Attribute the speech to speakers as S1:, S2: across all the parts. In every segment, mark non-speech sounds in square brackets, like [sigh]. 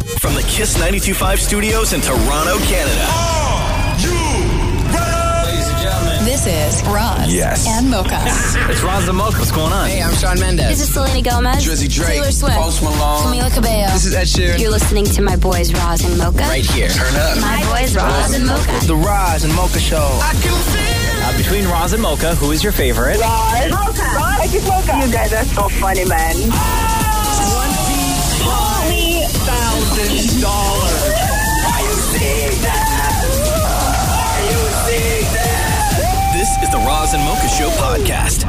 S1: the Kiss 925 studios in Toronto, Canada.
S2: Ladies and gentlemen.
S3: This is Roz
S1: Yes.
S3: and Mocha.
S1: It's Roz the Mocha. What's going on?
S4: Hey, I'm Sean Mendes.
S5: This is Selena Gomez.
S4: Drizzy Drake.
S5: Taylor Swift.
S4: Post Malone.
S5: Camila Cabello.
S4: This is Ed Sheeran.
S5: You're listening to my boys Roz and Mocha.
S4: right here. Turn up.
S5: My boys Roz and Mocha.
S4: The Roz and Mocha Show.
S1: Uh, between Roz and Mocha, who is your favorite?
S6: I just woke up. You guys are so funny, man.
S1: This is the Roz and Mocha Show podcast.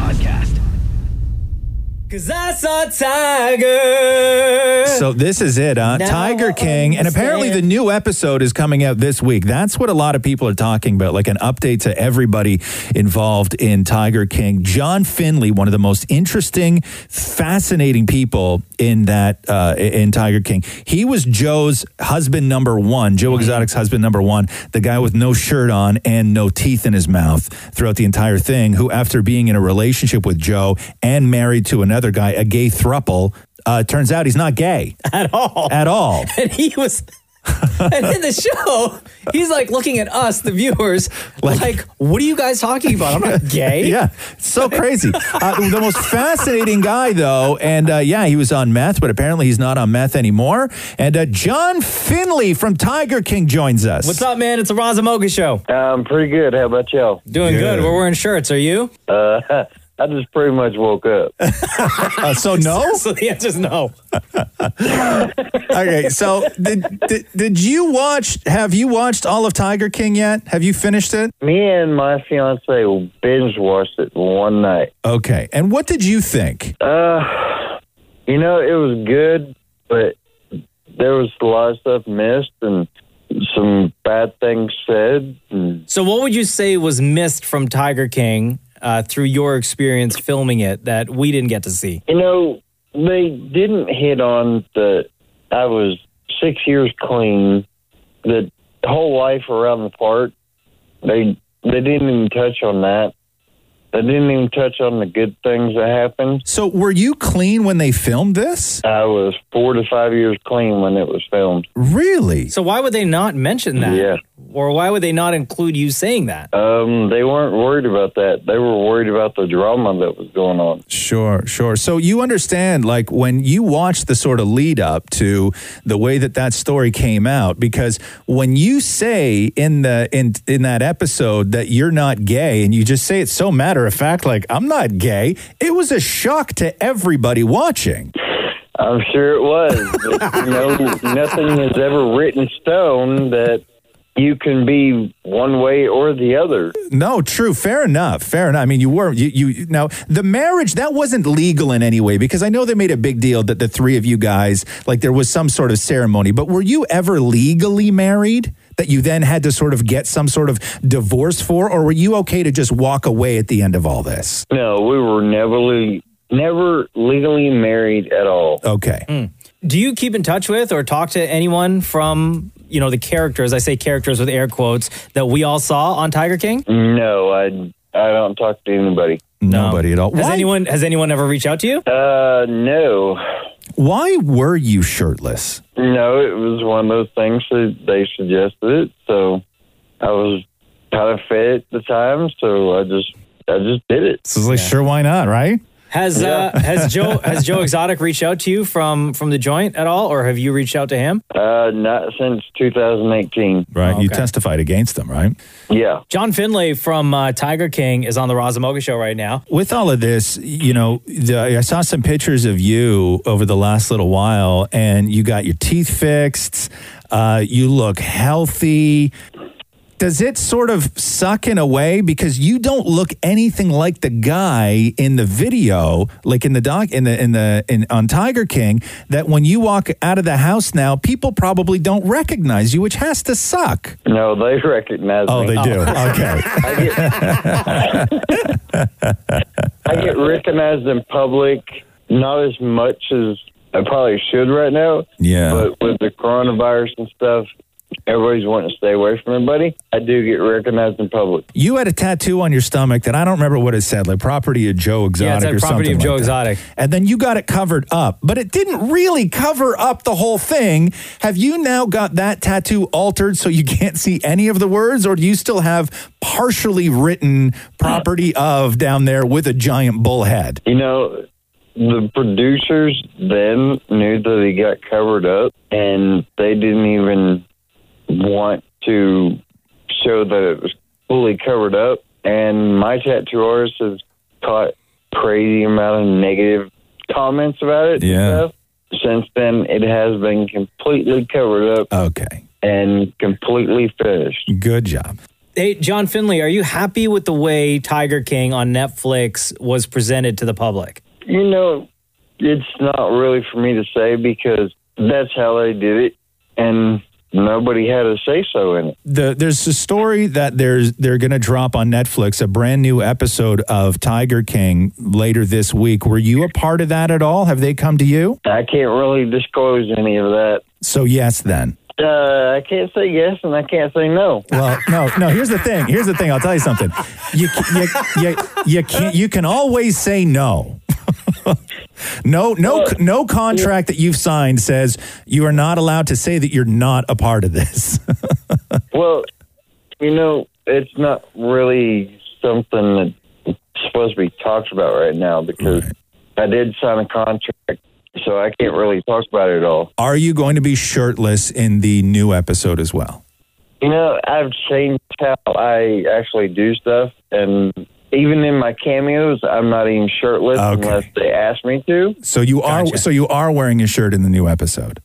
S2: Cause I saw Tiger. [laughs]
S7: So this is it, huh?
S2: Now
S7: Tiger
S2: I
S7: King, and apparently the
S2: understand.
S7: new episode is coming out this week. That's what a lot of people are talking about, like an update to everybody involved in Tiger King. John Finley, one of the most interesting, fascinating people in that uh, in Tiger King. He was Joe's husband number one,
S2: Mm-hmm.
S7: Joe Exotic's husband number one, the guy with no shirt on and no teeth in his mouth throughout the entire thing. Who, after being in a relationship with Joe and married to another guy, a gay thruple. Uh, turns out he's not gay
S2: [laughs] at all.
S7: at all.
S2: and he was [laughs] and in the show he's like looking at us the viewers
S7: Like-
S2: like, what are you guys talking about i'm
S7: [laughs]
S2: not [laughs] gay
S7: Yeah, it's so
S2: [laughs]
S7: crazy. Uh, the most fascinating guy, though, and uh, yeah, he was on meth, but apparently he's not on meth anymore. And uh, John Finley from Tiger King joins us.
S2: what's up man it's a razamoga show
S8: I'm pretty good. How about y'all? Uh,
S2: doing
S7: Good.
S2: good we're wearing shirts are you
S8: [laughs] I just pretty much woke up.
S7: Uh, so no,
S2: [laughs] so the answer's no
S7: okay. So did, did did you watch? Have you watched all of Tiger King yet? Have you finished it?
S8: Me and my fiance binge watched it one night. Uh,
S7: Okay. And what did you think?
S8: You know, it was good, but there was a lot of stuff missed and some bad things said. And
S2: so what would you say was missed from tiger king uh, through your experience filming it that we didn't get to see
S8: you know, they didn't hit on that I was six years clean. The whole life around the park, they they didn't even touch on that. They didn't even touch on the good things that happened.
S7: So were you clean when they filmed this?
S8: I was four to five years clean when it was filmed.
S7: Really?
S2: so why would they not mention that
S8: Yeah.
S2: or why would they not include you saying that
S8: Um, they weren't worried about that. They were worried about the drama that was going on.
S7: Sure, sure. So you understand, like, when you watch the sort of lead up to the way that that story came out, because when you say in the in in that episode that you're not gay, and you just say it so matter of fact, like I'm not gay, it was a shock to everybody watching.
S8: I'm sure it was.
S7: [laughs]
S8: But, you know, nothing is ever written in stone that you can be one way or the other.
S7: No, true, fair enough, fair enough. I mean, you were you you now the marriage that wasn't legal in any way because I know they made a big deal that the three of you guys like there was some sort of ceremony, but were you ever legally married that you then had to sort of get some sort of divorce for, or were you okay to just walk away at the end of all this?
S8: No, we were never le- never legally married at all.
S7: Okay,
S2: Hmm. do you keep in touch with or talk to anyone from you know the characters i say characters with air quotes that we all saw on tiger king
S8: No, I I don't talk to anybody.
S7: nobody at all.
S2: Has
S7: Why,
S2: anyone has anyone ever reached out to you?
S8: Uh, no,
S7: why were you shirtless?
S8: No, it was one of those things that they suggested it. So I was kind of fed at the time, so I just I just did it.
S7: So I was like, sure, why not, right?
S2: Has uh, [laughs] has Joe has
S8: [laughs]
S2: Joe Exotic reached out to you from from the joint at all, or have you reached out to him?
S8: Uh, not since 2018.
S7: Right, you
S2: Okay.
S7: testified against them, right?
S8: Yeah,
S2: John Finlay from uh, Tiger King is on the Razamoga show right now.
S7: with all of this, you know, the, I saw some pictures of you over the last little while, and you got your teeth fixed. Uh, you look healthy. Does it sort of suck in a way because you don't look anything like the guy in the video, like in the doc, in the in the in on Tiger King? That when you walk out of the house now, people probably don't recognize you, which has to
S8: [laughs]
S7: suck.
S8: no, they recognize me.
S7: Oh,
S2: [laughs]
S7: do. okay.
S8: I get, I get recognized in public, not as much as I probably should right now.
S7: Yeah.
S8: But with the coronavirus and stuff, Everybody's wanting to stay away from everybody. I do get recognized in public.
S7: You had a tattoo on your stomach that I don't remember what it said, like property of Joe Exotic
S2: Yeah, it's
S7: or
S2: like
S7: something.
S2: property of Joe
S7: like that.
S2: Exotic.
S7: And then you got it covered up, but it didn't really cover up the whole thing. Have you now got that tattoo altered so you can't see any of the words, or do you still have partially written property of down there with a giant bull head?
S8: You know, the producers then knew that he got covered up, and they didn't even want to show that it was fully covered up. And my tattoo artist has caught crazy amount of negative comments about it. and
S7: Yeah.
S8: stuff. Since then, it has been completely covered up
S7: Okay.
S8: and completely finished.
S7: Good job.
S2: Hey, John Finley, are you happy with the way Tiger King on Netflix was presented to the public?
S8: You know, it's not really for me to say because that's how they did it, and nobody had a say so in it.
S7: the there's a story that there's they're going to drop on Netflix a brand new episode of Tiger King later this week. Were you a part of that at all? Have they come to you?
S8: I can't really disclose any of that.
S7: So yes, then.
S8: Uh, I can't say yes and I can't say no.
S7: [laughs] Well, no, no. Here's the thing. Here's the thing. I'll tell you something. You you you, you can you can always say no. no, no, no contract that you've signed says you are not allowed to say that you're not a part of this. [laughs]
S8: Well, you know, it's not really something that's supposed to be talked about right now because I did sign a contract, so I can't really talk about it at all.
S7: Are you going to be shirtless in the new episode as well?
S8: You know, I've changed how I actually do stuff, and even in my cameos, I'm not even shirtless
S7: Okay.
S8: unless they ask me to.
S7: So you are
S2: Gotcha.
S7: so you are wearing a shirt in the new episode.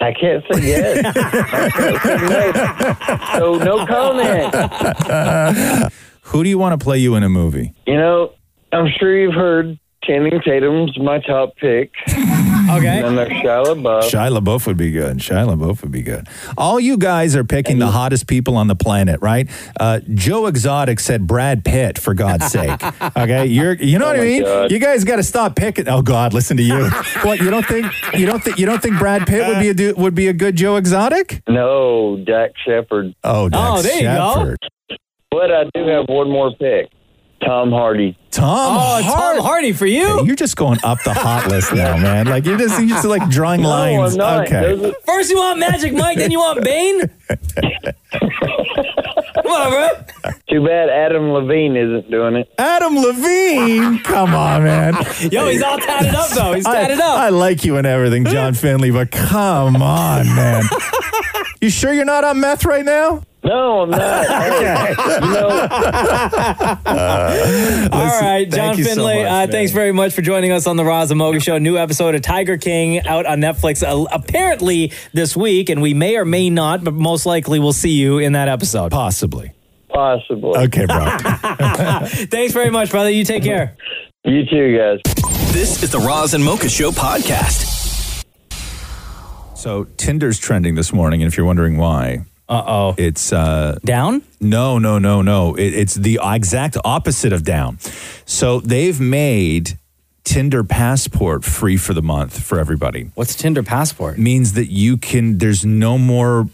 S7: [laughs]
S8: I can't say yes. I can't say no. So no comment.
S7: Who do you want to play you in a movie?
S8: You know, I'm sure you've heard Channing Tatum's my top pick,
S2: Okay.
S8: and there's Shia LaBeouf.
S7: Shia LaBeouf would be good. Shia LaBeouf would be good. All you guys are picking the hottest people on the planet, right? Uh, Joe Exotic said Brad Pitt for God's
S8: [laughs]
S7: sake. Okay, you're you know what I
S8: Oh my
S7: mean.
S8: God.
S7: You guys got to stop picking. Oh God, listen
S8: [laughs]
S7: to you. what you don't think you don't think you don't think Brad Pitt would be a du- would be a good Joe Exotic?
S8: No, Dak Shepard.
S7: Oh, Dax
S2: Oh, there you go.
S7: Shepard.
S8: But I do have one more pick. Tom Hardy.
S7: Tom
S2: Oh,
S7: Hardy.
S2: Tom Hardy for you.
S7: You're just going up the hot list now, man. Like you're just you're just like drawing lines.
S8: I'm not.
S7: Okay.
S8: Those are-
S2: First you want Magic Mike, then you want
S7: [laughs]
S2: Bane? Come on, bro.
S8: Too bad Adam Levine isn't doing it.
S7: Adam Levine. Come on, man.
S2: Yo, he's all tatted up, though. He's
S7: I,
S2: tatted up.
S7: I like you and everything, John Finley, but come on, man. You sure you're not on meth right now?
S8: No, I'm not.
S7: [laughs]
S8: Hey, you know,
S2: all right,
S7: Uh, thank
S2: John
S7: you so
S2: Finlay,
S7: much,
S2: uh,
S7: man.
S2: thanks very much for joining us on the Roz and Mocha Show. New episode of Tiger King out on Netflix uh, apparently this week, and we may or may not, but most likely we'll see you in that episode.
S7: Possibly.
S8: possibly.
S7: Okay, bro.
S2: Thanks very much, brother. You take care.
S8: You too, guys.
S1: This is the Roz and Mocha Show podcast.
S7: so Tinder's trending this morning, and if you're wondering why,
S2: Uh oh.
S7: it's uh,
S2: Down?
S7: No, no, no, no. It, it's the exact opposite of down. So they've made Tinder Passport free for the month for everybody.
S2: What's Tinder passport?
S7: means that you can, there's no more,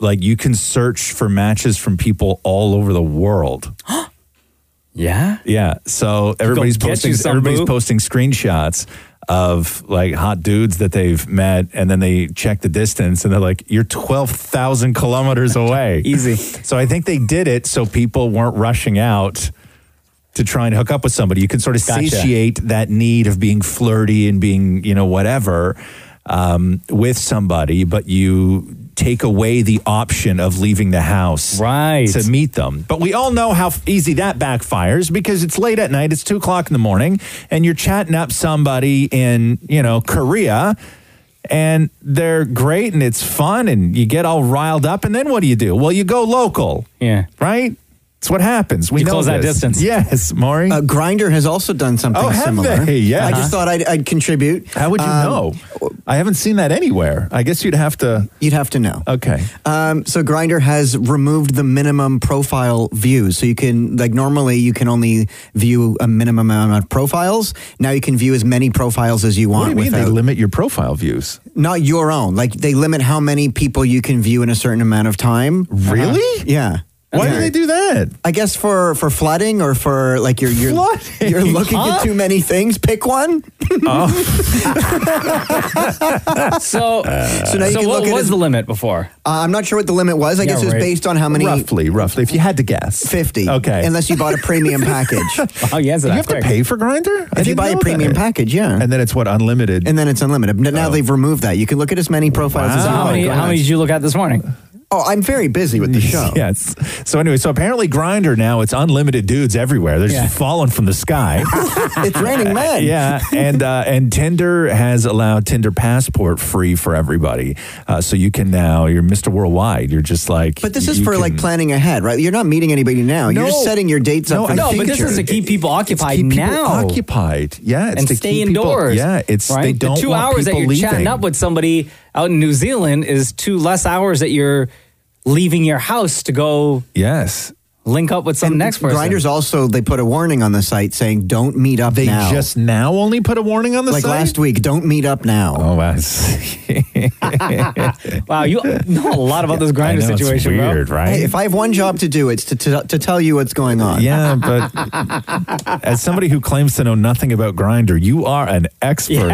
S7: like, you can search for matches from people all over the world.
S2: [laughs] Yeah.
S7: Yeah. So everybody's
S2: get
S7: posting
S2: you some,
S7: everybody's
S2: boo.
S7: posting screenshots of like hot dudes that they've met and then they check the distance and they're like you're 12,000
S2: [laughs]
S7: kilometers away.
S2: Easy.
S7: So I think they did it so people weren't rushing out to try and hook up with somebody. You can sort of
S2: Gotcha.
S7: satiate that need of being flirty and being, you know, whatever um, with somebody, but you take away the option of leaving the house
S2: Right.
S7: to meet them. But we all know how f- easy that backfires because it's late at night, it's two o'clock in the morning, and you're chatting up somebody in, you know, Korea. And they're great and it's fun and you get all riled up. And then what do you do? Well, you go local,
S2: Yeah.
S7: right? It's what happens. We
S2: You
S7: know
S2: close that
S7: this.
S2: distance.
S7: Yes, Maury.
S3: Uh, Grinder has also done something
S7: Oh, have
S3: similar.
S7: they? Yeah.
S3: I
S7: Uh-huh.
S3: just thought I'd, I'd contribute.
S7: How would you
S3: Um,
S7: know? I haven't seen that anywhere. I guess you'd have to.
S3: You'd have to know.
S7: Okay.
S3: Um, so Grinder has removed the minimum profile views, so you can like normally you can only view a minimum amount of profiles. Now you can view as many profiles as you
S7: What do
S3: want.
S7: you mean they
S3: without-
S7: limit your profile views?
S3: not your own. Like they limit how many people you can view in a certain amount of time. Uh-huh.
S7: Really?
S3: Yeah.
S7: Why
S3: Yeah.
S7: do they do that?
S3: I guess for for flooding or for like you're you're, [laughs]
S7: Flooding?
S3: you're looking at
S7: Huh?
S3: too many things. Pick one. Oh. [laughs]
S2: Oh.
S7: [laughs]
S2: So,
S7: Uh,
S3: So now you
S2: so
S3: can
S2: what
S3: look at
S2: was
S3: his-
S2: the limit before?
S3: Uh, I'm not sure what the limit was. I
S2: Yeah,
S3: guess it was
S2: right.
S3: based on how many.
S7: roughly, roughly. If you had to guess,
S3: 50.
S7: Okay.
S3: Unless you bought a
S7: [laughs]
S3: premium package.
S2: Oh, yes,
S7: you have to pay for Grinder
S3: if you buy a premium package, yeah. And,
S7: and then it's what unlimited. Oh.
S3: then it's unlimited. But now they've removed that. You can look at as many profiles as you
S2: So how
S3: want.
S2: many?
S3: Go
S2: How many
S3: nuts.
S2: did you look at this morning?
S3: Oh, I'm very
S7: [laughs]
S3: busy with the show.
S7: Yes. So anyway, so apparently Grinder now it's unlimited dudes everywhere. They're
S2: Yeah.
S7: just falling from the sky.
S3: [laughs] It's raining
S7: [laughs]
S3: men.
S7: yeah, and uh, and Tinder has allowed Tinder Passport free for everybody. Uh, so you can now you're Mr. Worldwide. You're just like
S3: But this
S7: you-
S3: is
S7: you
S3: for
S7: can-
S3: like planning ahead, right? You're not meeting anybody now. You're
S7: No.
S3: just setting your dates
S7: No,
S3: up for
S7: I
S3: the
S2: No,
S3: future.
S2: but this is to keep people
S7: It's
S2: occupied
S7: keep people
S2: now.
S7: occupied. Yeah, it's
S2: and
S7: to
S2: stay
S7: keep people-
S2: indoors.
S7: yeah, it's
S2: right?
S7: they don't
S2: the two
S7: want
S2: hours that
S7: people
S2: you're chatting
S7: leaving.
S2: up with somebody out in New Zealand is two less hours that you're leaving your house to go
S7: Yes,
S2: link up with some next person.
S3: Grinders also they put a warning on the site saying don't meet up
S7: they
S3: now.
S7: just now only put a warning on the
S3: like
S7: site?
S3: last week, don't meet up now.
S7: Oh, wow. I [laughs]
S3: [laughs]
S2: wow, you [laughs] know a lot about this grinder
S7: know, it's
S2: situation, bro.
S7: weird, right?
S3: Hey, if I have one job to do, it's to, to, to tell you what's going on.
S7: yeah, but
S3: [laughs]
S7: as somebody who claims to know nothing about Grinder, you are an expert.
S2: You're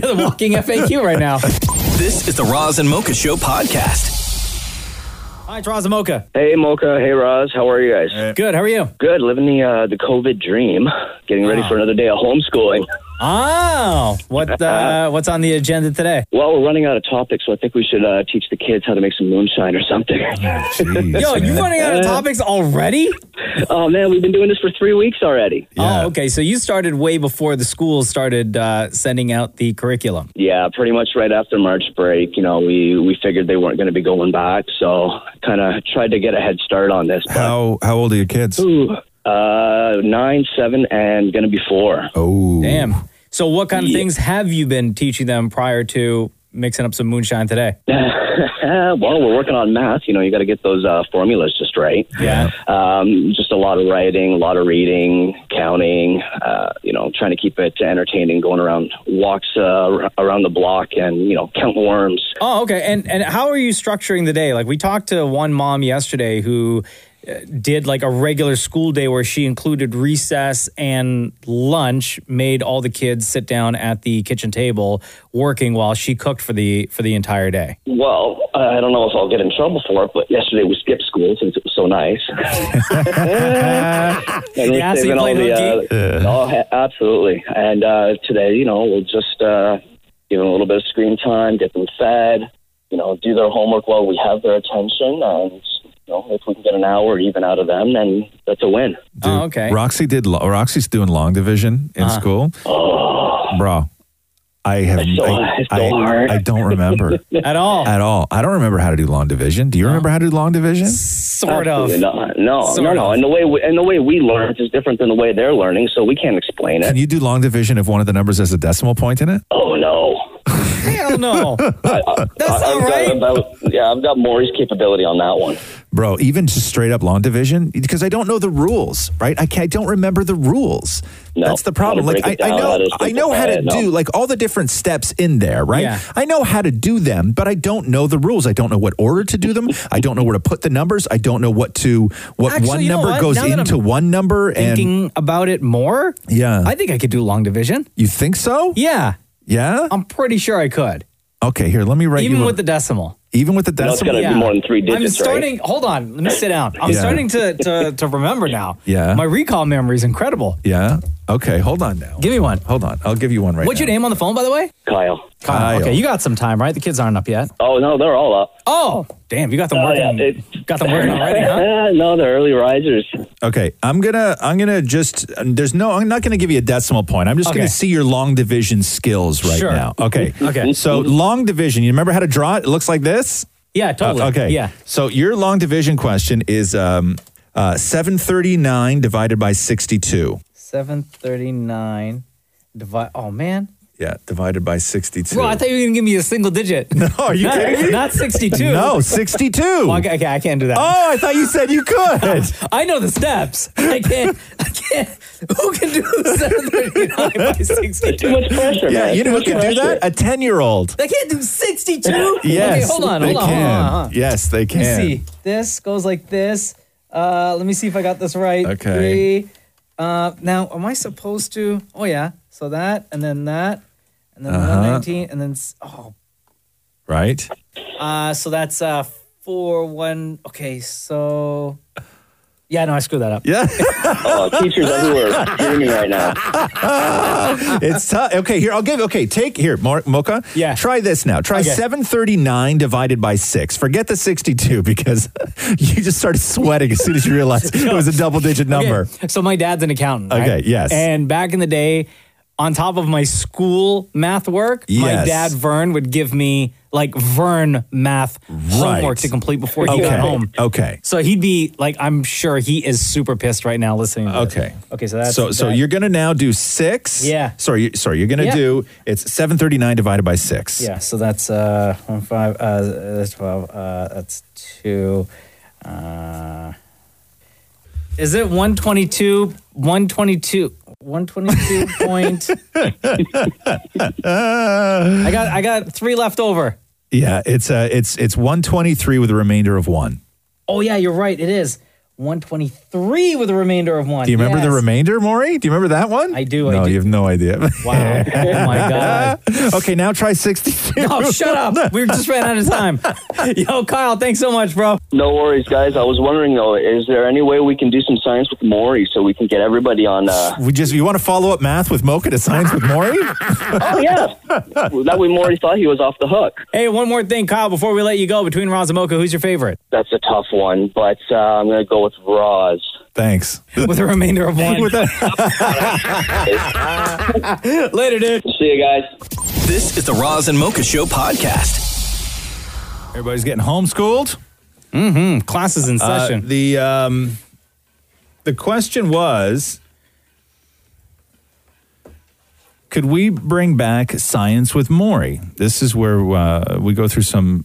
S2: the walking FAQ right now.
S1: This is the Roz and Mocha Show podcast.
S2: Hi, it's Roz and Mocha.
S9: Hey Mocha, hey Roz, how are you guys?
S2: Good. How are you? Ah.
S9: Good, living the uh, the COVID dream, getting ready for another day of homeschooling.
S2: Oh, what uh, what's on the agenda today?
S9: Well, Oh, we're running out of topics, so I think we should uh, teach the kids how to make some moonshine or
S2: [laughs]
S9: something.
S7: Jeez,
S2: Yo, you
S7: man.
S2: running out of topics already?
S9: Uh, oh man, we've been doing this for three weeks already.
S7: Yeah.
S2: Oh, okay. So you started way before the schools started uh, sending out the curriculum.
S9: Yeah, pretty much right after March break, you know, we we figured they weren't going to be going back, so kind of tried to get a head start on this. But,
S7: [laughs] How how old are your kids?
S9: Ooh, uh, nine, seven, and going to be four.
S7: Oh,
S2: Damn. So, what kind of
S9: Yeah.
S2: things have you been teaching them prior to mixing up some moonshine today?
S9: [laughs] well, we're working on math. You know, you got to get those uh, formulas just right.
S2: Yeah.
S9: um, just a lot of writing, a lot of reading, counting. Uh, you know, trying to keep it entertaining, going around walks uh, ar- around the block, and you know, count worms.
S2: Oh, okay. And and how are you structuring the day? Like we talked to one mom yesterday who uh, did like a regular school day where she included recess and lunch, made all the kids sit down at the kitchen table working while she cooked for the for the entire day.
S9: Well, I don't know if I'll get in trouble for it, but yesterday we skipped school since it was so nice. and we're
S2: [laughs] Yeah, so you
S9: Uh, saving
S2: played hooky?
S9: uh, oh, ha- absolutely. And uh, today, you know, we'll just uh, give them a little bit of screen time, get them fed, you know, do their homework while we have their attention, and you know, if we can get an hour even out of them, then that's a win.
S2: oh, okay. Uh-huh.
S7: Roxy did. lo- Roxy's doing long division in school. Bro, I have.
S9: It's so-
S7: I,
S9: it's so
S7: I-
S9: hard.
S7: I don't remember
S2: [laughs] At all.
S7: at all. I don't remember how to do long division. Do you remember how to do long division?
S2: sort of.
S9: Absolutely not. No, no,
S2: Sort
S9: no.
S2: of.
S9: And the way we, and the way we learn is different than the way they're learning, so we can't explain
S7: Can
S9: it.
S7: you do long division if one of the numbers has a decimal point in it?
S9: Oh no.
S2: Hell no. That's
S9: [laughs] I-
S2: not
S9: I've got
S2: right.
S9: about- yeah, I've got Maury's capability on that one.
S7: bro even just straight up long division because i don't know the rules right i, can't, I don't remember the rules
S9: No,
S7: that's the
S9: how to
S7: problem like
S9: break
S7: I,
S9: it
S7: I
S9: down, how
S7: know
S9: to
S7: i know how to
S9: simplify it, no.
S7: do like all the different steps in there right
S2: Yeah.
S7: i know how to do them but i don't know the rules i don't know what order to do them i don't know where to put the numbers i don't know what to what
S2: Actually,
S7: one
S2: you know
S7: number
S2: what?
S7: goes
S2: Now that I'm
S7: into one number and
S2: Thinking about it more?
S7: Yeah.
S2: I think I could do long division.
S7: you think so
S2: Yeah.
S7: yeah
S2: I'm pretty sure I could.
S7: okay here let me write
S2: Even
S7: you a-
S2: with the decimal.
S7: even with the
S9: No, it's
S7: decimal
S9: gotta be more than three
S2: I'm
S9: digits,
S2: starting. Hold on, let me sit down. I'm
S7: Yeah.
S2: starting to, to to remember now.
S7: Yeah.
S2: my recall memory is incredible.
S7: yeah okay hold on now
S2: Give me one.
S7: hold on i'll give you one right
S2: What's your name on the phone, by the way?
S9: Kyle.
S7: Kyle.
S2: Okay, you got some time, right? The kids aren't up yet.
S9: Oh no, they're all up.
S2: Oh, damn, you got them
S9: Oh, yeah,
S2: working.
S9: it-
S2: got them working already,
S9: [laughs]
S2: huh?
S9: Eh, no, they're early risers.
S7: Okay, I'm gonna I'm gonna just there's no I'm not gonna give you a decimal point. I'm just
S2: Okay.
S7: gonna see your long division skills right
S2: Sure.
S7: now. Okay,
S2: [laughs] Okay.
S7: So long division. You remember how to draw it? It looks like this.
S2: Yeah, totally.
S7: Uh, okay.
S2: Yeah.
S7: So your long division question is um, uh, 739 divided by 62.
S2: 739 divide. Oh, man.
S7: Yeah, divided by 62.
S2: Bro, I thought you were going to give me a
S7: [laughs]
S2: single digit. No,
S7: are you
S2: not,
S7: kidding me?
S2: Not 62.
S7: No, 62.
S2: [laughs] Well, okay, okay, I can't do that.
S7: Oh, I thought you said you could.
S2: I know the steps. I can't. I can't. [laughs] Who can do 739 by 62?
S9: Too much pressure,
S7: yeah,
S9: man.
S7: you
S9: Too
S7: know who
S9: much
S7: can do
S9: pressure.
S7: that? A 10 year old.
S2: They can't do 62?
S7: Yes.
S2: Okay, hold on,
S7: they
S2: hold on,
S7: can.
S2: hold on, hold on.
S7: Yes, they
S2: Let me
S7: can.
S2: see. This goes like this. Uh, let me see if I got this right.
S7: Okay.
S2: Three. Uh, now, am I supposed to? Oh, yeah. So that, and then that, and then another 19, and then, s- oh.
S7: Right?
S2: Uh, so that's uh, 4, 1. Okay, so. Yeah, no, I screwed that up.
S7: Yeah.
S9: Oh, teachers everywhere are screaming right now.
S7: [laughs] it's tough. Okay, here I'll give. Okay, take here, Mark Mocha.
S2: Yeah.
S7: Try this now. Try
S2: Okay.
S7: seven thirty nine divided by six. Forget the sixty two because [laughs] you just started sweating as soon as you
S2: [laughs]
S7: realized it was a double digit number.
S2: Okay, So my dad's an accountant. right?
S7: Okay, yes.
S2: And back in the day, on top of my school math work, my
S7: Yes.
S2: dad Vern would give me like Vern math
S7: Right.
S2: homework to complete before he
S7: Okay.
S2: got home.
S7: Okay.
S2: So he'd be like, I'm sure he is super pissed right now listening. To this.
S7: Okay.
S2: Okay. So that's
S7: so so
S2: that.
S7: you're gonna now do six.
S2: Yeah.
S7: Sorry. you- Sorry. You're gonna
S2: Yeah.
S7: do it's seven thirty nine divided by six.
S2: yeah. So that's uh one five uh that's twelve uh that's two. Uh, is it one twenty two? One twenty two. One twenty two
S7: [laughs]
S2: point. I got I got three left over.
S7: Ah. Yeah. It's uh it's it's one twenty three with a remainder of one.
S2: Oh yeah, you're right. It is one twenty three with a remainder of one.
S7: Do you remember the
S2: Yes.
S7: remainder, Maury? Do you remember that one?
S2: I do, I
S7: No,
S2: do.
S7: you have no idea. [laughs]
S2: Wow. Oh my god.
S7: okay. Now try sixty two. [laughs]
S2: Oh, shut up. We just ran out of time. Yo, Kyle, thanks so much, bro.
S9: No worries, guys. I was wondering though, is there any way we can do some science with Maury so we can get everybody on?
S2: [laughs]
S9: Uh,
S7: We just you want to follow up math with Mocha to science with Maury?
S9: oh yeah, that way Maury thought he was off the hook.
S2: Hey, one more thing, Kyle, before we let you go, between Roz and Mocha, who's your favorite?
S9: That's a tough one, but uh, I'm gonna go with Roz.
S7: Thanks.
S2: With a remainder of one.
S7: With that-
S2: [laughs] Later, dude.
S9: See you guys.
S4: This is the Roz and Mocha Show podcast.
S7: Everybody's getting homeschooled.
S2: Classes Mm-hmm. in
S7: Uh,
S2: session.
S7: the um, the question was, could we bring back science with Maury? This is where uh, we go through some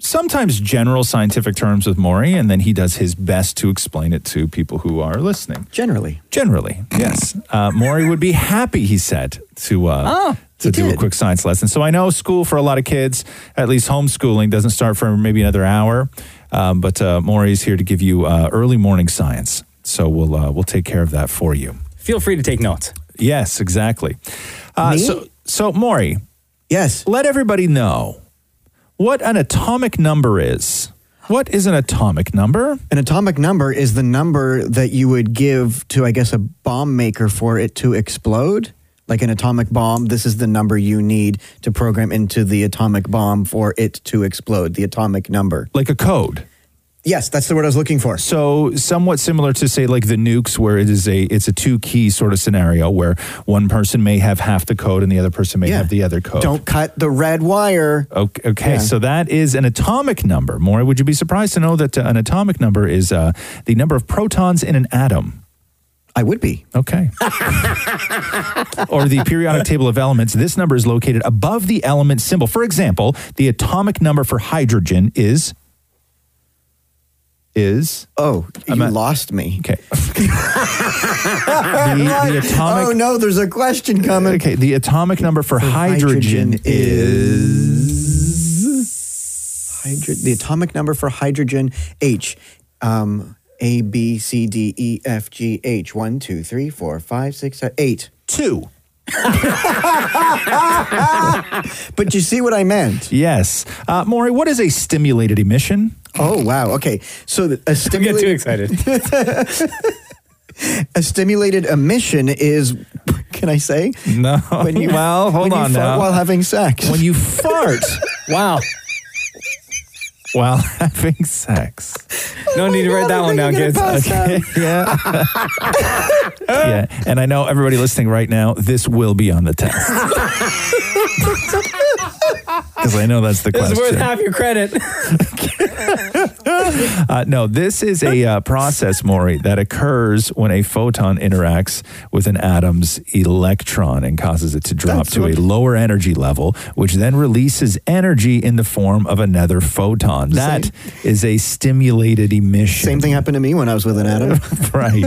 S7: sometimes general scientific terms with Maury, and then he does his best to explain it to people who are listening.
S3: Generally.
S7: Generally, yes. Uh, Maury would be happy, he said, to uh, to do a
S3: Ah, did.
S7: quick science lesson. So I know school for a lot of kids, at least homeschooling, doesn't start for maybe another hour. Um, but uh, Maury's here to give you uh, early morning science. So we'll uh, we'll take care of that for you.
S2: Feel free to take notes.
S7: Yes, exactly. Uh,
S3: Me?
S7: so so Maury,
S3: Yes.
S7: let everybody know what an atomic number is. What is an atomic number?
S3: An atomic number is the number that you would give to, I guess, a bomb maker for it to explode. Like an atomic bomb, this is the number you need to program into the atomic bomb for it to explode, the atomic number.
S7: Like a code.
S3: Yes, that's the word I was looking for.
S7: So somewhat similar to say like the nukes where it is a it's a two key sort of scenario where one person may have half the code and the other person may have the other code.
S3: Don't cut the red wire.
S7: Oh. Okay, okay,
S3: Yeah.
S7: so that is an atomic number. Maury, would you be surprised to know that uh, an atomic number is uh, the number of protons in an atom?
S3: I would be. [laughs]
S7: Okay. or the periodic table of elements. This number is located above the element symbol. For example, the atomic number for hydrogen is is
S3: Oh, you
S7: I'm a-
S3: lost me. [laughs]
S7: Okay. the, the atomic.
S3: Oh no, there's a question coming.
S7: Okay, the atomic number for hydrogen,
S3: hydrogen
S7: is.
S3: Hydro- the atomic number for hydrogen H. Um, a B C D E F G H. One, two, three, four, five, six, seven, eight.
S7: Two.
S3: [laughs] But you see what I meant.
S7: Yes. Uh, Maury, what is a stimulated emission?
S3: Oh wow. Okay. So th-
S7: [laughs]
S3: a
S2: Don't get too
S3: stimulated
S2: excited.
S3: [laughs] a stimulated emission is. [laughs] Can I say?
S7: No.
S3: When
S7: [laughs]
S3: you-
S7: well, hold
S3: when you
S7: on
S3: fart
S7: now.
S3: While having sex. [laughs]
S7: when you fart
S2: wow.
S7: while [laughs] having sex.
S2: No need to [laughs] write
S3: Oh God,
S2: that
S3: I
S2: one
S3: think
S2: down,
S3: I'm gonna
S2: kids.
S3: pass out.
S2: [laughs]
S7: Yeah. [laughs] yeah. And I know everybody listening right now, this will be on the test. Because I know that's the
S2: [laughs] This
S7: question.
S2: is worth half
S7: [laughs]
S2: your credit. [laughs]
S7: Uh, no, this is a uh, process, Maury, that occurs when a photon interacts with an atom's electron and causes it to drop to a lower energy level, which then releases energy in the form of another photon. That is a stimulated emission.
S3: Same thing happened to me when I was with an atom.
S7: [laughs] right.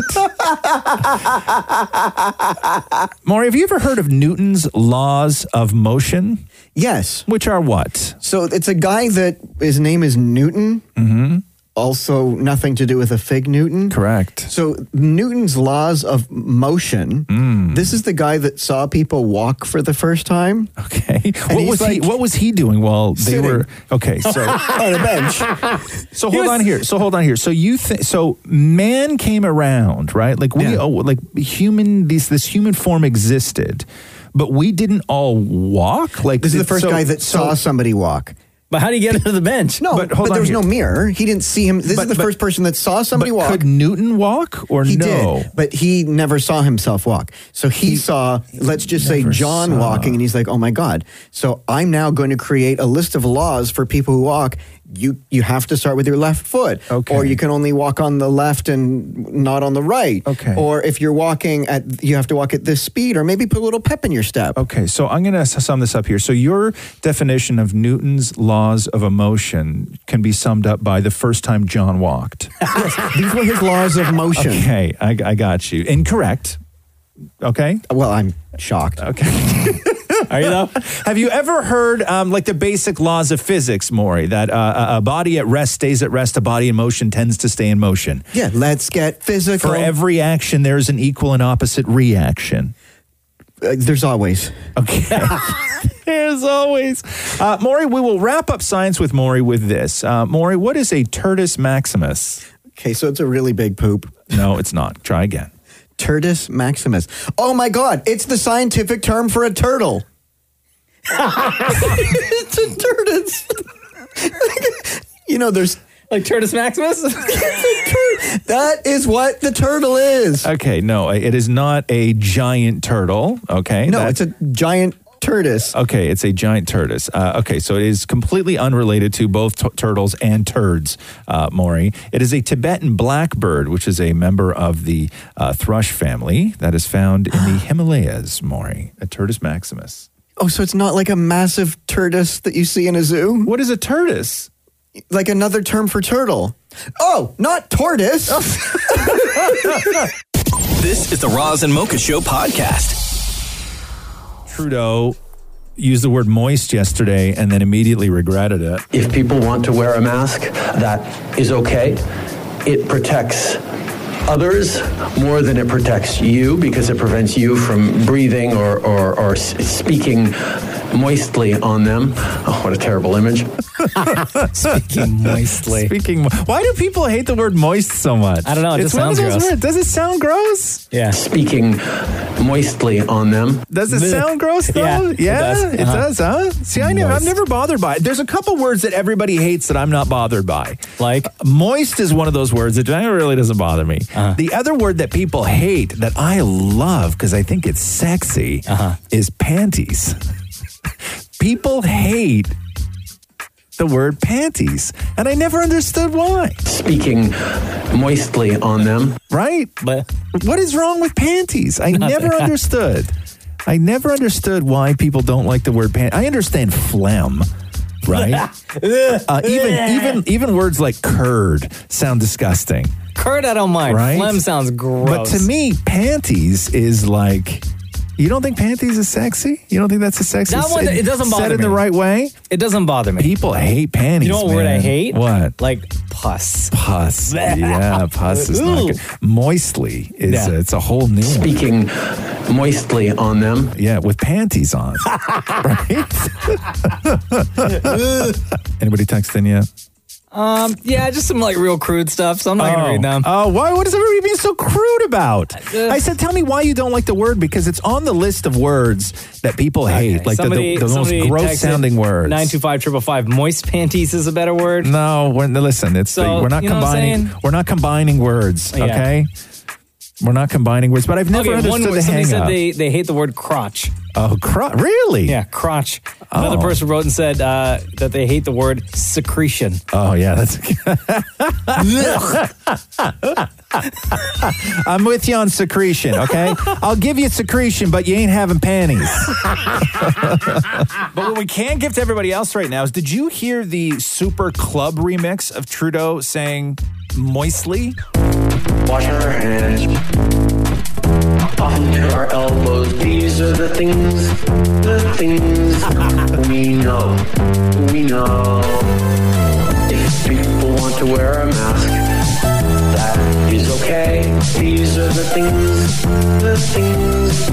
S3: [laughs]
S7: Maury, have you ever heard of Newton's laws of motion?
S3: yes.
S7: Which are what?
S3: So it's a guy that his name is Newton. Mm-hmm. Also, nothing to do with a fig Newton.
S7: Correct.
S3: So Newton's laws of motion.
S7: Mm.
S3: This is the guy that saw people walk for the first time
S7: Okay. What
S3: he's
S7: was he
S3: like-
S7: what was he doing while they
S3: Sitting.
S7: were Okay, so
S3: on a bench.
S7: So hold on here. So hold on here. So you think so man came around, right? Like we
S3: Yeah.
S7: oh like human this this human form existed. But we didn't all walk. Like
S3: This is the
S7: did-
S3: first
S7: so-
S3: guy that
S7: so-
S3: saw somebody walk.
S2: but how do you get into the bench?
S3: No,
S7: But
S3: but,
S7: hold on
S3: there was
S7: here.
S3: no mirror. He didn't see him. This
S7: But-
S3: is the
S7: but-
S3: first person that saw
S7: But
S3: somebody walk.
S7: could Newton walk or
S3: he
S7: no?
S3: did, but he never saw himself walk. So he, saw, let's just say,
S7: never
S3: John
S7: saw.
S3: walking, and he's like, "Oh my God!" So I'm now going to create a list of laws for people who walk. You you have to start with your left foot,
S7: Okay.
S3: or you can only walk on the left and not on the right,
S7: Okay.
S3: Or if you're walking at, you have to walk at this speed, or maybe put a little pep in your step.
S7: Okay, so I'm going to sum this up here. So your definition of Newton's laws of emotion can be summed up by the first time John walked.
S3: These were his laws of motion.
S7: okay, I, I got you. Incorrect. Okay.
S3: Well, I'm shocked.
S7: [laughs]
S2: Are you though?
S7: Have you ever heard um, like the basic laws of physics, Maury? That uh, a- a body at rest stays at rest, a body in motion tends to stay in motion.
S3: Yeah, let's get physical.
S7: For every action, there is an equal and opposite reaction.
S3: Uh, there's always.
S7: Okay. [laughs] As always, uh, Maury, we will wrap up science with Maury with this. Uh, Maury, what is a turtus maximus?
S3: Okay, so it's a really big poop.
S7: No, it's not. Try again.
S3: Turtus maximus. Oh my God, it's the scientific term for a turtle. [laughs] it's a turtus. [laughs] you know, there's.
S2: Like
S3: [laughs]
S2: Turtus Maximus?
S3: That is what the turtle is.
S7: Okay, no, it is not a giant turtle. Okay,
S3: no,
S7: That-
S3: it's a giant turtus.
S7: Okay, it's a giant tortoise. Uh, okay, so it is completely unrelated to both t- turtles and turds, uh, Maury. It is a Tibetan blackbird, which is a member of the uh, thrush family that is found in
S3: [gasps]
S7: the Himalayas, Maury, a Turtus maximus.
S3: Oh, so it's not like a massive turtus that you see in a zoo?
S7: What is a tortoise?
S3: Like another term for turtle. Oh,
S7: [laughs]
S3: not tortoise.
S4: This is the Roz and Mocha Show podcast.
S7: Trudeau used the word moist yesterday and then immediately regretted it.
S10: If people want to wear a mask, that is okay. It protects others more than it protects you because it prevents you from breathing or, or, or s- speaking moistly on them. Oh, what a terrible image.
S2: [laughs] Speaking moistly.
S7: Speaking, why do people hate the word moist so much?
S2: I don't know, it
S7: it's
S2: just
S7: one
S2: sounds
S7: of those
S2: gross.
S7: words. Does it sound gross?
S2: Yeah.
S10: Speaking moistly on them.
S7: Does it
S2: Blech.
S7: sound gross though?
S2: Yeah, it does.
S7: it
S2: Uh-huh.
S7: does, huh? See, I never, I'm
S2: Moist.
S7: never bothered by it. There's a couple words that everybody hates that I'm not bothered by. Uh,
S2: Like?
S7: moist is one of those words that really doesn't bother me.
S2: Uh-huh.
S7: The other word that people hate that I love because I think it's sexy
S2: Uh-huh.
S7: is panties. people hate the word panties, and I never understood why.
S10: Speaking moistly on them.
S7: Right?
S2: But
S7: What is wrong with panties?
S2: [laughs]
S7: I never understood. I never understood why people don't like the word pant. I understand phlegm,
S2: [laughs]
S7: right? uh, even even even words like curd sound disgusting.
S2: Kurt, I don't mind.
S7: Right?
S2: Phlegm sounds gross.
S7: But to me, panties is like you don't think panties is sexy? You don't think that's a sexy?
S2: That one, it doesn't
S7: said
S2: bother
S7: in the
S2: me.
S7: right way.
S2: it doesn't bother me.
S7: People hate panties.
S2: You know what word
S7: man.
S2: I hate?
S7: What?
S2: Like pus.
S7: Pus. [laughs] Yeah, pus is not
S2: Ooh.
S7: good. Moistly is
S2: Yeah.
S7: it's a whole new one.
S10: Speaking moistly on them.
S7: Yeah, with
S10: [laughs]
S7: panties on. right? [laughs] Anybody text in yet?
S2: Um, Yeah, just some like real crude stuff. So I'm not gonna read them. Uh,
S7: Oh, why? What is everybody being so crude about? I said, tell me why you don't like the word because it's on the list of words that people hate, like the- the, the, most gross sounding words.
S2: Nine two five triple five. Moist panties is a better word.
S7: no, we're, listen, it's
S2: So,
S7: we're not
S2: oh, you know what I'm
S7: combining.
S2: saying?
S7: We're not combining words.
S2: Yeah.
S7: Okay. We're not combining words, but I've never
S2: Okay,
S7: understood
S2: one,
S7: the
S2: somebody
S7: hang
S2: said
S7: up.
S2: they, they hate the word crotch.
S7: Oh, crotch. Really? Oh.
S2: Yeah, crotch. Another person wrote and said uh, that they hate the word secretion.
S7: Oh, yeah, that's. [laughs] I'm with you on secretion, okay? I'll give you secretion, but you ain't having panties. but what we can give to everybody else right now is did you hear the super club remix of Trudeau saying moistly?
S10: Wash our hands. Up to our elbows. These are the things, the things we know, we know. If people want to wear a mask, that is okay. These are the things, the things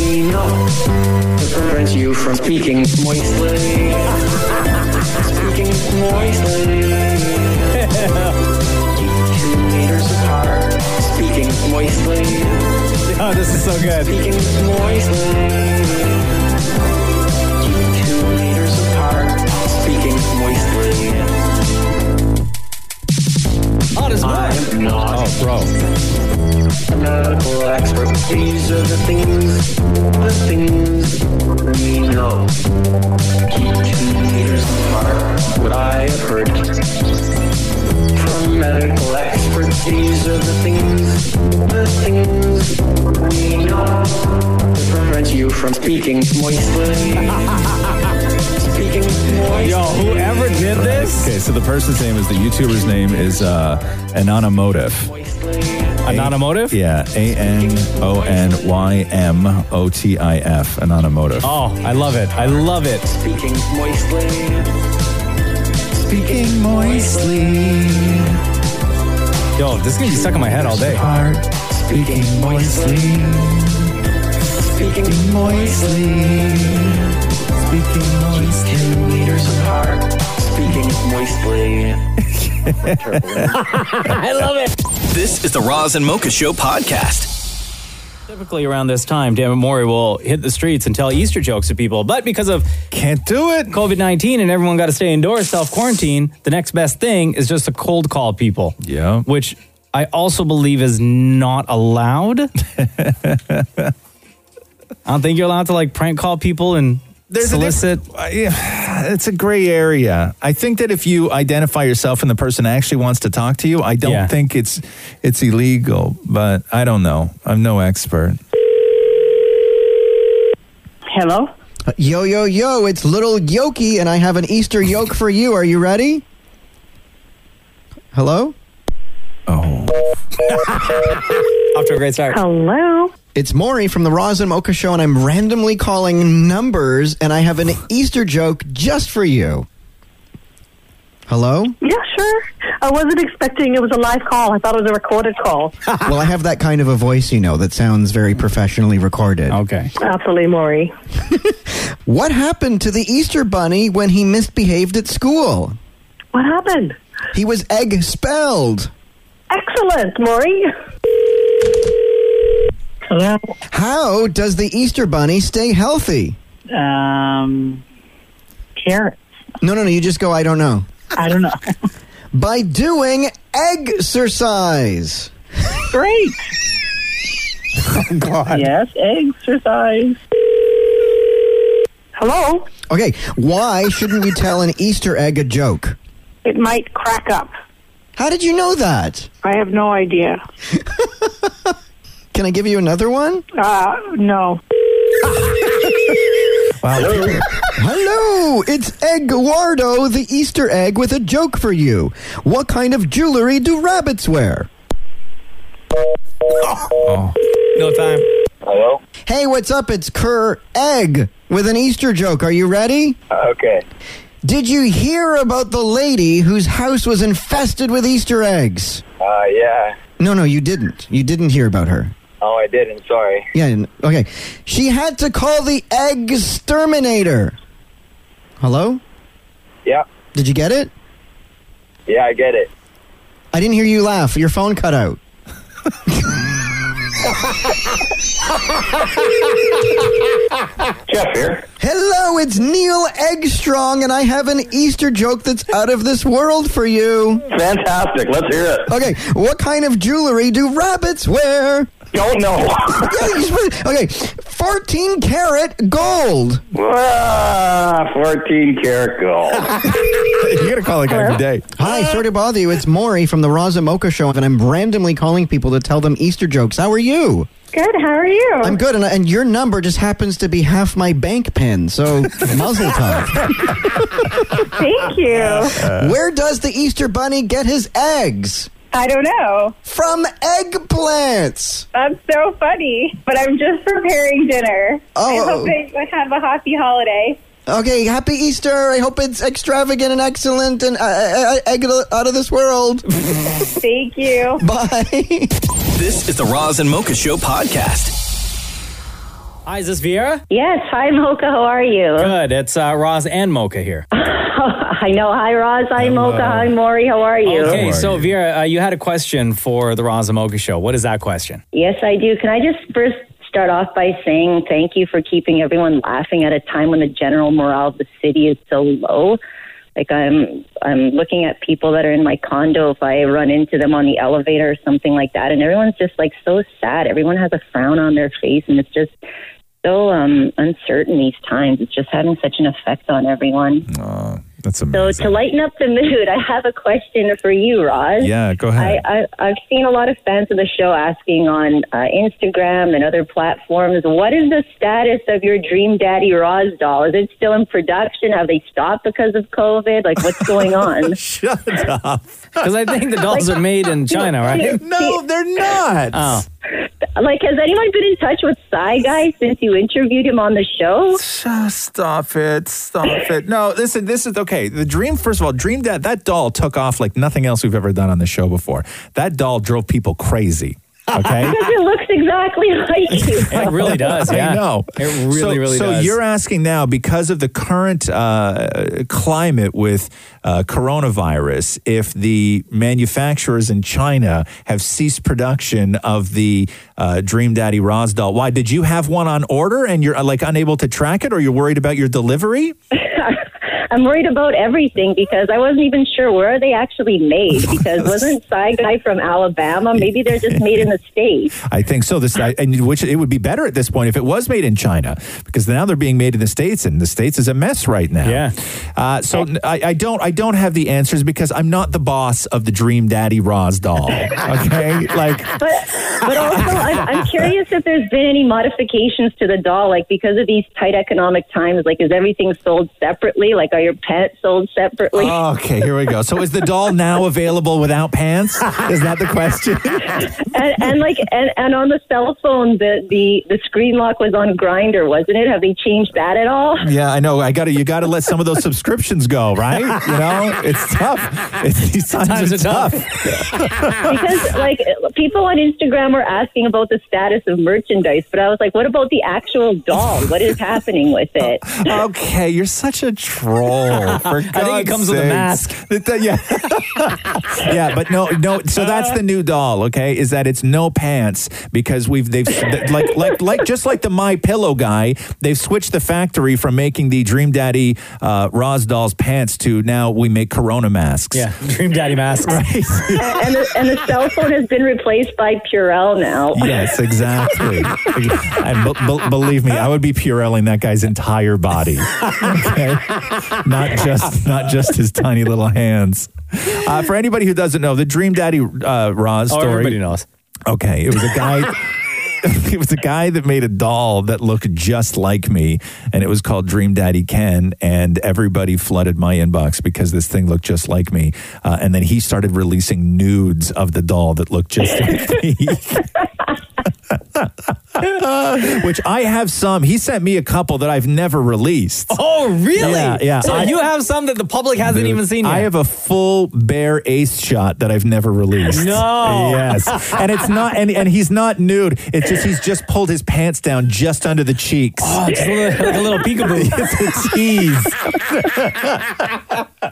S10: we know that prevents you from speaking moistly. speaking moistly. Two meters apart, speaking moistly.
S2: Oh, this is so good.
S10: Speaking moistly. Two meters apart, speaking moistly.
S2: Hot as
S10: I am not
S7: Oh, bro.
S10: a medical expert. These are the things, the things we know. Keep two meters apart. What I have heard from medical experts. These are the things, the things we know. That prevent you from speaking moistly. speaking moistly.
S2: Yo, whoever did this,
S7: Okay, so the person's name is the YouTuber's name is uh, Anonymotive.
S2: Anonymotive?
S7: Yeah, A N O N Y M O T I F, Anonymotive.
S2: [laughs] Oh, I love it. I love it.
S10: Speaking moistly.
S7: Speaking moistly,
S2: Yo, this is going to be stuck in my head all day.
S7: heart speaking moistly,
S10: Speaking
S7: moistly, speaking
S10: two meters apart, speaking moistly.
S2: [laughs] [laughs] I love it.
S4: This is the Roz and Mocha Show podcast.
S2: Typically around this time, Dammit Mori will hit the streets and tell Easter jokes to people. But because of
S7: Can't do it.
S2: COVID 19 and everyone got to stay indoors, self quarantine, the next best thing is just to cold call people.
S7: Yeah.
S2: Which I also believe is not
S7: [laughs]
S2: allowed. I don't think you're allowed to like prank call people and
S7: There's a
S2: solicit.
S7: diff- uh, yeah, it's a gray area. I think that if you identify yourself and the person actually wants to talk to you, I don't
S2: Yeah.
S7: think it's it's illegal. But I don't know. I'm no expert.
S6: Hello?
S3: Uh, Yo, yo, yo, it's Little Yoki, and I have an Easter yoke for you. Are you ready? Hello?
S7: Oh.
S2: [laughs] Off to a great start.
S6: Hello?
S3: It's Maury from the Roz and Mocha Show, and I'm randomly calling numbers, and I have an Easter joke just for you. Hello?
S6: Yeah, sure. I wasn't expecting it was a live call. Oh, I thought it was a recorded call.
S3: [laughs] Well, I have that kind of a voice, you know, that sounds very professionally recorded.
S2: Okay.
S6: Absolutely, Maury.
S3: [laughs] What happened to the Easter Bunny when he misbehaved at school?
S6: What happened?
S3: He was egg spelled.
S6: Excellent, Maury. Hello?
S3: How does the Easter Bunny stay healthy?
S6: Um, carrots.
S3: No, no, no, you just go, I don't know.
S6: I don't know.
S3: [laughs] By doing exercise. [laughs] Oh,
S6: Great. Yes, exercise. Hello?
S3: Okay, why shouldn't you tell an Easter egg a joke?
S11: It might crack up.
S3: How did you know that?
S11: I have no idea.
S3: Can I give you another one?
S11: Uh,
S3: [laughs]
S11: no.
S3: Hello, it's Eduardo, the Easter egg, with a joke for you. What kind of jewelry do rabbits wear?
S2: Oh. No time. [laughs]
S9: Hello?
S3: Hey, what's up? It's Kerr Egg with an Easter joke. Are you ready?
S2: [laughs]
S9: Okay. [laughs]
S3: Did you hear about the lady whose house was infested with Easter eggs?
S9: Uh, yeah.
S3: No, no, you didn't. You didn't hear about her.
S9: Oh, I didn't. Sorry.
S3: Yeah, n- okay. She had to call the egg exterminator. Hello?
S9: Yeah.
S3: Did you get it?
S9: Yeah, I get it.
S3: I didn't hear you laugh. Your phone cut out.
S9: Jeff here.
S3: Hello, it's Neil Eggstrong, and I have an Easter joke that's out of this world for you.
S9: Fantastic. Let's hear it.
S3: Okay, what kind of jewelry do rabbits wear?
S12: Don't
S3: [laughs]
S12: know.
S3: okay, 14 karat gold.
S12: Ah, 14 karat gold.
S3: [laughs] you
S7: gotta call a guy every day.
S3: Hi, sorry to bother you. It's Maury from the Raza Mocha Show, and I'm randomly calling people to tell them Easter jokes. How are you?
S13: Good. How are you?
S3: I'm good, and, and your number just happens to be half my bank pin, [laughs] so muzzle tov.
S13: [laughs] Thank you.
S3: Where does the Easter Bunny get his eggs?
S13: I don't know.
S3: From eggplants.
S13: That's so funny. But I'm just preparing dinner.
S14: [laughs]
S13: [laughs]
S3: Oh.
S13: I hope they have a happy holiday.
S3: Okay, happy Easter. I hope it's extravagant and excellent and uh, uh, uh, egg out of this world.
S13: [laughs] Thank you.
S3: [laughs] Bye.
S4: This is the Roz and Mocha Show podcast.
S2: Hi, is this Vieira?
S15: Yes. Hi, Mocha. How are you?
S2: Good. It's uh, Roz and Mocha here.
S15: [laughs] I know. Hi, Roz. Hi, Mocha. Hi, Maury. How are you?
S2: Okay, so Vera, uh, you had a question for the Roz and Mocha Show. What is that question?
S15: Yes, I do. Can I just first start off by saying thank you for keeping everyone laughing at a time when the general morale of the city is so low. Like I'm, I'm looking at people that are in my condo. If I run into them on the elevator or something like that, and everyone's just like so sad. Everyone has a frown on their face, and it's just so um, uncertain these times. It's just having such an effect on everyone.
S7: That's
S15: So to lighten
S16: [laughs]
S15: up the mood, I have a question for you, Roz.
S7: Yeah, go ahead.
S15: I, I, I've seen a lot of fans of the show asking on uh, Instagram and other platforms, what is the status of your Dream Daddy Roz doll? Is it still in production? Have they stopped because of COVID? Like, what's going on?
S7: [laughs] Shut up.
S2: [laughs] Because I think the dolls are made in China,
S7: [laughs]
S2: right?
S7: No, they're not.
S2: Oh.
S15: Like, has anyone been in touch with Psy Guy since you interviewed him on the show?
S7: Stop it. Stop it. No, listen, this is okay. The dream, first of all, Dream Dad, that doll took off like nothing else we've ever done on the show before. That doll drove people crazy. Okay.
S15: Because it looks exactly [laughs] like you.
S2: [laughs] It really
S7: [laughs]
S2: does.
S7: I
S2: Yeah.
S7: know.
S2: It really,
S7: so,
S2: really
S7: so
S2: does.
S7: you're asking now because of the current uh, climate with uh, coronavirus, if the manufacturers in China have ceased production of the uh, Dream Daddy Roz doll. Why did you have one on order and you're uh, like unable to track it, or you're worried about your delivery?
S15: I'm worried about everything because I wasn't even sure where are they actually made because wasn't Psy Guy from Alabama? Maybe they're just made in the States.
S7: I think so. This I, and which it would be better at this point if it was made in China because now they're being made in the states, and the states is a mess right now. Yeah. Uh, so n- I, I don't I don't have the answers because I'm not the boss of the Dream Daddy Roz doll.
S2: [laughs]
S7: Okay, like
S15: But but also I'm, I'm curious if there's been any modifications to the doll like because of these tight economic times like is everything sold separately like are your pets sold separately?
S7: okay, here we go. So is the doll now available without pants? Is that the question?
S2: [laughs]
S15: and, and like and, and on the cell phone the, the the screen lock was on grinder wasn't it? Have they changed that at all?
S7: Yeah, I know. I got to you got to let some of those subscriptions go, right? You know, it's tough. It's, these times, are, tough. [laughs]
S15: because like people on Instagram were asking about the status of merchandise, but I was like, what about the actual doll? What is happening with
S2: [laughs]
S15: it?
S7: Okay, you're such a troll. For
S2: [laughs] I think it
S7: God's
S2: comes with a
S7: sakes.
S2: mask.
S7: Th- th- yeah, yeah, but no, no. So that's the new doll. Okay, is that it's no pants because we've they've th- like like like just like the My Pillow guy, they've switched the factory from making the Dream Daddy uh, Roz dolls pants to now we make Corona masks.
S2: Yeah, Dream Daddy mask.
S7: [laughs] Right.
S15: and, the, and the cell phone has been replaced by Purell now.
S7: Yes, exactly.
S2: [laughs]
S7: and b- b- believe me, I would be purelling that guy's entire body. Okay, not just not just his tiny little hands. Uh, for anybody who doesn't know, the Dream Daddy uh, Roz
S2: Oh,
S7: story.
S2: everybody knows.
S7: Okay, it was a guy. [laughs] it was a guy that made a doll that looked just like me, and it was called Dream Daddy Ken. And everybody flooded my inbox because this thing looked just like me. Uh, and then he started releasing nudes of the doll that looked just [laughs] like me. [laughs] Which I have some. He sent me a couple that I've never released.
S2: Oh, really?
S7: Yeah, yeah.
S2: So
S7: I-
S2: you have some that the public hasn't
S7: Dude,
S2: even seen yet.
S7: I have a full bare ace shot that I've never released.
S2: [laughs] No. [laughs]
S7: Yes. And it's not and, [laughs] and he's not nude. It's just he's just pulled his pants down just under the cheeks.
S2: Oh, it's a little, like a [laughs] little peekaboo.
S7: it's a tease.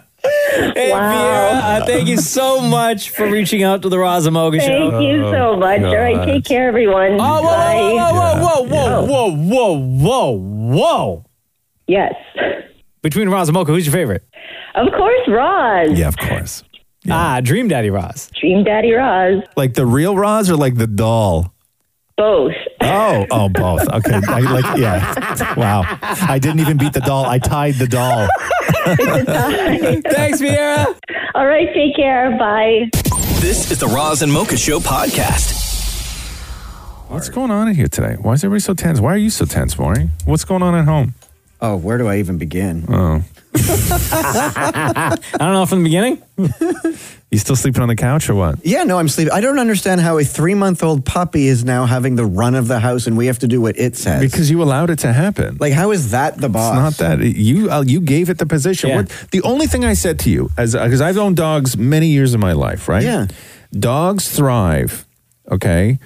S2: [laughs] Hey, Vera, uh, thank you so much for reaching out to the Razamoga Show.
S15: Thank you so much. All right, take Oh. care, everyone. Oh,
S2: whoa, whoa, whoa, whoa, whoa, whoa, whoa, whoa, whoa.
S15: Yes.
S2: Between Roz and Mocha, who's your favorite?
S15: Of course, Roz.
S7: Yeah, of
S2: [laughs]
S7: course.
S2: Ah, Dream Daddy Roz.
S15: Dream Daddy Roz.
S7: Like the real Roz or like the doll?
S15: Both.
S7: Oh, oh, both. Okay, I, like yeah. Wow, I didn't even beat the doll. I tied the doll.
S2: Thanks,
S15: [laughs]
S2: Vieira.
S13: All right, take care. Bye.
S4: This is the Roz and Mocha Show podcast.
S7: What's going on in here today? Why is everybody so tense? Why are you so tense, Maury? What's going on at home?
S3: Oh, where do I even begin?
S7: Oh,
S2: [laughs] I don't know from the beginning.
S7: [laughs] you still sleeping on the couch or what?
S3: Yeah, no, I'm sleeping. I don't understand how a three month old puppy is now having the run of the house and we have to do what it says.
S7: Because you allowed it to happen.
S3: Like, how is that the boss?
S7: It's not that you uh, you gave it the position.
S3: Yeah.
S7: What, the only thing I said to you, as because I've owned dogs many years of my life, right?
S3: Yeah.
S7: Dogs thrive, okay,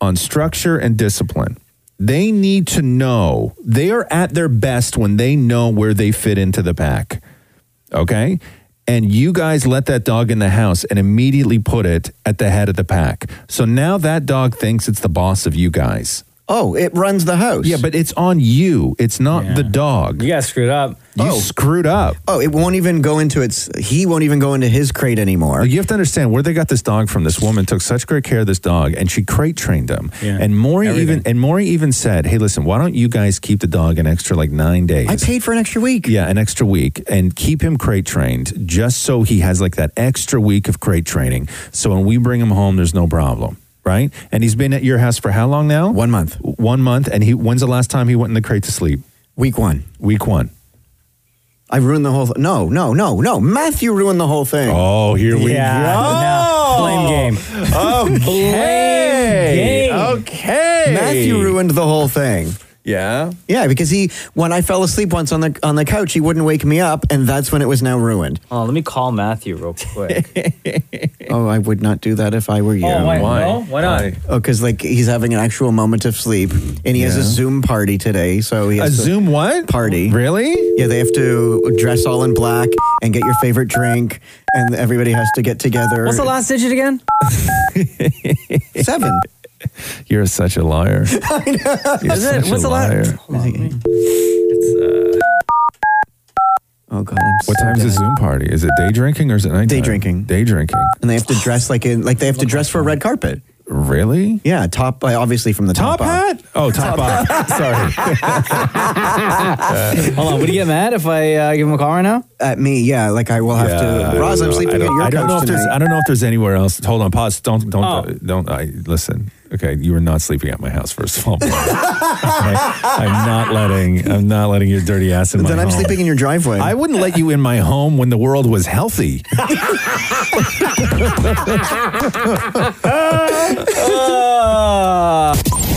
S7: on structure and discipline. They need to know they are at their best when they know where they fit into the pack. Okay. And you guys let that dog in the house and immediately put it at the head of the pack. So now that dog thinks it's the boss of you guys.
S3: Oh, it runs the house.
S7: Yeah, but it's on you. It's not the dog.
S2: You guys screwed up.
S7: You screwed up.
S3: Oh, it won't even go into its. He won't even go into his crate anymore.
S7: You have to understand where they got this dog from. This woman took such great care of this dog, and she crate trained him.
S3: Yeah.
S7: And Maury even and Maury even said, "Hey, listen, why don't you guys keep the dog an extra like nine days?
S3: I paid for an extra week.
S7: yeah, an extra week, and keep him crate trained, just so he has like that extra week of crate training. So when we bring him home, there's no problem." Right, and he's been at your house for how long now?
S3: One month.
S7: One month, and he. When's the last time he went in the crate to sleep?
S3: Week one.
S7: Week one.
S3: I ruined the whole. Th- no, no, no, no. Matthew ruined the whole thing.
S7: Oh, here
S2: we go. Blame game.
S7: Oh,
S2: blame game.
S7: Okay. [laughs]
S3: Matthew ruined the whole thing.
S7: Yeah.
S3: Yeah, because he when I fell asleep once on the on the couch, he wouldn't wake me up, and that's when it was now ruined.
S2: Oh, let me call Matthew real
S7: [laughs]
S2: quick.
S3: [laughs] Oh, I would not do that if I were you.
S2: Oh, why- Why? no? Why not? Why?
S3: Oh, because like he's having an actual moment of sleep, and he has a
S7: Yeah.
S3: Zoom party today. So he has
S7: A Zoom what
S3: party?
S7: Really?
S3: Yeah, they have to dress all in black and get your favorite drink, and everybody has to get together.
S2: What's the last digit
S7: [laughs]
S2: again?
S3: [laughs] seven?
S7: You're such a
S3: [laughs]
S7: liar. You're
S2: Is it?
S7: such
S2: What's
S7: a [laughs]
S2: the last?
S7: liar. uh,
S3: Oh God! I'm
S7: What time's the Zoom party? Is it day drinking or is it night? Day drinking. Day drinking.
S3: And they have to dress like in like they have to dress for a red carpet.
S7: Really?
S3: Yeah, top uh, obviously from the top,
S7: Top hat? Oh, top off. [laughs] Sorry.
S2: [laughs] Hold on. Would you get mad if I uh, give him a call right now?
S3: At me, yeah. Like I will have to. Roz, I'm sleeping at
S7: I
S3: your
S7: don't, I
S3: couch
S7: don't know if
S3: tonight.
S7: there's. I don't know if there's anywhere else. Hold on. Pause. Don't. Don't. uh, Don't. I listen. Okay, you are not sleeping at my house. First of all,
S3: [laughs]
S7: I, am not letting. I'm not letting your dirty ass in my.
S3: then I'm
S7: home.
S3: sleeping in your driveway.
S7: I wouldn't let you in my home when the world was healthy.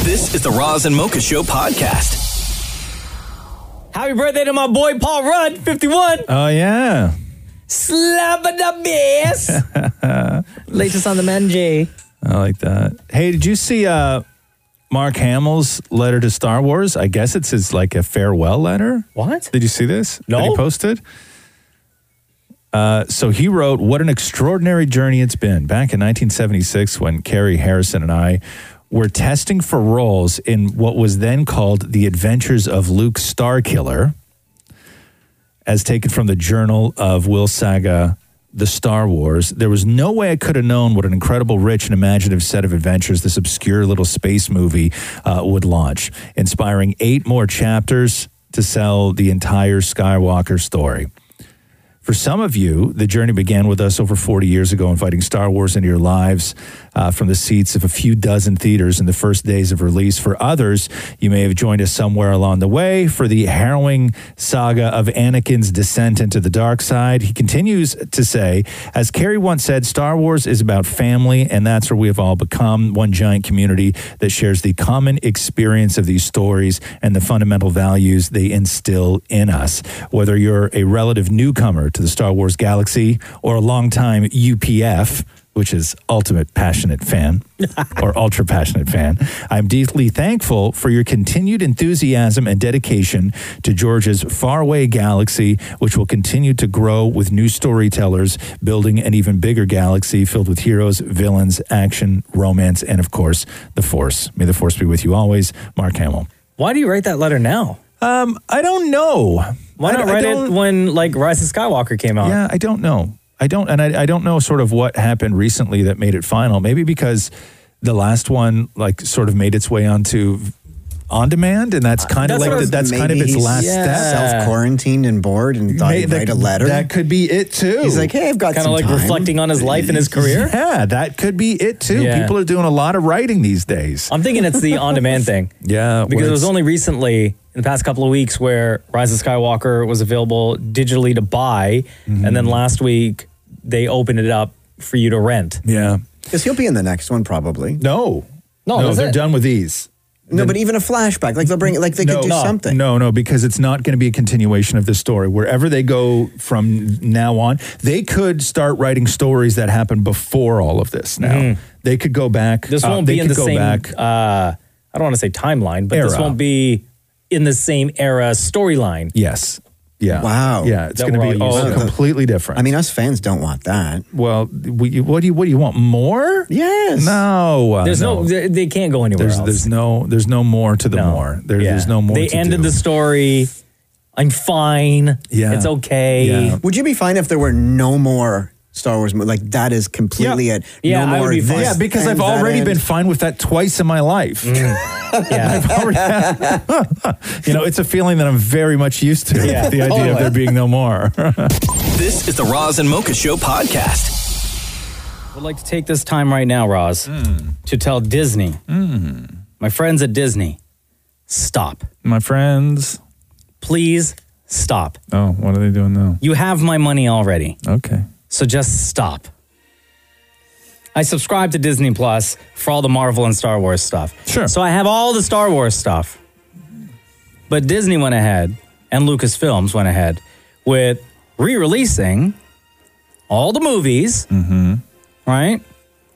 S4: This is the Roz and Mocha Show podcast.
S2: Happy birthday to my boy Paul Rudd, 51.
S7: Oh yeah. [laughs]
S2: Slap a the bass. Latest on the men, Jay.
S7: I like that. Hey, did you see uh, Mark Hamill's letter to Star Wars? I guess it's his like a farewell letter.
S2: What?
S7: Did you see this?
S2: No.
S7: That he posted. Uh, so he wrote, "What an extraordinary journey it's been." Back in 1976, when Carrie Harrison and I were testing for roles in what was then called the Adventures of Luke Starkiller, as taken from the Journal of Will Saga, The Star Wars. There was no way I could have known what an incredible, rich, and imaginative set of adventures this obscure little space movie uh, would launch, inspiring eight more chapters to sell the entire Skywalker story. For some of you, the journey began with us over 40 years ago, inviting Star Wars into your lives uh, from the seats of a few dozen theaters in the first days of release. For others, you may have joined us somewhere along the way for the harrowing saga of Anakin's descent into the dark side. He continues to say, as Carrie once said, Star Wars is about family, and that's where we have all become one giant community that shares the common experience of these stories and the fundamental values they instill in us. Whether you're a relative newcomer to the Star Wars galaxy or a longtime UPF, which is ultimate passionate fan or ultra passionate fan. I'm deeply thankful for your continued enthusiasm and dedication to Georgia's faraway galaxy, which will continue to grow with new storytellers, building an even bigger galaxy filled with heroes, villains, action, romance, and of course, the Force. May the Force be with you always. Mark Hamill.
S2: Why do you write that letter now?
S7: Um, I don't know.
S2: Why
S7: I-
S2: not
S7: I
S2: write it
S7: don't-
S2: when like Rise of Skywalker came
S3: Uh,
S2: out?
S7: Yeah, I don't know. I don't, and I, I don't know sort of what happened recently that made it final. Maybe because the last one like sort of made its way onto on demand, and that's kind of
S3: Uh, That's
S7: like
S3: what I
S7: the,
S3: was-
S7: that's kind of
S3: maybe
S7: its
S3: he's
S7: last step.
S3: Self quarantined and bored, and thought
S7: May-
S3: he'd
S7: that-
S3: write a letter.
S7: that could be it too.
S3: He's like, hey, I've got
S7: Kinda
S3: some
S7: like
S3: time.
S7: reflecting on his life and [laughs] his career? Yeah, that could be it too. People are doing a lot of writing these days.
S2: [laughs] I'm thinking it's the on demand thing.
S7: [laughs] Yeah,
S2: Because
S7: where
S2: it was
S7: it's-
S2: only recently, in the past couple of weeks, where Rise of Skywalker was available digitally to buy.
S7: Mm-hmm.
S2: And then last week, they opened it up for you to rent.
S7: Yeah.
S3: Because he'll be in the next one probably.
S7: No.
S3: No,
S7: no
S3: that's
S7: they're
S3: it.
S7: done with these.
S3: No, but even a flashback, like they'll bring, like they could do something.
S7: No, no, because it's not going to be a continuation of the story. Wherever they go from now on, they could start writing stories that happened before all of this. Now they could go back.
S2: Mm-hmm. This
S7: uh,
S2: won't
S7: they
S2: be in
S7: could
S2: the
S7: go
S2: same.
S7: back.
S2: Uh, I don't want to say timeline, but this
S7: Era.
S2: won't be in the same era storyline.
S7: Yes. Yeah.
S3: Wow.
S7: Yeah, it's going to be all completely different.
S3: I mean, us fans don't want that.
S7: Well, we, what do you what do you want more?
S3: Yes.
S7: No. uh,
S2: There's no. They, they can't go anywhere
S7: There's
S2: else.
S7: there's no there's no more to the more. There,
S2: Yeah.
S7: There's no more.
S2: They
S7: to
S2: ended
S7: do.
S2: the story. I'm fine.
S7: Yeah.
S2: It's okay.
S3: Would you be fine if there were no more Star Wars movies? Like that is completely it. no more this
S7: Yeah, because
S3: and
S7: I've
S3: that
S7: already
S3: end.
S7: been fine with that twice in my life. [laughs] I've already- [laughs] you know, it's a feeling that I'm very much used to.
S4: Yeah,
S7: the idea of
S4: totally.
S7: there being no more. [laughs]
S4: This is the Roz and Mocha Show podcast.
S2: would like to take this time right now, Roz, to tell Disney, my friends at Disney, stop.
S7: My friends,
S2: please stop.
S7: Oh, what are they doing now?
S2: You have my money already.
S7: Okay.
S2: So just stop. I subscribe to Disney Plus for all the Marvel and Star Wars stuff. Sure. So I have all the Star Wars stuff. But Disney went ahead and Lucasfilms went ahead with re releasing all the movies, right?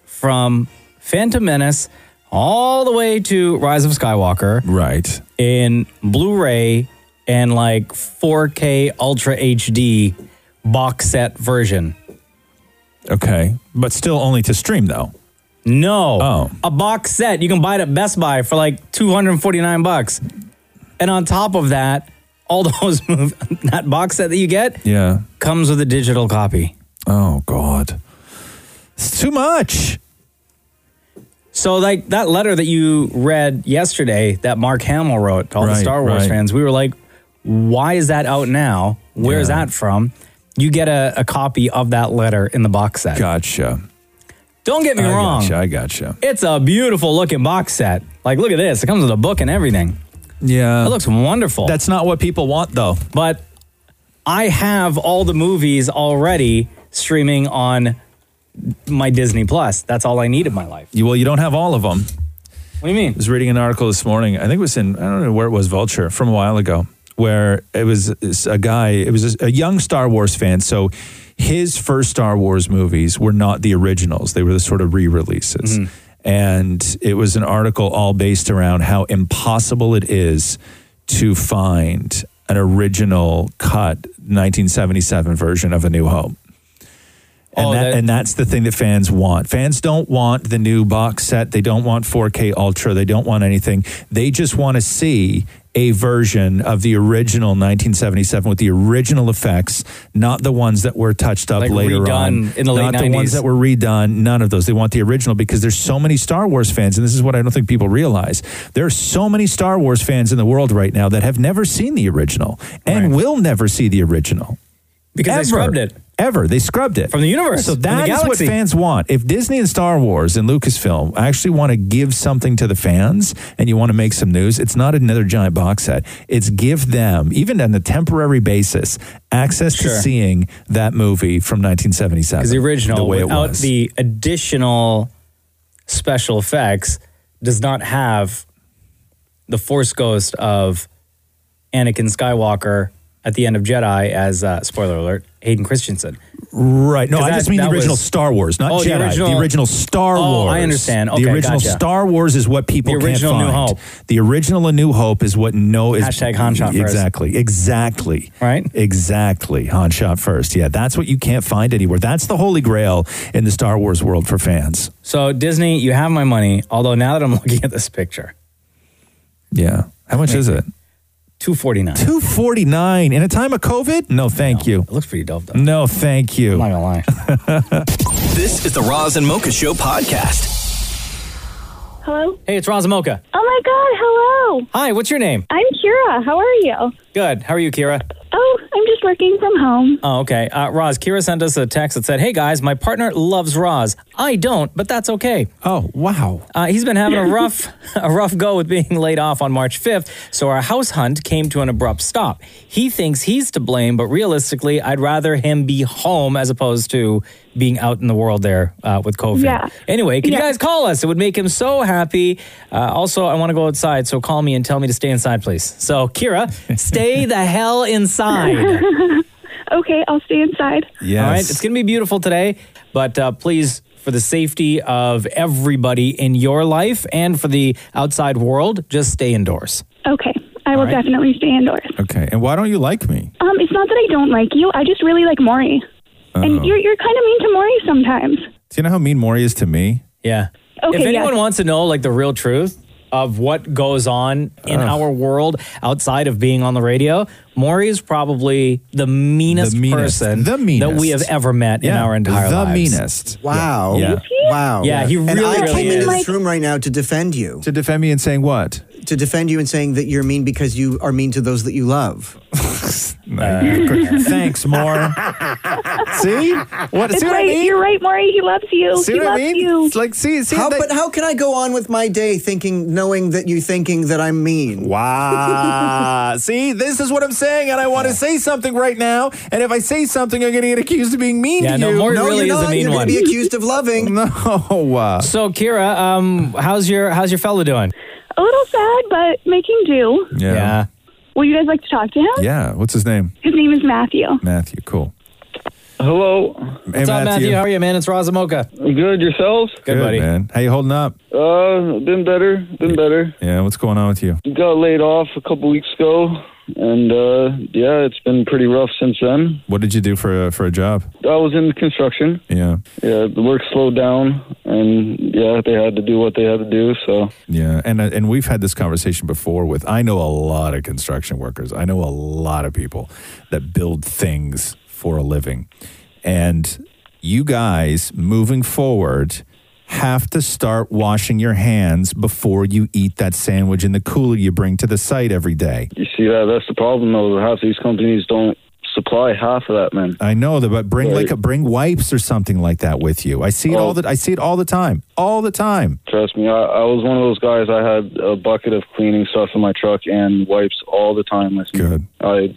S2: From Phantom Menace all the way to Rise of Skywalker.
S7: Right.
S2: In Blu ray and like 4K Ultra HD box set version.
S7: Okay. But still only to stream though.
S2: No. Oh. A box set. You can buy it at Best Buy for like 249 bucks. And on top of that, all [laughs] those mov- that box set that you get
S7: Yeah.
S2: comes with a digital copy.
S7: Oh god. It's too much.
S2: So like that letter that you read yesterday that Mark Hamill wrote to all
S7: Right,
S2: the Star Wars
S7: right.
S2: fans, we were like, why is that out now? Where's that from? You get a, a copy of that letter in the box set.
S7: Gotcha.
S2: Don't get me
S7: I
S2: wrong.
S7: Gotcha, I gotcha.
S2: It's a beautiful looking box set. Like, look at this. It comes with a book and everything.
S7: Yeah.
S2: It looks wonderful.
S7: That's not what people want though.
S2: But I have all the movies already streaming on my Disney Plus. That's all I need in my life.
S7: You, well, you don't have all of them.
S2: What do you mean?
S7: I was reading an article this morning. I think it was in, I don't know where it was, Vulture, from a while ago, where it was this- a guy, it was a young Star Wars fan. So his first Star Wars movies were not the originals, they were the sort of re releases.
S2: Mm-hmm.
S7: And it was an article all based around how impossible it is to find an original cut 1977 version of A New Hope. And,
S2: Oh,
S7: that, and that's the thing that fans want. Fans don't want the new box set. They don't want 4K Ultra. They don't want anything. They just want to see a version of the original 1977 with the original effects, not the ones that were touched up
S2: Like
S7: later on.
S2: redone in the late
S7: not the ones
S2: 90s.
S7: that were redone. None of those. They want the original because there's so many Star Wars fans, and this is what I don't think people realize. There are so many Star Wars fans in the world right now that have never seen the original and will never see the original
S2: Because they
S7: ever,
S2: scrubbed it.
S7: Ever they scrubbed it
S2: From the universe,
S7: So
S2: from the
S7: that is what
S2: galaxy.
S7: fans want. If Disney and Star Wars and Lucasfilm actually want to give something to the fans and you want to make some news, it's not another giant box set. It's give them, even on a temporary basis, access
S2: Sure.
S7: to seeing that movie from 1977.
S2: Because the original,
S7: the way it
S2: without
S7: was.
S2: the additional special effects, does not have the Force Ghost of Anakin Skywalker at the end of Jedi as uh, spoiler alert Hayden Christensen.
S7: Right. No,
S2: 'Cause
S7: I
S2: that-
S7: just mean the
S2: that
S7: original
S2: was-
S7: Star Wars, not
S2: Oh, the
S7: Jedi. The original,
S2: original-
S7: Star
S2: Oh, I
S7: Wars.
S2: understand.
S7: the
S2: Okay,
S7: original
S2: gotcha.
S7: Star Wars is what people
S2: The original
S7: can't
S2: New
S7: find.
S2: Hope.
S7: The original A New Hope is what no is
S2: Hashtag Han shot first.
S7: Exactly. Exactly.
S2: Right.
S7: Exactly. Han shot first. Yeah, that's what you can't find anywhere. That's the holy grail in the Star Wars world for fans.
S2: So Disney, you have my money. Although now that I'm [laughs] looking at this picture,
S7: Yeah. How much is it?
S2: two forty nine.
S7: Two forty nine in a time of COVID? No, thank you. It
S2: looks pretty dope though.
S7: No, thank you. I'm
S2: not gonna lie.
S4: This is the Roz and Mocha Show podcast.
S17: Hello?
S2: Hey, it's Roz and Mocha.
S17: Oh my God, hello.
S2: Hi, what's your name?
S17: I'm Kira. How are you?
S2: Good. How are you, Kira?
S17: Oh, I'm just working from home.
S2: Oh, okay. Uh, Roz, Kira sent us a text that said, Hey guys, my partner loves Roz. I don't, but that's okay.
S7: Oh, wow.
S2: Uh, he's been having a rough, [laughs] a rough go with being laid off on March 5th, so our house hunt came to an abrupt stop. He thinks he's to blame, but realistically, I'd rather him be home as opposed to being out in the world there uh, with COVID.
S17: Yeah.
S2: Anyway, can
S17: Yeah.
S2: you guys call us? It would make him so happy. Uh, also, I want to go outside, so call me and tell me to stay inside, please. So, Kira,
S17: [laughs]
S2: stay the hell inside.
S17: okay, I'll stay inside.
S2: All right. It's going to be beautiful today, but uh, please, for the safety of everybody in your life and for the outside world, just stay indoors.
S17: Okay, I will
S2: right.
S17: definitely stay indoors.
S7: Okay. And why don't you like me?
S17: Um, it's not that I don't like you. I just really like Maury.
S7: Oh.
S2: Uh-huh.
S17: And you're, you're kind of mean to Maury sometimes.
S7: [laughs] Do you know how mean Maury is to me?
S2: Yeah.
S17: Okay,
S2: if anyone
S17: yes.
S2: wants to know like the real truth of what goes on in
S7: Ugh.
S2: our world outside of being on the radio, Maury is probably the meanest,
S7: The meanest.
S2: person
S7: The meanest.
S2: that we have ever met in
S7: Yeah.
S2: our entire
S7: The
S2: lives.
S7: meanest.
S3: Wow.
S7: Yeah.
S3: Wow.
S2: Yeah, he
S3: And
S2: really,
S3: I
S2: really
S3: came
S2: is.
S3: into this room right now to defend you.
S7: To defend me in saying what?
S3: To defend you in saying that you're mean because you are mean to those that you
S7: [laughs]
S3: love.
S7: Thanks, more.
S3: [laughs]
S7: see what?
S17: It's
S7: see what I
S17: right.
S7: mean?
S17: You're right, Maury. He loves you.
S7: See
S17: he
S7: what I
S17: loves
S7: mean?
S17: you.
S7: It's like see, see.
S3: how,
S7: they-
S3: but how can I go on with my day thinking, knowing that you thinking that I'm mean?
S7: Wow. [laughs] see, this is what I'm saying, and I want to say something right now. And if I say something, I'm going to get accused of being mean
S2: Yeah,
S7: to
S2: no,
S7: you.
S2: Maury No, really you're is a not. mean You're gonna one. be
S3: accused of
S7: [laughs]
S3: loving.
S7: No. uh,
S2: So Kira, um, how's your how's your fellow doing?
S17: A little sad, but making do.
S7: Yeah. yeah.
S17: Would you guys like to talk to him?
S7: What's his name?
S17: His name is Matthew.
S7: Matthew. Cool.
S12: Hello.
S2: What's up, Matthew? How are you, man? It's Razamoka.
S12: [laughs] Good yourselves?
S7: Good,
S2: buddy.
S7: man. How you holding up?
S12: Uh, been better. Been better.
S7: Yeah. What's going on with you?
S12: Got laid off a couple weeks ago, and uh, yeah, it's been pretty rough since then.
S7: What did you do for a, for a job?
S12: I was in construction.
S7: Yeah.
S12: Yeah, the work slowed down, and yeah, they had to do what they had to do. So
S7: Yeah, and uh, and we've had this conversation before with I know a lot of construction workers. I know a lot of people that build things for a living. And you guys moving forward have to start washing your hands before you eat that sandwich in the cooler you bring to the site every day.
S12: you see that that's the problem though. Half these companies don't supply half of that, man.
S7: I know that, but bring like a bring wipes or something like that with you. I see it
S12: Oh.
S7: all the I see it all the time, all the time.
S12: Trust me, I, I was one of those guys. I had a bucket of cleaning stuff in my truck and wipes all the time with me. Good. I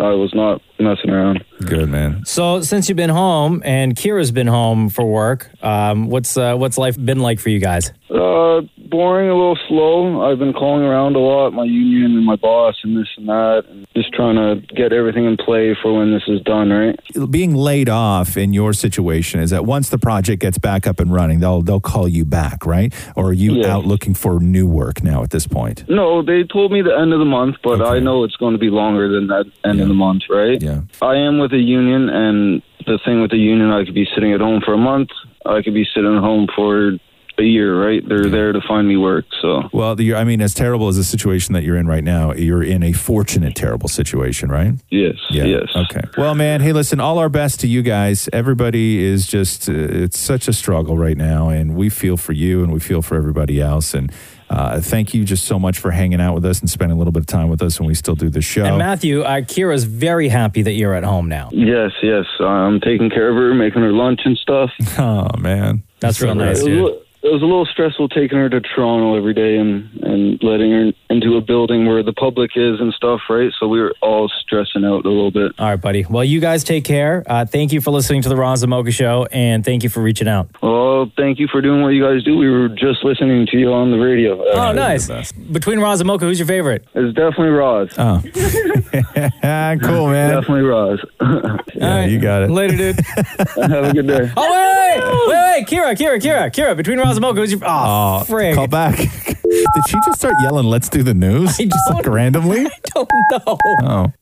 S12: I was not messing around.
S7: Good man.
S2: So since you've been home and Kira's been home for work, um, what's uh, what's life been like for you guys?
S12: Uh, boring, a little slow. I've been calling around a lot, my union and my boss, and this and that, and just trying to get everything in play for when this is done, right?
S7: being laid off in your situation is that once the project gets back up and running, they'll they'll call you back, right? Or are you
S12: Yeah.
S7: out looking for new work now at this point?
S12: No, they told me the end of the month, but I know it's going to be longer than that end of the month, right?
S7: Yeah.
S12: I am with a union, and the thing with the union, I could be sitting at home for a month. I could be sitting at home for a year, right? They're there to find me work, so.
S7: Well, the, I mean, as terrible as the situation that you're in right now, you're in a fortunate terrible situation, right?
S12: Yes. Yes.
S7: Okay. Well, man, hey, listen, all our best to you guys. Everybody is just, uh, it's such a struggle right now, and we feel for you and we feel for everybody else. And uh, thank you just so much for hanging out with us and spending a little bit of time with us when we still do the show.
S2: And Matthew, uh, Kira's very happy that you're at home now.
S12: Yes, yes. I'm taking care of her, making her lunch and stuff.
S7: [laughs] Oh man,
S2: That's real nice,
S12: It was, a
S2: dude.
S12: little- it was a little stressful taking her to Toronto every day and and letting her into a building where the public is and stuff, right? So we were all stressing out a little bit.
S2: All right, buddy. Well, you guys take care. Uh, thank you for listening to the Roz and Mocha Show, and thank you for reaching out.
S12: Well, thank you for doing what you guys do. We were just listening to you on the radio.
S2: Oh, nice. Between Roz and Mocha, who's your favorite?
S12: It's definitely Roz.
S7: Oh. [laughs] cool, man.
S12: Definitely Roz. [laughs]
S7: yeah, you got it.
S18: [laughs]
S2: Later, dude.
S12: Have a good day.
S2: Oh, wait, wait, wait, wait, wait, Kira, Kira, Kira, Kira. Between Roz and Mocha, who's your? Oh, frig.
S7: Uh, Call back. [laughs] Did she just start yelling, let's do the news? just like randomly? I
S2: don't know.
S7: Oh. [laughs]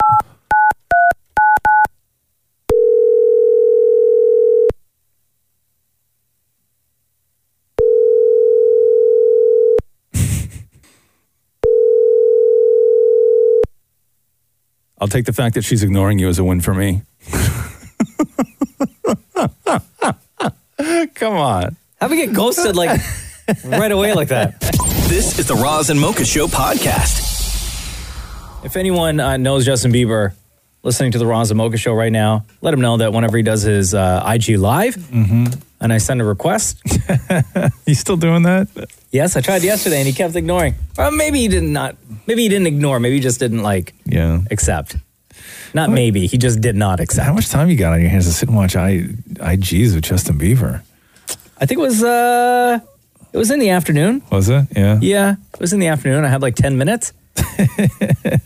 S7: I'll take the fact that she's ignoring you as a win for me. Come on.
S2: Have we get ghosted like right away like that.
S4: This is the Roz and Mocha Show podcast.
S2: If anyone uh, knows Justin Bieber listening to the Roz and Mocha show right now, let him know that whenever he does his uh, IG live and I send a request.
S7: Mm-hmm. you still doing that?
S2: Yes, I tried yesterday and he kept ignoring. Or maybe he did not, maybe he didn't ignore, maybe he just didn't like
S7: Yeah.
S2: accept. Not maybe, he just did not accept.
S7: How much time you got on your hands to sit and watch I IGs with Justin Bieber?
S2: I think it was uh it was in the afternoon.
S7: Was it? Yeah.
S2: Yeah, it was in the afternoon. I had like 10 minutes.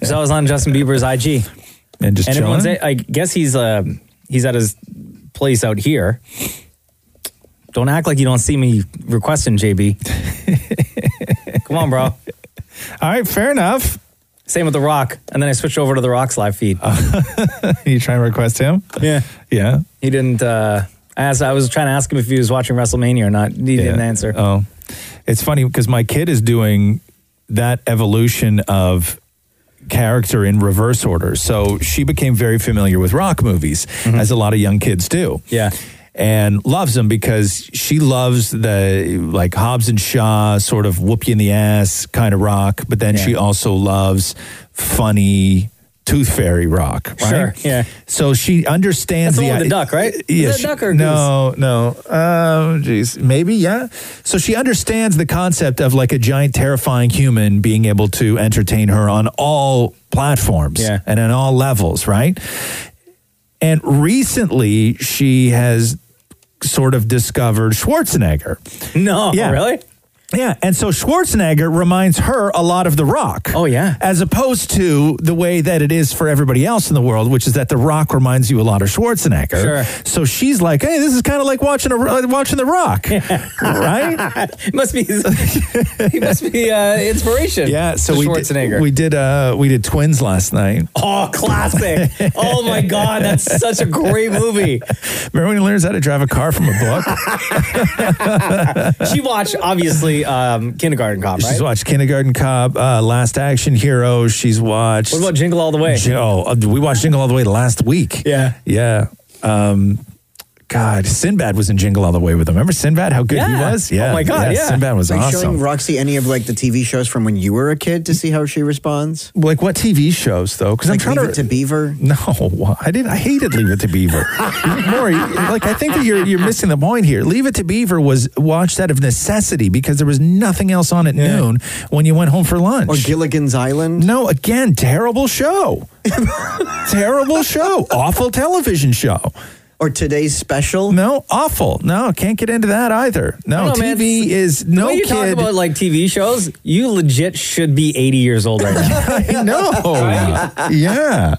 S2: so I was on Justin Bieber's IG.
S7: And just
S2: and
S7: chilling?
S2: everyone's I guess he's uh he's at his place out here. Don't act like you don't see me requesting
S7: [laughs]
S2: JB. Come on, bro. All
S7: right, fair enough.
S2: Same with The Rock. And then I switched over to The Rock's live feed.
S7: [laughs] you try and request him?
S2: Yeah.
S7: [laughs] Yeah.
S2: He didn't uh I asked I was trying to ask him if he was watching WrestleMania or not. He didn't answer. [laughs]
S7: Oh, it's funny because my kid is doing that evolution of character in reverse order. So she became very familiar with rock movies, as a lot of young kids do.
S2: Mm-hmm. Yeah.
S7: And loves them because she loves the like Hobbs and Shaw sort of whoop you in the ass kind of rock, but then she also loves funny tooth fairy rock, right?
S2: Sure. Yeah.
S7: So she understands
S2: That's
S7: the
S2: the one with the duck, right? Is
S7: Yeah,
S2: that
S7: she-
S2: duck or
S7: no, no. Um, geez, maybe yeah. So she understands the concept of like a giant, terrifying human being able to entertain her on all platforms
S2: Yeah.
S7: and on all levels, right? And recently, she has sort of discovered Schwarzenegger.
S2: No, really?
S7: Yeah, and so Schwarzenegger reminds her a lot of The Rock. Oh yeah, as opposed to the way that it is for everybody else in the world, which is that The Rock reminds you a lot of Schwarzenegger.
S2: Sure.
S7: So she's like, "Hey, this is kind of like watching a uh, watching The
S2: [laughs]
S7: Rock, right?"
S2: must be [laughs] he must be uh inspiration.
S7: Yeah. So
S2: to
S7: we
S2: Schwarzenegger.
S7: Did, we did uh, we did Twins last night.
S2: Oh, classic. oh my God, that's such a great movie.
S7: Remember when he learns how to drive a car from a book?
S2: [laughs] She watched, obviously, um, Kindergarten Cop, right?
S7: She's watched Kindergarten Cop, uh, Last Action Hero. She's watched.
S2: What about Jingle All the Way?
S7: Jin- oh, uh, we watched Jingle All the Way last week.
S2: Yeah.
S7: Yeah. Um, God, Sinbad was in Jingle All the Way with him. Remember Sinbad? How good he was.
S2: Oh
S7: Sinbad was
S3: Are you
S7: awesome.
S3: showing Roxy any of like the TV shows from when you were a kid to see how she responds?
S7: Like what TV shows though? Because
S3: Like
S7: I'm trying
S3: Leave It to
S7: Beaver. No, I didn't. I hated Leave It to Beaver. [laughs] Maury, like I think that you're you're missing the point here. Leave It to Beaver was watched out of necessity because there was nothing else on at noon when you went home for lunch. Or Gilligan's Island. No, again, terrible
S2: [laughs]
S7: show. terrible show. Awful television show. Or today's special? No, awful. No, can't get into that either. No,
S2: I don't know, man.
S7: TV is no
S2: when you
S7: kid.
S2: talk about like TV shows, you legit should be 80 years old right now.
S7: [laughs] [laughs] I Oh. know. yeah.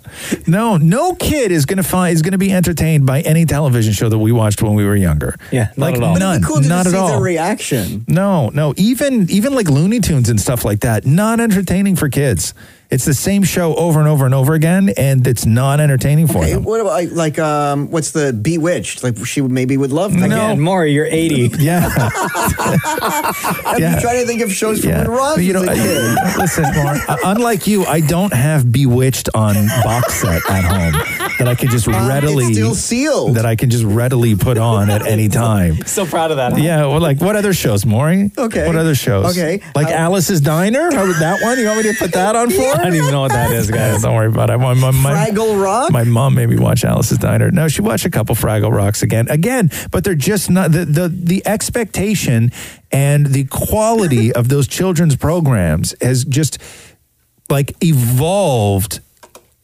S7: No, no kid is gonna find is gonna be entertained by any television show that we watched when we were younger.
S2: Yeah,
S7: like none, not at all.
S3: reaction.
S7: no, no. Even even like Looney Tunes and stuff like that, not entertaining for kids. It's the same show over and over and over again, and it's not entertaining for them.
S3: What about like, like um, what's the Bewitched? Like she maybe would love that.
S7: No. Again,
S2: Maury, you're 80.
S3: [laughs]
S7: Yeah.
S3: I'm
S7: Yeah.
S3: trying to think of shows from
S7: Yeah.
S3: when Roz
S7: You
S3: was
S7: know, [laughs]
S3: a kid.
S7: I- listen, Mark, I- unlike you, I don't have Bewitched on box set at home that I can just readily
S3: still sealed.
S7: that I can just readily put on at any time.
S2: so proud of that.
S7: Yeah, well, like what other shows, Maury? Okay. What other shows?
S2: Okay.
S7: Like Alice's Diner? How would that one? You want me to put that on for? I don't even know what that is, guys. Don't worry about it. My, my, my,
S3: Fraggle Rock.
S7: my mom made me watch Alice's Diner. No, she watched a couple Fraggle Rocks again. Again, but they're just not the the, the expectation and the
S3: [laughs]
S7: quality of those children's programs has just like evolved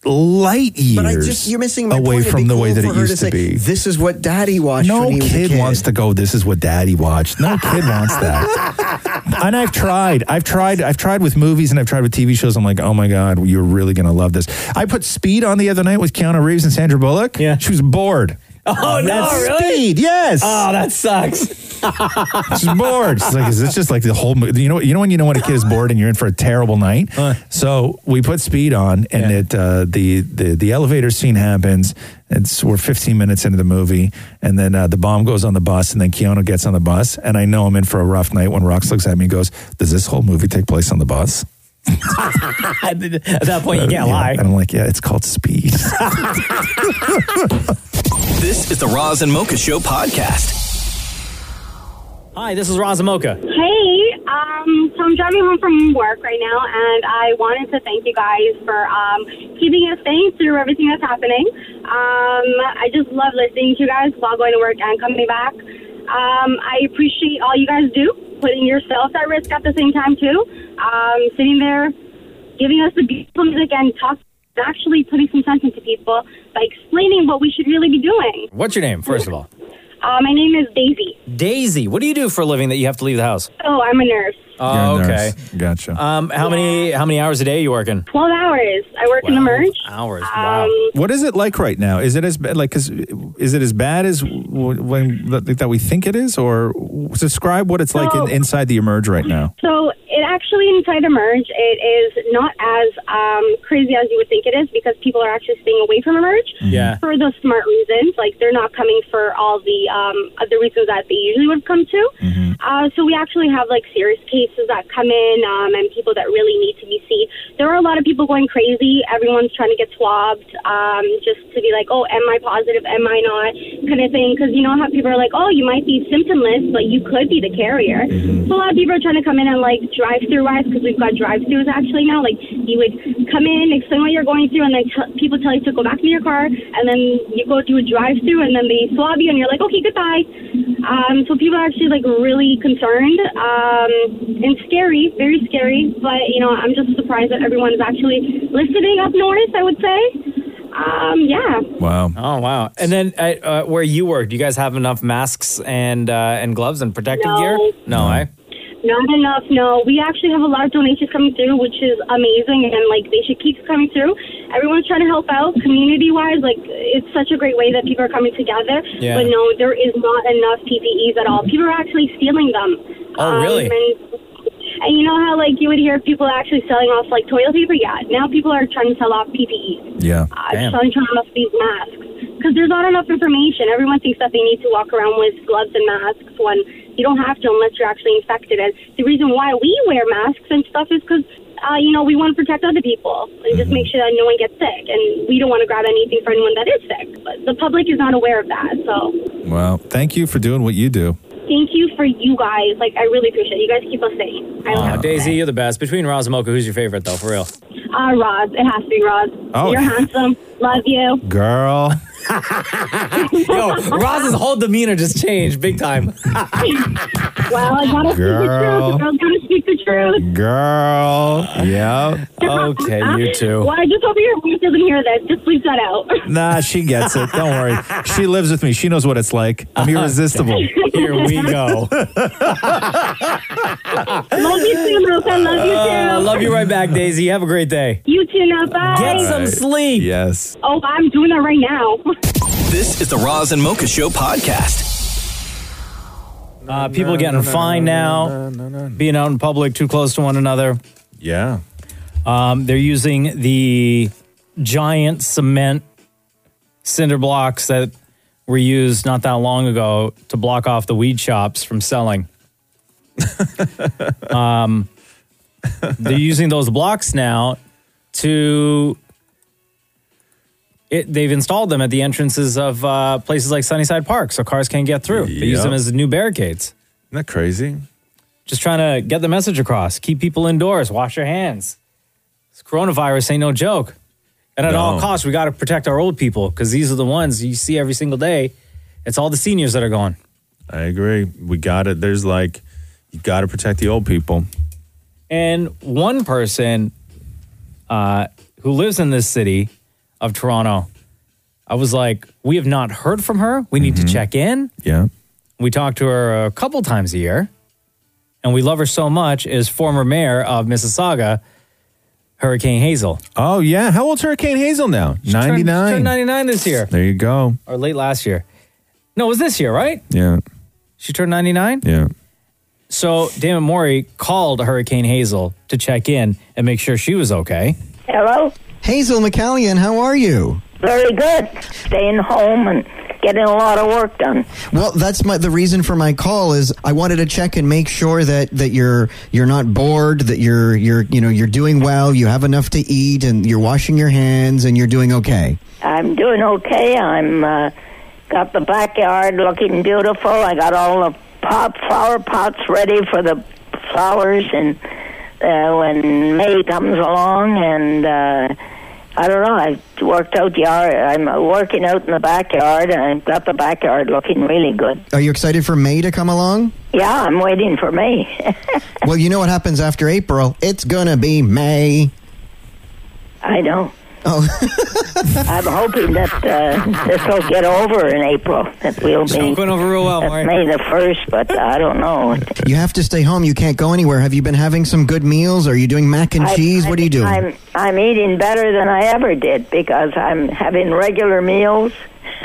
S7: light years
S3: But I just you're missing my
S7: away
S3: point. It'd
S7: from
S3: be
S7: the
S3: cool
S7: way that
S3: for
S7: it
S3: her
S7: used
S3: to, say,
S7: be.
S3: This is what Daddy watched
S7: No
S3: when he was
S7: kid,
S3: a kid.
S7: wants to go. This is what Daddy watched. No kid wants
S3: [laughs]
S7: that. And I've tried. I've tried. I've tried with movies and I've tried with TV shows. I'm like, oh my god, you're really gonna love this. I put Speed on the other night with Keanu Reeves and Sandra Bullock. Yeah, she was bored.
S2: Oh, no,
S7: That's
S2: really?
S7: Speed. Yes.
S2: Oh, that sucks.
S7: [laughs] She's bored. She's like, is this just like the whole? Mo-? You know, you know when you know when a kid is bored and you're in for a terrible night.
S2: Uh.
S7: So we put speed on, and it uh, the the the elevator scene happens. It's we're 15 minutes into the movie, and then uh, the bomb goes on the bus, and then Keanu gets on the bus, and I know I'm in for a rough night when Rox looks at me and goes, "Does this whole movie take place on the bus?"
S2: [laughs] At that point, you
S7: Uh,
S2: can't lie.
S7: And I'm like, "Yeah, it's called Speed."
S4: [laughs] This is the Roz and Mocha Show podcast.
S2: Hi, this is Razamoka.
S13: Hey.
S19: Um, so I'm driving home from work right now, and I wanted to thank you guys for um, keeping us sane through everything that's happening. Um, I just love listening to you guys while going to work and coming back. Um, I appreciate all you guys do, putting yourself at risk at the same time too. Um, sitting there, giving us the beautiful music and talk, actually putting some sense into people by explaining what we should really be doing.
S2: What's your name, first of all?
S19: Uh, my name is Daisy.
S2: Daisy, what do you do for a living that you have to leave the house?
S19: Oh, I'm a nurse.
S2: Oh,
S7: You're a
S2: okay.
S7: nurse. Gotcha.
S2: Um, how many how many hours a day are you working?
S19: 12 hours. I work in the merge.
S2: Hours.
S19: Um,
S7: What is it like right now? Is it as bad? Like, is, is it as bad as w- when that, that we think it is, or w- describe what it's like
S19: No.
S7: in, inside the emerge right now?
S19: So it actually inside Emerge, it is not as um, crazy as you would think it is because people are actually staying away from Emerge
S2: [laughs] Yeah.
S19: for the smart reasons. Like they're not coming for all the um, other reasons that they usually would come to. Uh, so we actually have like serious cases that come in um, and people that really need to be seen. There are a lot of people going crazy. Everyone's trying to get swabbed um, just to be like, oh, am I positive? Am I not? Kind of thing. Because you know how people are like, oh, you might be symptomless, but you could be the carrier. So a lot of people are trying to come in and like drive-through wise because we've got drive-throughs actually now. Like you would come in, explain what you're going through, and then tell people tell you to go back to your car, and then you go do a drive-through, and then they swab you, and you're like, okay, goodbye. Um, so people are actually like really concerned um, and scary, very scary. But you know, I'm just surprised that everyone is actually listening up north. I would say, um, yeah.
S7: Wow.
S2: Oh, wow. And then uh, uh, where you work, do you guys have enough masks and uh, and gloves and protective
S19: No.
S2: gear? No, eh?
S19: Not enough, no. We actually have a lot of donations coming through, which is amazing, and like they should keep coming through. Everyone's trying to help out community wise. Like it's such a great way that people are coming together.
S2: Yeah.
S19: But no, there is not enough PPEs at all. People are actually stealing them. Um,
S2: Oh, really?
S19: and, and you know how like you would hear people actually selling off like toilet paper? Yeah. Now people are trying to sell off PPEs.
S7: Yeah.
S19: I'm Uh, selling trying off these masks because there's not enough information. Everyone thinks that they need to walk around with gloves and masks when you don't have to unless you're actually infected. And the reason why we wear masks and stuff is because. Uh, you know, we want to protect other people and just make sure that no one gets sick. And we don't want to grab anything for anyone that is sick. But the public is not aware of that. So
S7: Wow. Thank you for doing what you do.
S19: thank you for you guys. Like, I really appreciate it. You guys keep us safe. I
S2: Aw,
S19: love it.
S2: Daisy, you're the best. Between Roz and Mocha, who's your favorite though, for real?
S19: Uh, Roz, it has to be Roz.
S2: Oh.
S19: You're handsome. Love you.
S7: Girl.
S2: [laughs] Yo, Roz's whole demeanor just changed big time.
S19: well, I gotta
S2: Girl.
S19: speak the truth. Girls gotta speak the truth. Ah,
S7: Girl. Yeah.
S2: Okay, you
S19: Well, I just hope your wife doesn't hear this. Just leave that out.
S7: Nah, she gets it. Don't worry. She lives with me. She knows what it's like. I'm irresistible.
S19: [laughs] Here we go. [laughs] love you too, Mocha. Love you too.
S2: [laughs] I Ah. love you right back, Daisy. Have a great day.
S19: You too. Now, bye.
S2: Get some sleep.
S7: Yes.
S19: Oh, I'm doing that right now.
S4: This is the Roz and Mocha Show podcast.
S2: Uh, people getting fined now, being out in public too close to one another.
S7: Yeah.
S2: Um, they're using the giant cement cinder blocks that were used not that long ago to block off the weed shops
S7: [laughs]
S2: from selling. um, they're using those blocks now to. It, they've installed them at the entrances of uh, places like Sunnyside Park, so cars can't get through. They use
S7: Yep.
S2: them as new barricades.
S7: Isn't that crazy?
S2: Just trying to get the message across. Keep people indoors. Wash your hands. This coronavirus ain't no joke. And at all
S7: No.
S2: costs, we got to protect our old people because these are the ones you see every single day. It's all the seniors that are going.
S7: I agree. We got it. There's like, you got to protect the old people.
S2: And one person uh, who lives in this city of Toronto, I was like, we have not heard from her. We need to check in.
S7: Mm-hmm. Yeah.
S2: We talk to her a couple times a year, and we love her so much. Is former mayor of Mississauga, Hurricane Hazel.
S7: Oh, yeah. How old's Hurricane Hazel now? 99.
S2: turned 99 this year.
S7: There you go.
S2: or late last year. No, it was this year, right?
S7: Yeah.
S2: She turned 99?
S7: Yeah.
S2: So Damon Morey called Hurricane Hazel to check in and make sure she was okay.
S14: Hello?
S3: Hazel McCallion, how are you?
S14: Very good. Staying home and getting a lot of work done.
S3: Well, that's my the reason for my call is I wanted to check and make sure that that you're you're not bored, that you're you're you know you're doing well, you have enough to eat, and you're washing your hands, and you're doing okay.
S14: I'm doing okay. I'm uh, got the backyard looking beautiful. I got all the pot flower pots ready for the flowers and uh, when May comes along and uh, I don't know, I've worked out yard. I'm uh, working out in the backyard and I've got the backyard looking really good.
S3: Are you excited for May to come along?
S14: Yeah, I'm waiting for May.
S3: well, you know what happens after April? It's going to be May.
S14: I know.
S3: Oh.
S14: [laughs] I'm hoping that uh, this will get over in April. That we'll be.
S3: It's
S2: going over real well,
S14: May the 1st, but I don't know.
S3: You have to stay home. You can't go anywhere. Have you been having some good meals? Are you doing mac and
S14: I-
S3: cheese? what are you doing?
S14: I'm I'm eating better than I ever did because I'm having regular meals,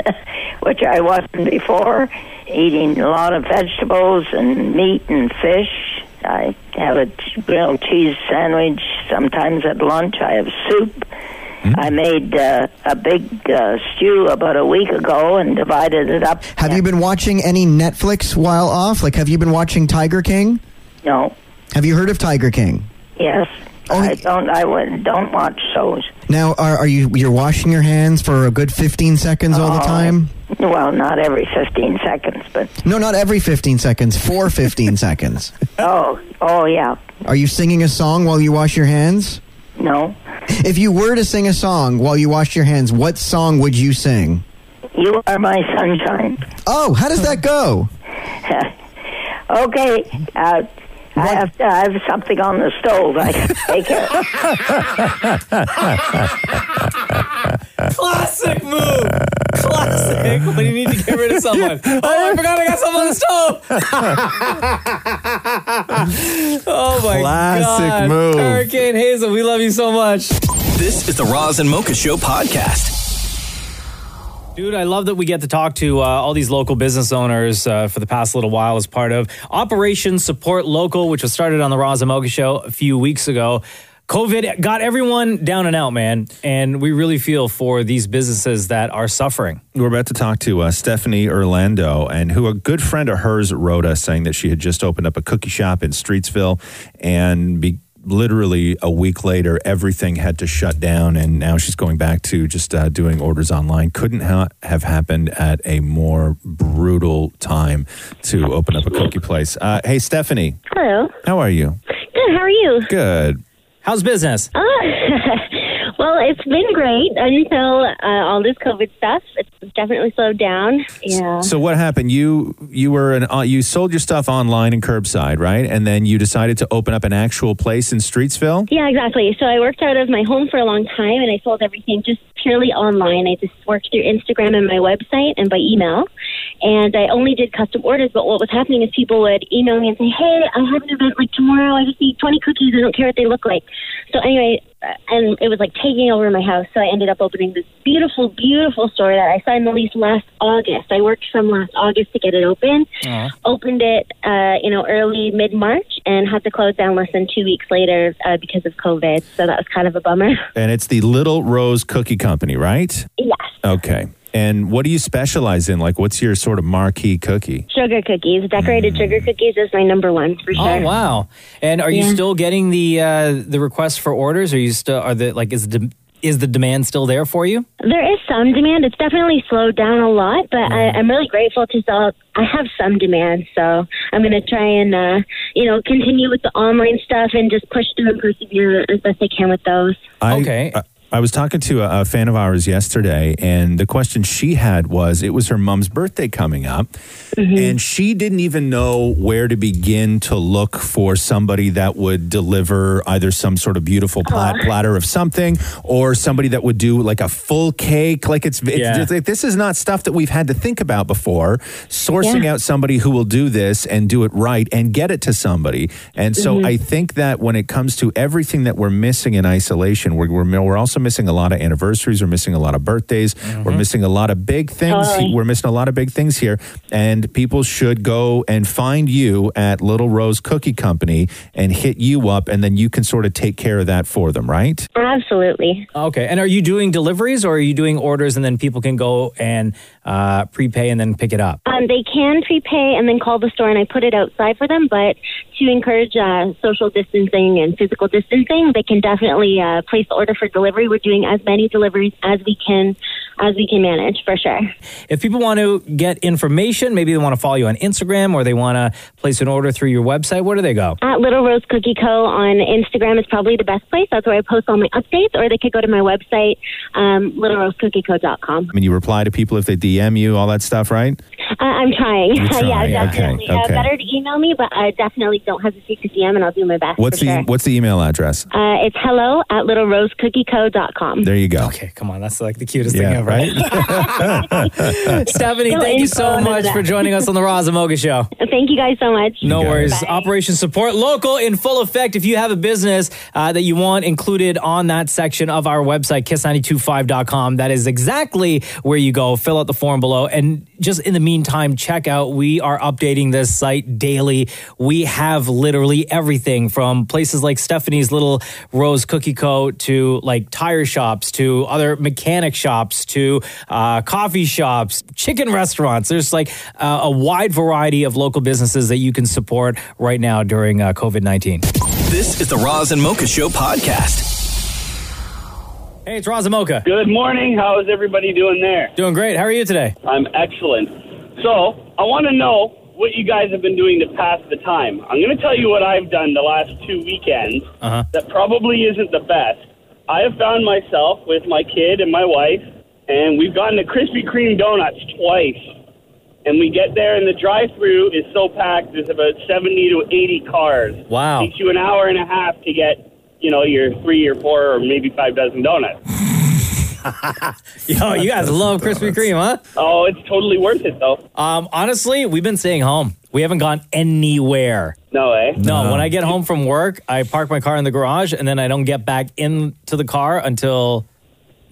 S14: [laughs] which I wasn't before. Eating a lot of vegetables and meat and fish. I have a ch- grilled cheese sandwich sometimes at lunch. I have soup.
S3: Hmm?
S14: I made uh, a big uh, stew about a week ago and divided it up.
S3: have you been watching any Netflix while off? Like, have you been watching Tiger King?
S14: No.
S3: Have you heard of Tiger King?
S14: Yes,
S3: Oh,
S14: I don't. I would, don't watch shows.
S3: Now, are, are you you're washing your hands for a good 15 seconds all
S14: Uh-huh.
S3: the time?
S14: Well, not every fifteen seconds, but
S3: No, not every 15 seconds.
S14: [laughs]
S3: For 15 seconds.
S14: oh, oh yeah.
S3: Are you singing a song while you wash your hands?
S14: No.
S3: If you were to sing a song while you wash your hands, what song would you sing?
S14: You are my sunshine.
S3: Oh, how does that go?
S14: [laughs] okay, uh, I have I have something on the stove. I can take
S10: [laughs]
S14: it.
S2: Classic move. Classic. When you need to get rid of [laughs] someone. Oh, I forgot I got someone on the stove. oh my
S4: Classic
S2: God.
S4: move.
S2: Hurricane Hazel, we love you so much.
S4: This is the Roz and Mocha Show podcast.
S2: [laughs] Dude, I love that we get to talk to uh, all these local business owners uh, for the past little while as part of Operation Support Local, which was started on the Raza Mocha Show a few weeks ago. COVID got everyone down and out, man. And we really feel for these businesses that are suffering.
S7: We're about to talk to uh, Stephanie Orlando, and who a good friend of hers wrote us saying that she had just opened up a cookie shop in Streetsville, and be, literally a week later, everything had to shut down, and now she's going back to just uh, doing orders online. Couldn't ha- have happened at a more brutal time to open up a cookie place. Uh, hey, Stephanie,
S16: Hello.
S7: how are you?
S16: Good. How are you?
S7: Good.
S2: How's business?
S16: Uh, well, it's been great until uh, all this COVID stuff. It's definitely slowed down. Yeah.
S7: So what happened? You you were an uh, you sold your stuff online and curbside, right? And then you decided to open up an actual place in Streetsville.
S16: Yeah, exactly. So I worked out of my home for a long time and I sold everything just purely online. I just worked through Instagram and my website and by email. And I only did custom orders, but what was happening is people would email me and say, Hey, I have an event like tomorrow. I just need 20 cookies. I don't care what they look like. So anyway, uh, and it was like taking over my house. So I ended up opening this beautiful, beautiful store that I signed the lease last August. I worked from last August to get it open opened it, uh, you know, early mid March and had to close down less than two weeks later uh, because of COVID. So that was kind of a bummer. [laughs]
S7: And it's the Little Rose Cookie Company, right?
S16: Yes.
S7: Okay. And what do you specialize in? Like, what's your sort of marquee cookie?
S16: Sugar cookies, decorated sugar cookies is my number one for sure.
S2: Mm. Oh wow! And are you
S16: Yeah.
S2: still getting the uh, the requests for orders? Are you still are the like is the is the demand still there for you?
S16: There is some demand. It's definitely slowed down a lot, but I, I'm really grateful to sell. I have some demand, so I'm going to try and, uh, you know, continue with the online stuff and just push through and persevere as best I can with those.
S7: I, okay. I, I was talking to a, a fan of ours yesterday, and the question she had was it was her mom's birthday coming up, and she didn't even know where to begin to look for somebody that would deliver either some sort of beautiful plat- platter of something or somebody that would do like a full cake. Like, it's, it's,
S18: Yeah.
S7: it's like this is not stuff that we've had to think about before. Sourcing
S18: Yeah.
S7: out somebody who will do this and do it right and get it to somebody. And so
S18: Mhm.
S7: I think that when it comes to everything that we're missing in isolation, we're, we're, we're also missing a lot of anniversaries, we're missing a lot of birthdays, we're missing a lot of big things.
S18: Totally.
S7: We're missing a lot of big things here. And people should go and find you at Little Rose Cookie Company and hit you up, and then you can sort of take care of that for them, right?
S16: Oh, Absolutely.
S2: Okay. And are you doing deliveries or are you doing orders and then people can go and uh, prepay and then pick it up?
S16: Um, they can prepay and then call the store, and I put it outside for them. But to encourage uh, social distancing and physical distancing, they can definitely uh, place the order for delivery we're doing as many deliveries as we can as we can manage for sure.
S2: If people want to get information, maybe they want to follow you on Instagram or they want to place an order through your website, where do they go?
S16: At Little Rose Cookie Co. on Instagram is probably the best place. That's where I post all my updates, or they could go to my website, um, littlerosecookieko.com.
S7: I mean, you reply to people if they DM you, all that stuff, right?
S16: Uh, I'm trying.
S7: You're trying,
S16: [laughs] yeah,
S7: okay,
S16: definitely. Uh,
S7: okay.
S16: better to email me, but I definitely don't hesitate to DM, and I'll do my best.
S7: What's
S16: for
S7: the
S16: sure.
S7: What's the email address?
S16: Uh, it's hello at littlerosecookieko.com.
S7: There you go.
S2: Okay, come on. That's like the cutest
S7: Yeah,
S2: thing ever. Right? [laughs] Stephanie,
S16: Still
S2: thank you
S16: info
S2: so
S16: and all
S2: much
S16: that.
S2: for joining us on the Roz and Mocha Show.
S16: Thank you guys so much.
S2: No worries. Operation Support Local in full effect. If you have a business uh, that you want included on that section of our website, kiss925.com, that is exactly where you go. Fill out the form below. And just in the meantime, check out, we are updating this site daily. We have literally everything from places like Stephanie's Little Rose Cookie Co. to like tire shops, to other mechanic shops, to uh, coffee shops, chicken restaurants. There's like uh, a wide variety of local businesses that you can support right now during uh, COVID 19.
S4: This is the Roz and Mocha Show podcast.
S2: Hey, it's Razamoka.
S18: Good morning. How is everybody doing there?
S2: Doing great. How are you today?
S18: I'm excellent. So, I want to know what you guys have been doing to pass the time. I'm going to tell you what I've done the last two weekends
S2: Uh-huh.
S18: that probably isn't the best. I have found myself with my kid and my wife, and we've gotten to Krispy Kreme donuts twice. And we get there, and the drive-through is so packed. There's about 70 to 80 cars.
S2: Wow.
S18: Takes you an hour and a half to get, you know, your three or four or maybe five dozen donuts.
S2: Yo, you guys love Krispy Kreme, huh?
S18: Oh, it's totally worth it, though.
S2: Um, honestly, we've been staying home. We haven't gone anywhere.
S18: No eh? way.
S2: No, when I get home from work, I park my car in the garage and then I don't get back into the car until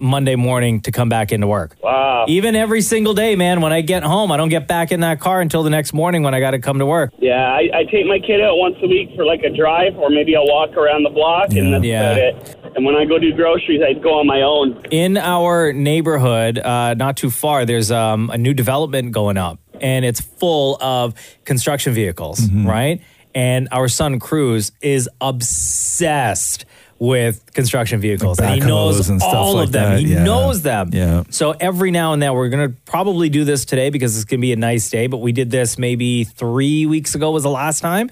S2: Monday morning to come back into work.
S18: Wow.
S2: Even every single day, man, when I get home, I don't get back in that car until the next morning when I got to come to work.
S18: Yeah, I, I take my kid out once a week for like a drive, or maybe I'll walk around the block, and that's
S2: Yeah.
S18: about it. And when I go do groceries, I go on my own.
S2: In our neighborhood, uh, not too far, there's um, a new development going up, and it's full of construction vehicles,
S7: Mm-hmm.
S2: right? And our son Cruz is obsessed with construction vehicles, and he
S7: backhoes
S2: knows
S7: and stuff
S2: all
S7: like
S2: of them.
S7: that,
S2: He
S7: yeah.
S2: knows them.
S7: Yeah.
S2: So every now and then, we're gonna probably do this today because it's gonna be a nice day. But we did this maybe three weeks ago was the last time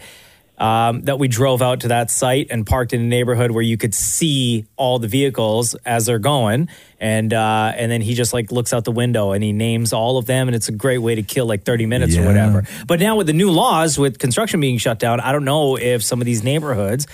S2: um, that we drove out to that site and parked in a neighborhood where you could see all the vehicles as they're going. And uh, and then he just like looks out the window and he names all of them, and it's a great way to kill like thirty minutes or whatever. But now with the new laws, with construction being shut down, I don't know if some of these neighborhoods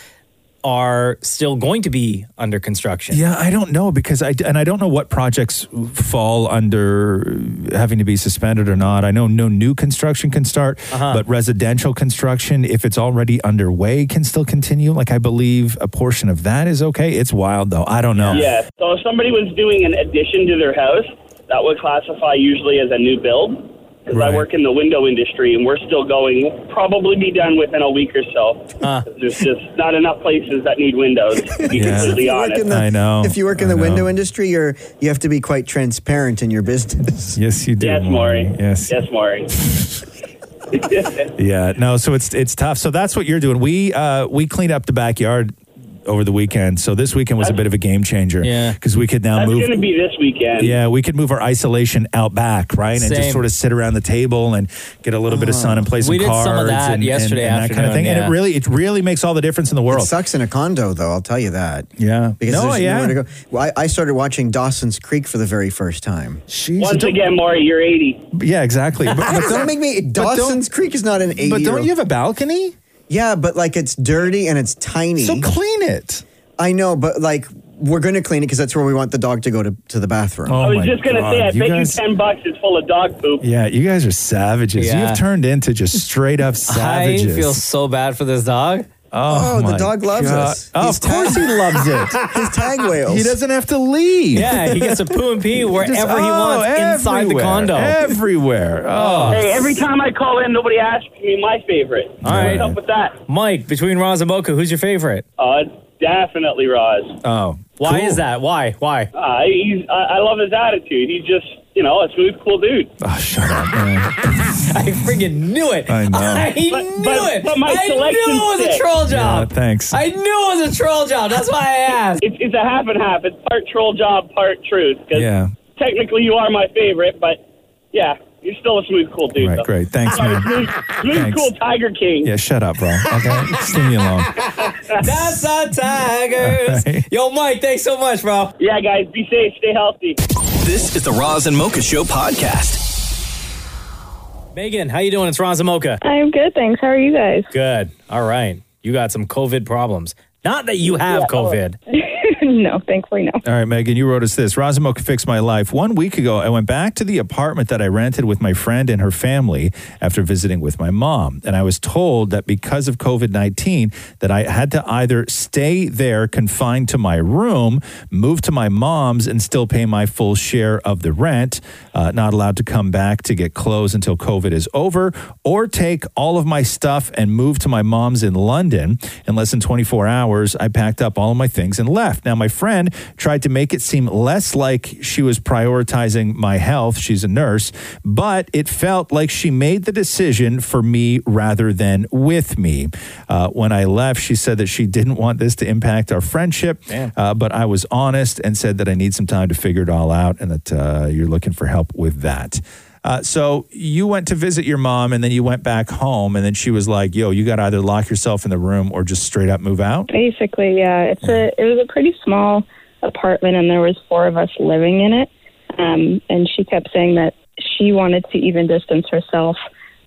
S2: are still going to be under construction.
S7: Yeah, I don't know because I and I don't know what projects fall under having to be suspended or not. I know no new construction can start,
S2: Uh-huh.
S7: but residential construction, if it's already underway, can still continue. Like I believe a portion of that is okay. It's wild though. I don't know.
S18: Yeah. So if somebody was doing an addition to their house, that would classify usually as a new build. Because I work in the window industry, and we're still going. We'll probably be done within a week or so. 'Cause There's just not enough places that need windows. To be
S7: Ah. Yeah.
S18: completely honest,
S3: If you work in the window industry, you're you have to be quite transparent in your
S7: [laughs]
S3: business.
S7: Yes, you do.
S18: Yes, Maury.
S7: Yes.
S18: Yes, Maury.
S7: Yeah, no. So it's it's tough. So that's what you're doing. We uh we cleaned up the backyard over the weekend. So this weekend was a bit of a game changer. Yeah, because we could now
S18: That's
S7: move.
S18: going to be this weekend.
S7: Yeah, we could move our isolation out back, right, and
S2: Same. Uh,
S7: just sort of sit around the table and get a little bit of sun and play some
S2: We did
S7: cards
S2: some of that
S7: and- and,
S2: yesterday
S7: and that kind of
S2: afternoon,
S7: thing.
S2: yeah.
S7: And it really, it really makes all the difference in the world.
S3: It sucks in a condo, though. I'll tell you that.
S7: Yeah,
S3: Because
S7: No,
S3: there's
S7: yeah.
S3: nowhere to go. Well, I, I started watching Dawson's Creek for the very first time.
S18: Once again, Maury, you're 80.
S7: Yeah,
S3: [laughs]
S7: exactly.
S3: But, don't make me. Dawson's Creek is not an 80.
S18: don't you
S7: have a balcony?
S3: Yeah, but like it's dirty and it's tiny. So
S7: clean it.
S3: I know, but like we're going to clean it because that's where we want the dog to go to, to the bathroom.
S2: Oh
S18: I
S7: Oh
S18: was just going to say, I bet you 10 bucks it's full of dog poop.
S7: Yeah, you guys are savages.
S2: Yeah.
S7: You've turned into just straight up savages.
S2: [laughs] I feel so bad for this dog.
S7: Oh, Oh, the my dog loves God. us. Oh, He's of course he loves [laughs] it.
S3: His tag
S7: He doesn't have to leave.
S2: Yeah, he gets to poo and
S7: [laughs]
S2: pee
S7: Just-
S2: wherever he
S7: oh,
S2: wants inside the
S7: everywhere,
S2: condo.
S7: Everywhere. Oh.
S18: Hey, every time I call in, nobody asks me my favorite.
S2: All right.
S18: What's up with that?
S2: Mike, between Roz and Mocha, who's your favorite?
S18: Uh, definitely Roz.
S2: Oh. Why
S18: Cool.
S2: is that? Why? Why?
S18: Uh, he's, I I love his attitude. He's just you know, a smooth, cool dude.
S7: Oh, shut up, man.
S2: [laughs] I freaking knew it.
S7: I know.
S2: I knew
S18: but-
S2: it.
S18: but my
S2: I knew it
S18: selection
S2: was a
S18: stick.
S2: troll
S7: Yeah,
S2: job.
S7: thanks.
S2: [laughs] I knew it was a troll job. That's why I asked.
S18: It's, it's a half and half. It's part troll job, part truth. 'cause
S7: Yeah.
S18: Technically, you are my favorite, but yeah, you're still a smooth, cool dude.
S7: Right,
S18: though.
S7: great. Thanks,
S18: Sorry,
S7: man.
S18: Smooth, smooth
S7: Thanks.
S18: cool Tiger King.
S7: Yeah, shut up, bro. Okay, just leave me alone.
S2: That's the
S7: [laughs]
S2: Tigers. Yo, Mike, thanks so much, bro.
S18: Yeah, guys, be safe, stay healthy.
S4: This is the Roz and Mocha Show podcast.
S2: Megan, how you doing? It's Ron Zamoka.
S20: I'm good, thanks. How are you guys? [laughs]
S2: Good. All right. You got some COVID problems. Not that you have COVID.
S20: no, thankfully no.
S7: All right, Megan, you wrote us this. Rosimo can fix my life. One week ago, I went back to the apartment that I rented with my friend and her family after visiting with my mom. And I was told that because of COVID 19, that I had to either stay there confined to my room, move to my mom's, and still pay my full share of the rent, uh, not allowed to come back to get clothes until COVID is over, or take all of my stuff and move to my mom's in London. In less than 24 hours, I packed up all of my things and left. Now, my friend tried to make it seem less like she was prioritizing my health. She's a nurse, but it felt like she made the decision for me rather than with me. Uh, when I left, she said that she didn't want this to impact our friendship, uh, but I was honest and said that I need some time to figure it all out and that uh, you're looking for help with that. Uh, so you went to visit your mom and then you went back home and then she was like, yo, you got to either lock yourself in the room or just straight up move out.
S20: Basically, yeah, it's a it was a pretty small apartment, and there was four of us living in it. Um, and she kept saying that she wanted to even distance herself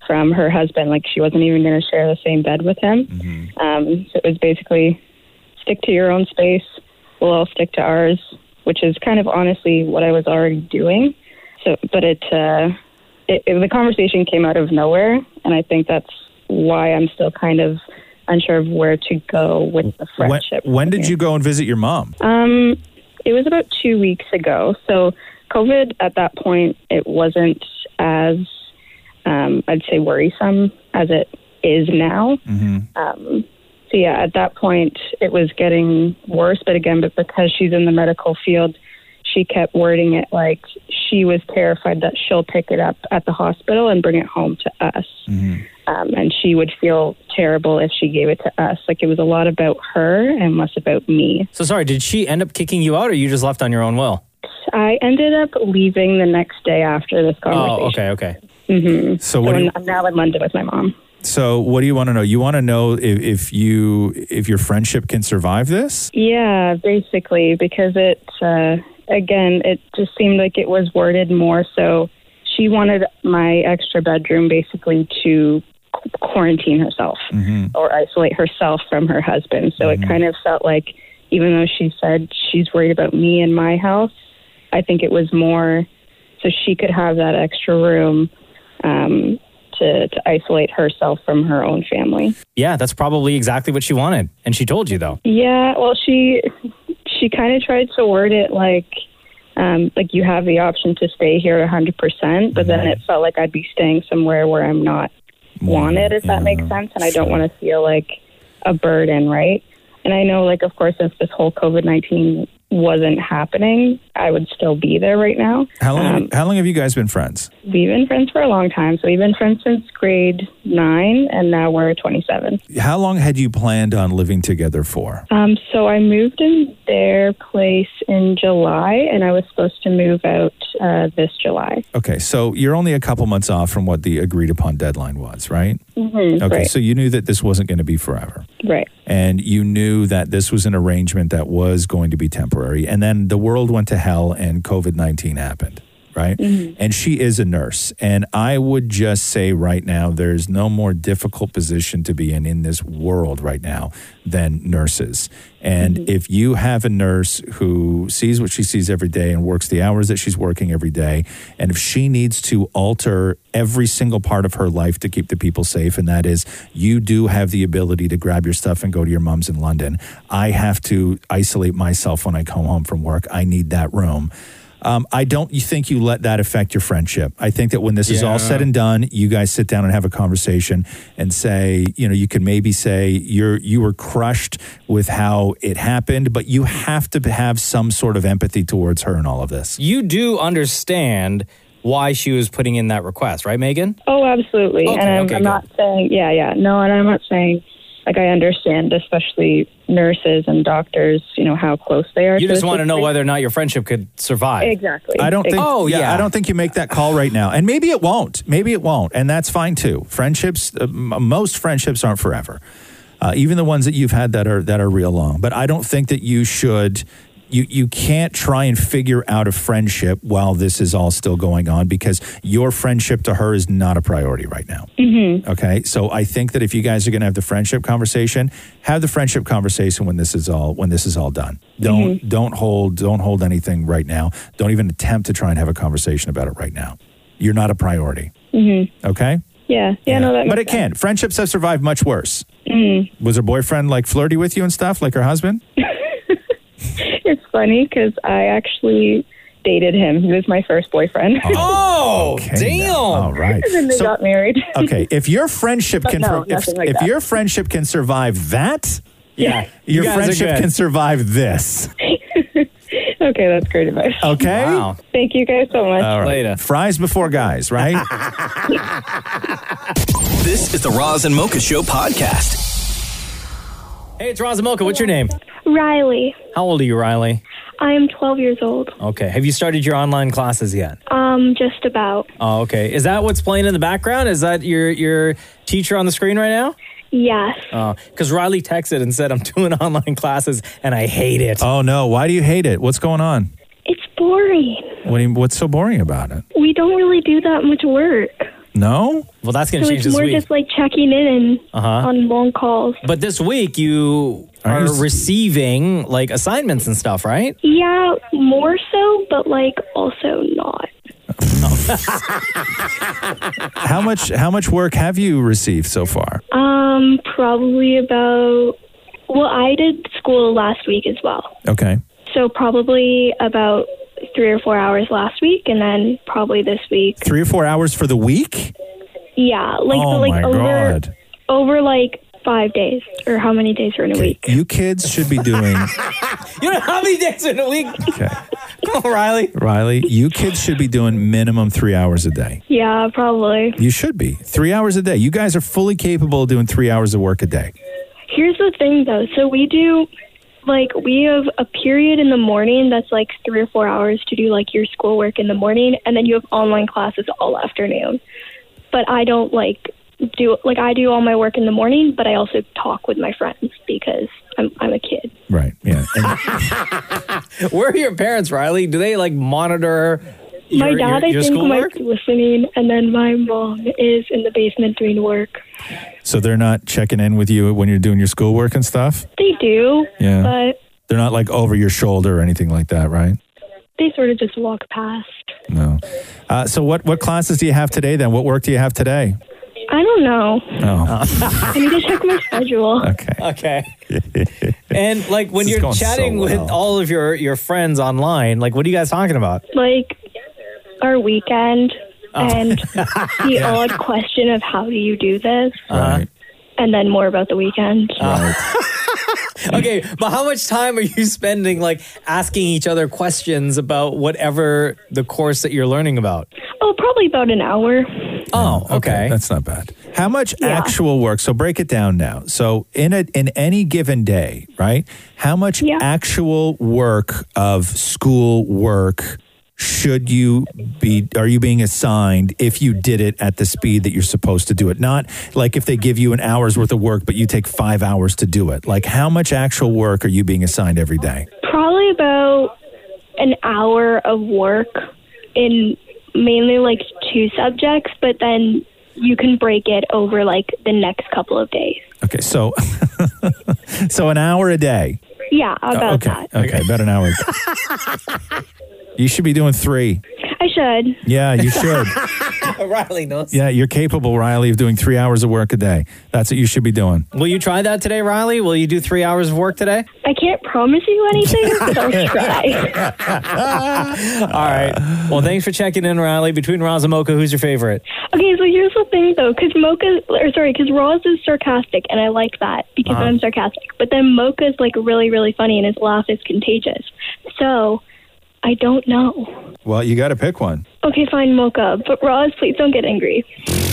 S20: from her husband, like she wasn't even going to share the same bed with him. Um, so it was basically stick to your own space. We'll all stick to ours, which is kind of honestly what I was already doing. So, but it, uh, it, it the conversation came out of nowhere, and I think that's why I'm still kind of unsure of where to go with the
S7: When,
S20: friendship.
S7: when did you go and visit your mom?
S20: Um, it was about two weeks ago. So COVID at that point, it wasn't as um, I'd say worrisome as it is now.
S2: Mm-hmm.
S20: Um, so yeah, at that point, it was getting worse. But again, but because she's in the medical field, she kept wording it like she was terrified that she'll pick it up at the hospital and bring it home to us.
S7: Mm-hmm.
S20: Um, and she would feel terrible if she gave it to us. Like it was a lot about her and less about me.
S2: So sorry, did she end up kicking you out or you just left on your own will?
S20: I ended up leaving the next day after this
S2: Oh,
S20: conversation.
S2: okay, okay.
S20: hmm
S7: So what do
S20: I'm,
S7: you-
S20: I'm now in London with my mom.
S7: So what do you want to know? You want to know if, if you if your friendship can survive this?
S20: Yeah, basically, because it, uh, again, it just seemed like it was worded more so she wanted my extra bedroom basically to qu- quarantine herself or isolate herself from her husband. So it kind of felt like, even though she said she's worried about me and my health, I think it was more so she could have that extra room um, to, to isolate herself from her own family.
S2: Yeah, that's probably exactly what she wanted. And she told you though.
S20: Yeah, well, she she kind of tried to word it like um, like you have the option to stay here 100%, but then
S7: Mm-hmm.
S20: it felt like I'd be staying somewhere where I'm not wanted, if that makes sense, and I don't want to feel like a burden, right? And I know, like, of course, if this whole COVID 19 wasn't happening, I would still be there right now. Uh,
S7: How long how long have you guys been friends?
S20: We've been friends for a long time. So we've been friends since grade nine, and now we're 27.
S7: How long had you planned on living together for?
S20: Um, so I moved in their place in July, and I was supposed to move out uh, this July.
S7: Okay, so you're only a couple months off from what the agreed upon deadline was, right?
S10: Mm,
S20: Mm-hmm,
S7: Okay,
S20: right.
S7: so you knew that this wasn't going to be forever.
S20: right.
S7: and you knew that this was an arrangement that was going to be temporary. And then the world went to hell and COVID 19 happened, right?
S21: Mhm.
S7: And she is a nurse. And I would just say right now, there's no more difficult position to be in in this world right now than nurses. And if you have a nurse who sees what she sees every day and works the hours that she's working every day, and if she needs to alter every single part of her life to keep the people safe, and that is you do have the ability to grab your stuff and go to your mom's in London. I have to isolate myself when I come home from work. I need that room. Um, I don't you think you let that affect your friendship. I think that when this is all
S21: Yeah.
S7: said and done, you guys sit down and have a conversation and say, you know, you can maybe say you're you were crushed with how it happened, but you have to have some sort of empathy towards her in all of this.
S2: You do understand why she was putting in that request, right, Megan?
S20: Oh, absolutely.
S2: Okay,
S20: and I'm,
S2: okay,
S20: I'm
S2: good.
S20: not saying, yeah, yeah, no, and I'm not saying, like, I understand, especially nurses and doctors, you know, how close they are.
S2: You
S20: to
S2: just
S20: the
S2: want to know
S20: situation.
S2: whether or not your friendship could survive.
S20: Exactly.
S7: I don't think.
S2: Oh yeah.
S7: I don't think you make that call right now, and maybe it won't. Maybe it won't, and that's fine too. Friendships, uh, m- most friendships aren't forever. Uh, even the ones that you've had that are that are real long. But I don't think that you should. You you can't try and figure out a friendship while this is all still going on because your friendship to her is not a priority right now.
S20: Mm-hmm.
S7: Okay. So I think that if you guys are going to have the friendship conversation, have the friendship conversation when this is all when this is all done. Don't
S20: Mm-hmm.
S7: don't hold don't hold anything right now. Don't even attempt to try and have a conversation about it right now. You're not a priority.
S20: Mm-hmm.
S7: Okay?
S20: Yeah, yeah, no, that
S7: But it
S20: makes
S7: can. Friendships have survived much worse.
S20: Mm.
S7: Was her boyfriend like flirty with you and stuff, like her
S20: [laughs]
S7: husband?
S20: It's funny because I actually dated him. He was my first boyfriend.
S2: Oh,
S7: damn. All right.
S20: and then they
S7: So-
S20: got married. [laughs]
S7: okay, if your friendship
S20: But
S7: can
S20: no,
S7: if,
S20: nothing like
S7: if
S20: that.
S7: your friendship can survive that,
S20: Yeah. You
S7: your
S20: guys are
S7: friendship
S20: good.
S7: can survive this.
S20: okay, that's great advice.
S7: Okay. Wow.
S20: Thank you guys so much.
S7: All right. Fries before guys, right?
S4: This is the Roz and Mocha Show podcast.
S2: Hey, it's Roz and Mocha. What's your name?
S22: Riley,
S2: How old are you, Riley?
S22: I am 12 years old.
S2: Okay. Have you started your online classes yet?
S22: Um, just about.
S2: Oh, okay. Is that what's playing in the background? Is that your your teacher on the screen right now?
S22: Yes.
S2: Because Riley texted and said, I'm [laughs] doing online classes and I hate it.
S7: Oh no! Why do you hate it? What's going on?
S22: It's boring.
S7: What do you, what's so boring about it?
S22: We don't really do that much work.
S7: No.
S2: Well, that's going to
S22: So it's
S2: change this
S22: more
S2: week.
S22: just like checking in and
S2: Uh-huh.
S22: on long calls.
S2: but this week you are receiving like assignments and stuff, right? [laughs]
S22: Yeah, more so, but like also not.
S7: How much how much work have you received so far?
S22: Um, probably about. Well, I did school last week as well.
S7: Okay.
S22: So probably about three or four hours last week, and then probably this week.
S7: Three or four hours for the week?
S22: Yeah, like
S7: oh
S22: but, like
S7: my
S22: over
S7: god.
S22: over like five days or how many days are in a
S7: Okay,
S22: week.
S7: You kids should be
S22: [laughs]
S7: doing
S2: You know how many days in a week? [laughs]
S7: Okay.
S2: Come on, Riley.
S7: Riley, you kids should be doing minimum three hours a day.
S22: Yeah, probably.
S7: You should be. Three hours a day. You guys are fully capable of doing three hours of work a day.
S22: Here's the thing though. So we do like we have a period in the morning that's like three or four hours to do like your schoolwork in the morning, and then you have online classes all afternoon. But I don't like do like I do all my work in the morning, but I also talk with my friends because I'm I'm a kid.
S7: Right. Yeah.
S2: Where are your parents, Riley? Do they like monitor your,
S22: my dad,
S2: your, your
S22: I think,
S2: schoolwork?
S22: might be listening, and then my mom is in the basement doing work.
S7: So they're not checking in with you when you're doing your schoolwork and stuff?
S22: They do,
S7: Yeah.
S22: but
S7: They're not like over your shoulder or anything like that, right?
S22: they sort of just walk past.
S7: Uh, so what what classes do you have today then? What work do you have today?
S22: I don't know.
S7: [laughs] Oh.
S22: I need to check my
S2: [laughs]
S22: schedule.
S7: Okay.
S2: Okay. and like
S22: This
S2: when
S22: is
S2: you're
S22: going so
S2: chatting with
S22: well.
S2: all of your, your friends online, like what are you guys talking about?
S22: Like our weekend
S2: Oh. [laughs]
S22: and the
S2: Yeah.
S22: odd question of how do you do this,
S2: Right.
S22: and then more about the weekend.
S2: [laughs] okay, but how much time are you [laughs] spending like asking each other questions about whatever the course that you're learning about?
S22: Oh, probably about an hour.
S2: Oh, okay.
S7: That's not bad. How much actual work? So break it down now. So in a in any given day, right? How much actual work of school work should you be are you being assigned if you did it at the speed that you're supposed to do it? Not like if they give you an hour's worth of work but you take 5 hours to do it. Like how much actual work are you being assigned every day?
S22: Probably about an hour of work in mainly like two subjects, but then you can break it over like the next couple of days.
S7: Okay, so [laughs] so an hour a day.
S22: Yeah,
S7: Oh,
S2: Uh,
S22: about
S7: okay,
S22: that. [laughs]
S7: Okay, about an hour. you should be doing three.
S22: I should.
S7: Yeah, you
S2: [laughs]
S7: should.
S2: Riley knows.
S7: yeah, you're capable, Riley, of doing three hours of work a day. That's what you should be doing.
S2: Will you try that today, Riley? Will you do three hours of work today?
S22: I can't promise you anything,
S2: [laughs]
S22: but I'll try.
S2: All right. Well, thanks for checking in, Riley. Between Roz and Mocha, who's your favorite?
S22: Okay, so here's the thing though, because Mocha, or sorry, because Roz is sarcastic, and I like that because
S2: Uh-huh.
S22: I'm sarcastic. But then Mocha's like really, really funny, and his laugh is contagious. So I don't know.
S7: Well, you got to pick one.
S22: Okay, fine, Mocha, but Roz, please don't get angry.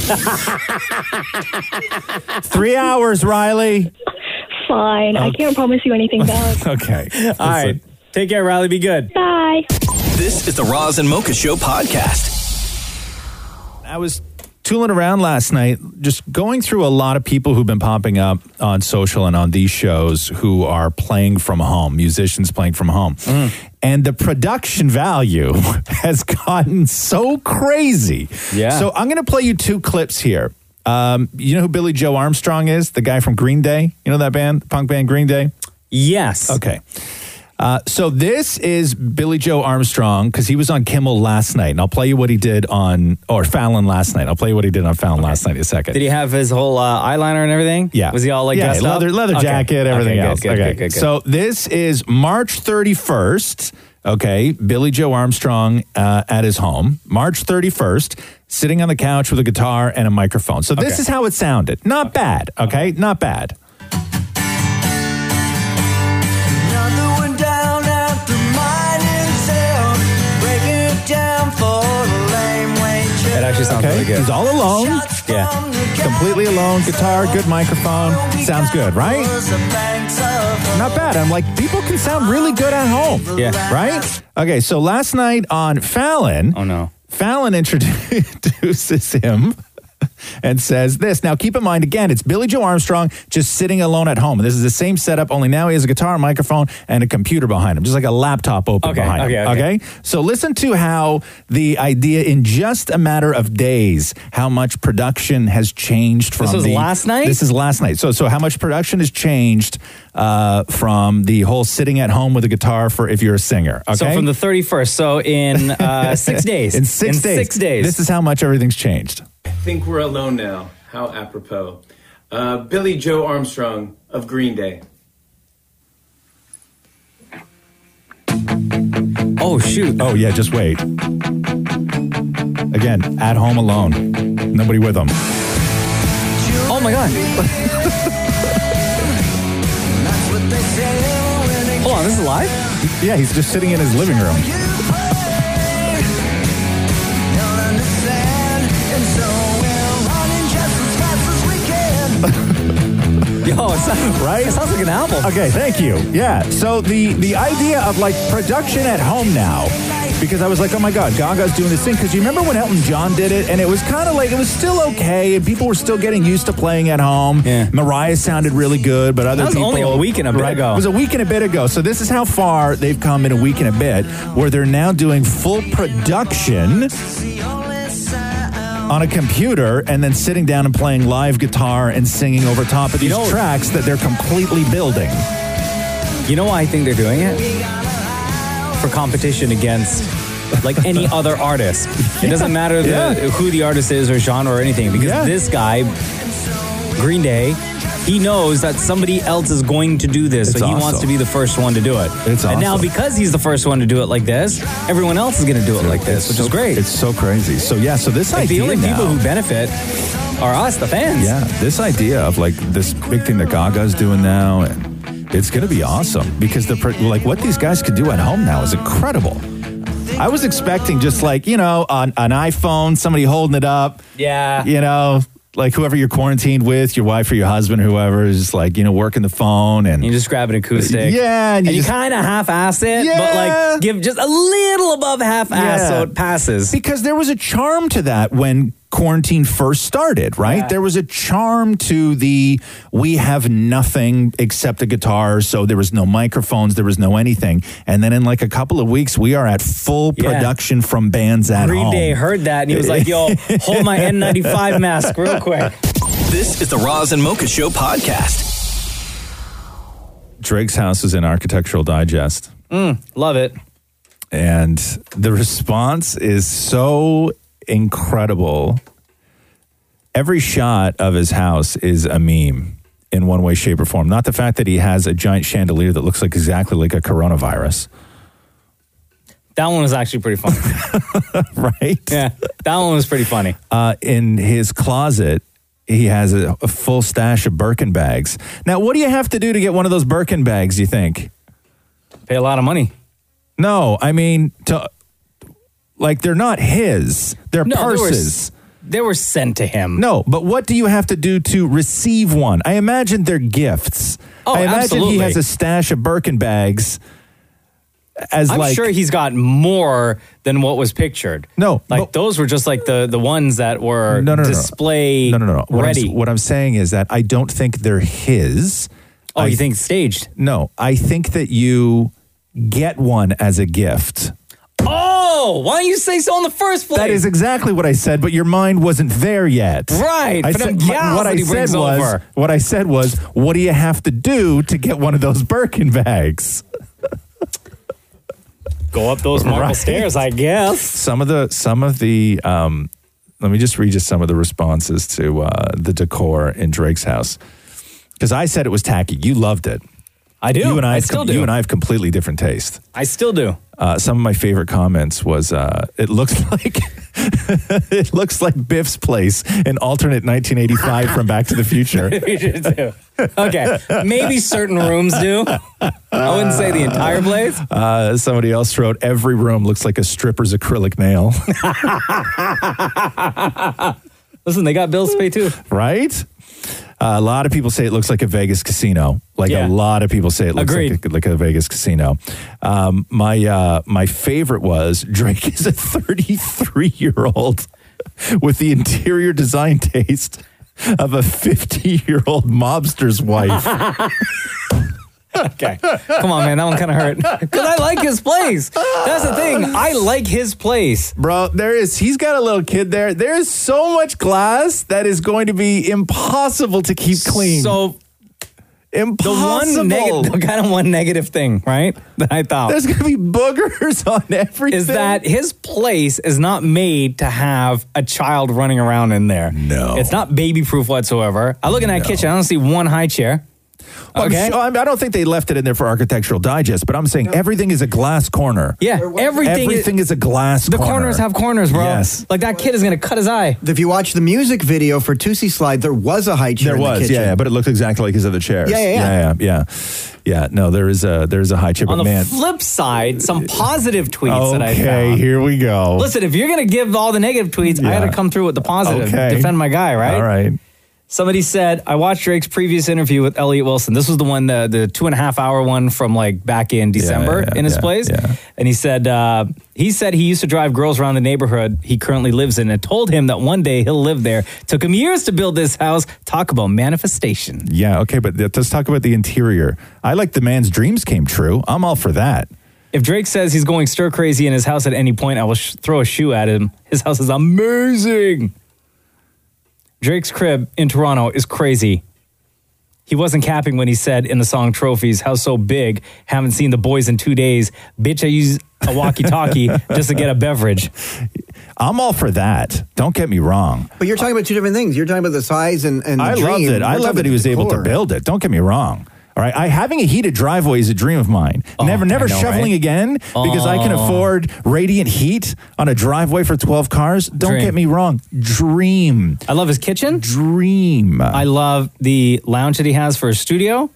S22: [laughs]
S7: Three hours, Riley.
S22: Fine, I can't promise you anything though.
S7: Okay.
S2: [laughs] All right. Take care, Riley. Be good.
S22: Bye.
S4: This is the Roz and Mocha Show podcast.
S7: I was tooling around last night, just going through a lot of people who've been popping up on social and on these shows who are playing from home, musicians playing from home. And the production value [laughs] has gotten so crazy.
S5: Yeah.
S7: So I'm going to play you two clips here. Um, you know who Billy Joe Armstrong is? The guy from Green Day? You know that band, punk band Green Day?
S2: Yes.
S7: Okay. Uh, so this is Billy Joe Armstrong because he was on Kimmel last night, and I'll play you what he did on or Fallon last night. I'll play you what he did on Fallon last night in a second.
S2: Did he have his whole uh, eyeliner and everything?
S7: Yeah.
S2: Was he all like
S7: Yeah,
S2: dressed
S7: leather,
S2: up?
S7: leather
S2: Okay.
S7: jacket, everything
S2: Okay, good,
S7: else.
S2: Good,
S7: okay.
S2: good, good, good.
S7: So this is March 31st. Okay, Billy Joe Armstrong uh, at his home, March 31st, sitting on the couch with a guitar and a microphone. So this
S5: Okay.
S7: is how it sounded. Not bad. Okay, not bad.
S5: Another one down after mine itself. Breaking it down for the lame wage.
S2: It actually sounds
S7: okay.
S2: really good.
S7: He's all alone.
S5: Yeah.
S7: Completely alone. Guitar, good microphone. Sounds good, right? Not bad. I'm like, people can sound really good at home.
S5: Yeah.
S7: Right? Okay, so last night on Fallon. Oh,
S2: no.
S7: Fallon [laughs] introduces him and says this. Now, keep in mind, again, it's Billy Joe Armstrong just sitting alone at home. This is the same setup, only now he has a guitar, a microphone, and a computer behind him, just like a laptop open
S5: Okay,
S7: behind him.
S5: okay, okay.
S7: So, listen to how the idea in just a matter of days, how much production has changed from
S2: This was
S7: the-
S2: last night?
S7: This is last night. So, so how much production has changed uh, from the whole sitting at home with a guitar for if you're a singer. Okay.
S2: So from the 31st,
S7: [laughs]
S2: so in uh, six days.
S7: in six days.
S2: Six days.
S7: This is how much everything's changed.
S21: I think we're alone now. How apropos. Uh, Billy Joe Armstrong of Green Day.
S2: Oh shoot.
S7: Oh yeah, just wait. Again, at home alone. Nobody with them.
S2: Oh my god.
S5: "Oh,
S2: Hold on, this is live?
S7: [laughs] Yeah, he's just sitting in his living room.
S2: Yo, it sounds,
S7: right? It
S2: sounds like an album.
S7: Okay, thank you. Yeah. So the the idea of like production at home now, because I was like, oh my god, Gaga's doing this thing. Because you remember when Elton John did it, and it was kind of like it was still okay, and people were still getting used to playing at home. Yeah. Mariah sounded really good, but other
S2: That was
S7: people
S2: only a week and a bit
S7: Right.
S2: ago.
S7: It was a week and a bit ago. So this is how far they've come in a week and a bit, where they're now doing full production on a computer and then sitting down and playing live guitar and singing over top of these tracks that they're completely building.
S2: You know why I think they're doing it? For competition against like any
S7: [laughs]
S2: other artist. It doesn't matter the,
S5: Yeah.
S2: who the artist is or genre or anything because this guy, Green Day, he knows that somebody else is going to do this,
S5: It's
S2: so he
S5: awesome.
S2: wants to be the first one to do it. It's and now
S5: awesome.
S2: because he's the first one to do it like this, everyone else is going to do it like this, which is great. It's
S7: so crazy. So yeah, so this
S2: like the
S7: idea
S2: only
S7: now-
S2: people who benefit are us, the fans.
S7: Yeah, this idea of like this big thing that Gaga's doing now, and it's going to be awesome because the pr- like what these guys could do at home now is incredible. I was expecting just like you know an, an iPhone, somebody holding it up.
S2: Yeah.
S7: you know. Like whoever you're quarantined with, your wife or your husband, whoever is like, you know, working the phone and you
S2: just grab an acoustic.
S7: Yeah,
S2: and you,
S7: just-
S2: kind of half-ass it, but
S7: Yeah.
S2: like give just a little above half-ass so it passes.
S7: Because there was a charm to that when quarantine first started, right? There was a charm to the we have nothing except a guitar, so there was no microphones, there was no anything. And then in like a couple of weeks, we are at full
S2: Yeah.
S7: production from bands at
S2: Green
S7: home.
S2: Day heard that and he was like,
S7: [laughs]
S2: "Yo, hold my N95 mask real quick."
S4: This is the Roz and Mocha Show podcast.
S7: Drake's house is in Architectural Digest.
S2: Mm, love it.
S7: And the response is so incredible. Every shot of his house is a meme in one way, shape, or form. Not the fact that he has a giant chandelier that looks like exactly like a coronavirus.
S2: That one was actually
S7: [laughs]
S2: pretty funny.
S7: right?
S2: Yeah. That one was pretty funny.
S7: Uh, in his closet, he has a, a full stash of Birkin bags. Now, what do you have to do to get one of those Birkin bags, do you think?
S2: Pay a lot of money.
S7: No, I mean, to, like they're not his, they're
S2: No, they were
S7: purses.
S2: s- They were, sent to him.
S7: No, but what do you have to do to receive one? I imagine they're gifts.
S2: Oh,
S7: I imagine he
S2: absolutely.
S7: has a stash of Birkin bags as
S2: I'm
S7: like
S2: sure he's got more than what was pictured.
S7: No,
S2: like those were just like the the ones that were
S7: no, no, no.
S2: display
S7: no, no, no. What I'm,
S2: ready.
S7: what I'm saying is that I don't think they're his.
S2: Oh,
S7: I,
S2: you think staged?
S7: No, I think that you get one as a gift.
S2: Oh, why don't you say so in the first place?
S7: That is exactly what I said, but your mind wasn't there yet.
S2: Right,
S7: I
S2: but um,
S7: said,
S2: I'm
S7: my-
S2: gals
S7: what
S2: that
S7: I
S2: he
S7: said
S2: brings
S7: was,
S2: over.
S7: what I said was, what do you have to do to get one of those Birkin bags?
S2: Go up those marble stairs, I guess.
S7: Some of the some of the um, let me just read you some of the responses to uh, the decor in Drake's house because I said it was tacky. You loved it.
S2: I do.
S7: You and I,
S2: I
S7: have
S2: still do.
S7: You and I have completely different taste.
S2: I still do. [laughs]
S7: Uh, some of my favorite comments was uh, it looks [laughs] like it looks like Biff's place in alternate 1985 from Back to the
S2: [laughs]
S7: Future.
S2: You should do. Okay, maybe certain rooms do. I wouldn't say the entire place.
S7: Uh, somebody else wrote every room looks like a stripper's acrylic nail.
S2: Listen, they got bills to pay too.
S7: right? Uh, a lot of people say it looks like a Vegas casino. Like a
S2: Yeah.
S7: lot of people say it looks like a,
S2: Agreed.
S7: like a Vegas casino. Um, my uh, my favorite was Drake is a 33 year old with the interior design taste of a 50 year old mobster's
S2: [laughs]
S7: wife.
S2: okay, come on, man, that one kind of hurt [laughs] because I like his place. That's the thing. I like his place,
S7: bro. There is he's got a little kid there. There is so much glass that is going to be impossible to keep clean.
S2: So The
S7: impossible.
S2: one negative, the kind of one negative thing, right? That I thought
S7: There's gonna be boogers [laughs] on everything.
S2: is that his place is not made to have a child running around in there. No, it's not baby proof whatsoever. I look in that kitchen, I don't see one high chair.
S7: Well, I'm
S2: Okay.
S7: sure- I'm- I don't think they left it in there for Architectural Digest, but I'm saying everything is a glass corner.
S2: Yeah, everything.
S7: Everything is a glass
S2: The
S7: corner.
S2: corners have corners, bro.
S7: Yes.
S2: Like that kid is gonna cut his eye.
S3: If you watch the music video for Tootsie Slide, there was a high chair.
S7: There
S3: in the
S7: was,
S3: kitchen.
S7: yeah, yeah, but it looked exactly like his other chairs.
S3: Yeah, yeah,
S7: yeah,
S3: yeah.
S7: yeah. yeah. Yeah, no, there is a there is a high chip,
S2: On
S7: but
S2: the
S7: man.
S2: flip side, some positive tweets that I
S7: Okay,
S2: found.
S7: here we go.
S2: Listen, if you're gonna give all the negative tweets, I
S7: Yeah.
S2: gotta come through with the positive.
S7: Okay.
S2: Defend my guy, right?
S7: All right.
S2: Somebody said, I watched Drake's previous interview with Elliot Wilson. This was the one, the, the two and a half hour one from like back in December
S7: yeah,
S2: in his
S7: yeah,
S2: place. And he said, uh, he said he used to drive girls around the neighborhood he currently lives in and told him that one day he'll live there. Took him years to build this house. Talk about manifestation.
S7: Yeah, okay, but th- let's talk about the interior. I like the man's dreams came true. I'm all for that.
S2: If Drake says he's going stir crazy in his house at any point, I will sh- throw a shoe at him. His house is amazing. Drake's crib in Toronto is crazy. He wasn't capping when he said in the song Trophies, How so big? Haven't seen the boys in two days. Bitch, I use a walkie talkie just to get a beverage.
S7: I'm all for that. Don't get me wrong.
S3: But you're talking about two different things. You're talking about the size and, and the
S7: I loved
S3: dream.
S7: it. I
S3: We're
S7: love
S3: talking
S7: that he
S3: about
S7: was
S3: the
S7: able to
S3: core.
S7: build it. Don't get me wrong. All right, I, having a heated driveway is a dream of mine. never, never
S2: Oh, I know,
S7: shoveling
S2: right?
S7: again because I can
S2: Oh.
S7: afford radiant heat on a driveway for twelve cars. Don't
S2: Dream.
S7: get me wrong. Dream.
S2: I love his kitchen.
S7: Dream.
S2: I love the lounge that he has for his studio.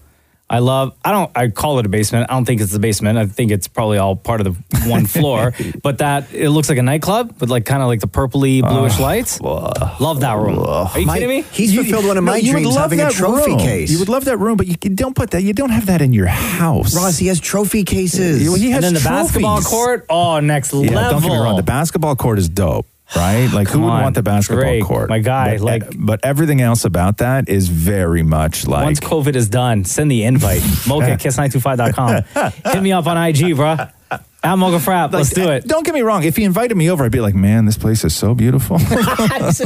S2: I love. I don't. I call it a basement. I don't think it's the basement. I think it's probably all part of the one floor. but that it looks like a nightclub with like kind of like the purpley bluish lights. Love that room. Are you
S3: My-
S2: kidding me?
S3: he's fulfilled one of
S7: No,
S3: my
S7: you would
S3: dreams,
S7: love
S3: having a
S7: that
S3: trophy
S7: room.
S3: case.
S7: You would love that room, but you, you don't put that. You don't have that in your house.
S3: Ross, he has trophy cases.
S7: He has
S2: and then the
S7: trophies.
S2: basketball court. Oh, next
S7: Yeah,
S2: level.
S7: don't get me wrong. The basketball court is dope, right?
S2: [sighs]
S7: Like, who
S2: Come
S7: would
S2: on,
S7: want the basketball
S2: Drake,
S7: court?
S2: my
S7: But,
S2: guy,
S7: eh,
S2: like-
S7: but everything else about that is very much eh. like.
S2: Once COVID is done, send the invite. Mocha at
S7: [laughs]
S2: kiss925.com. Hit me up on IG, bro. At Mocha Frap. Let's do it.
S7: eh, Don't get me wrong. If he invited me over, I'd be like, man, this place is so
S2: [laughs]
S7: beautiful.
S4: This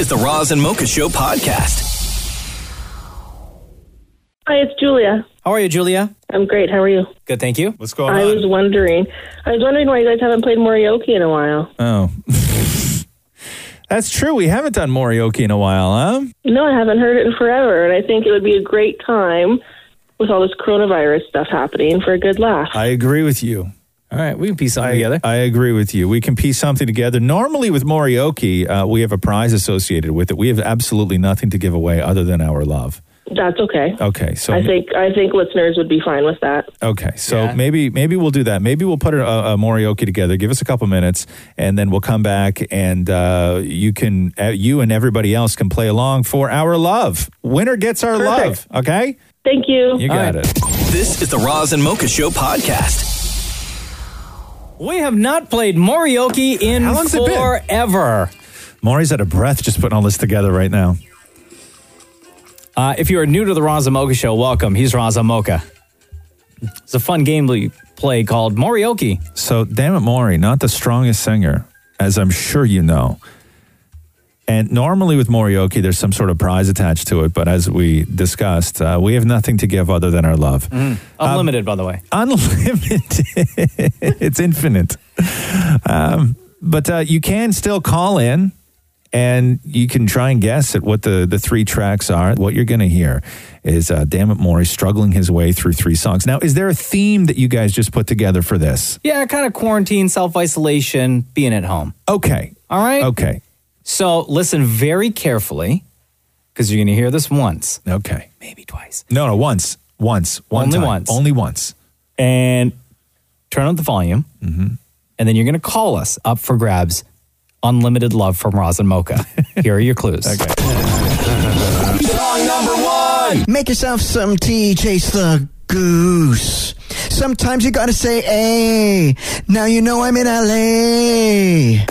S4: is the Roz and Mocha Show podcast.
S1: Hi, it's Julia.
S2: How are you, Julia?
S1: I'm great. How are you?
S2: Good, thank you. What's going
S1: I was wondering. I was wondering why you guys haven't played Morioki in a while.
S7: [laughs] Oh. [laughs] That's true. We haven't done Morioki in a while, huh?
S1: No, I haven't heard it in forever, and I think it would be a great time with all this coronavirus stuff happening for a good laugh.
S7: I agree with you.
S2: All right, we can piece something
S7: together. I agree with you. We can piece something together. Normally, with Morioki, uh, we have a prize associated with it. We have absolutely nothing to give away other than our love.
S1: That's okay.
S7: Okay, so
S1: I think I think listeners would be fine with that.
S7: Okay, so maybe maybe we'll do that. Maybe we'll put a, a Morioki together. Give us a couple minutes, and then we'll come back, and uh, you can uh, you and everybody else can play along for our love. Winner gets our
S1: Perfect.
S7: love. Okay,
S1: Thank you.
S7: you got it.
S4: This is the Roz and Mocha Show podcast.
S2: We have not played Morioki in
S7: How long's it been?
S2: forever.
S7: Maury's out of breath just putting all this together right now.
S2: Uh, if you are new to the Raza Mocha Show, welcome. He's Raza Mocha. It's a fun game we play called Morioki.
S7: So, damn it, Maury, not the strongest singer, as I'm sure you know. And normally with Morioki, there's some sort of prize attached to it, but as we discussed, uh, we have nothing to give other than our love.
S2: Mm-hmm.
S7: Um,
S2: Unlimited, by the way.
S7: [laughs] Unlimited. it's infinite. Um, but uh, you can still call in and you can try and guess at what the, the three tracks are. What you're going to hear is uh, Damn It Maury struggling his way through three songs. Now, is there a theme that you guys just put together for this? [laughs]
S2: Yeah, kind of quarantine, self isolation, being at home.
S7: Okay.
S2: All right.
S7: Okay.
S2: So listen very carefully because you're going to hear this once.
S7: Okay.
S2: Maybe twice.
S7: No, no, once. Once. One
S2: Only
S7: time.
S2: once.
S7: Only once.
S2: And turn up the volume.
S7: Mm-hmm.
S2: And then you're going to call us up for grabs. Unlimited love from Roz
S7: [laughs]
S2: and Mocha. Here are your clues. okay.
S5: Song number one.
S3: Make yourself some tea, chase the goose. Sometimes you gotta say, hey, now you know I'm in LA.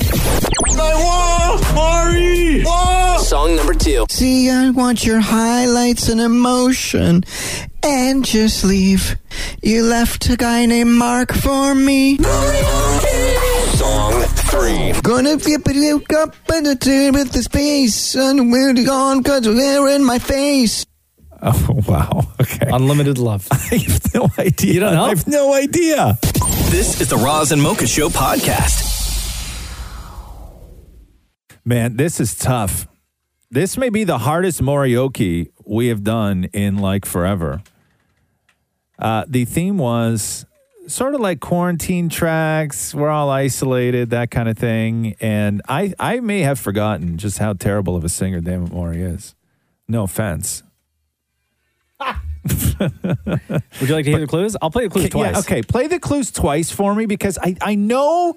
S5: My wall, Ari. Wall. Song number two.
S3: See, I want your highlights and emotion. And just leave. You left a guy named Mark for me.
S5: Song three.
S3: Gonna flip it up, up and a turn with the space. And we're gone cause we're in my face.
S7: Oh, wow. Okay.
S2: Unlimited love.
S7: [laughs] I have no idea. You don't know? I have no idea.
S4: This is the Roz and Mocha Show podcast.
S7: Man, this is tough. This may be the hardest Morioki we have done in like forever. Uh, the theme was sort of like quarantine tracks. We're all isolated, that kind of thing. And I, I may have forgotten just how terrible of a singer David Mori is. No
S2: [laughs]
S7: offense.
S2: Would you like to hear the clues? I'll play the clues
S7: Okay,
S2: twice.
S7: Yeah, okay, play the clues twice for me because I, I know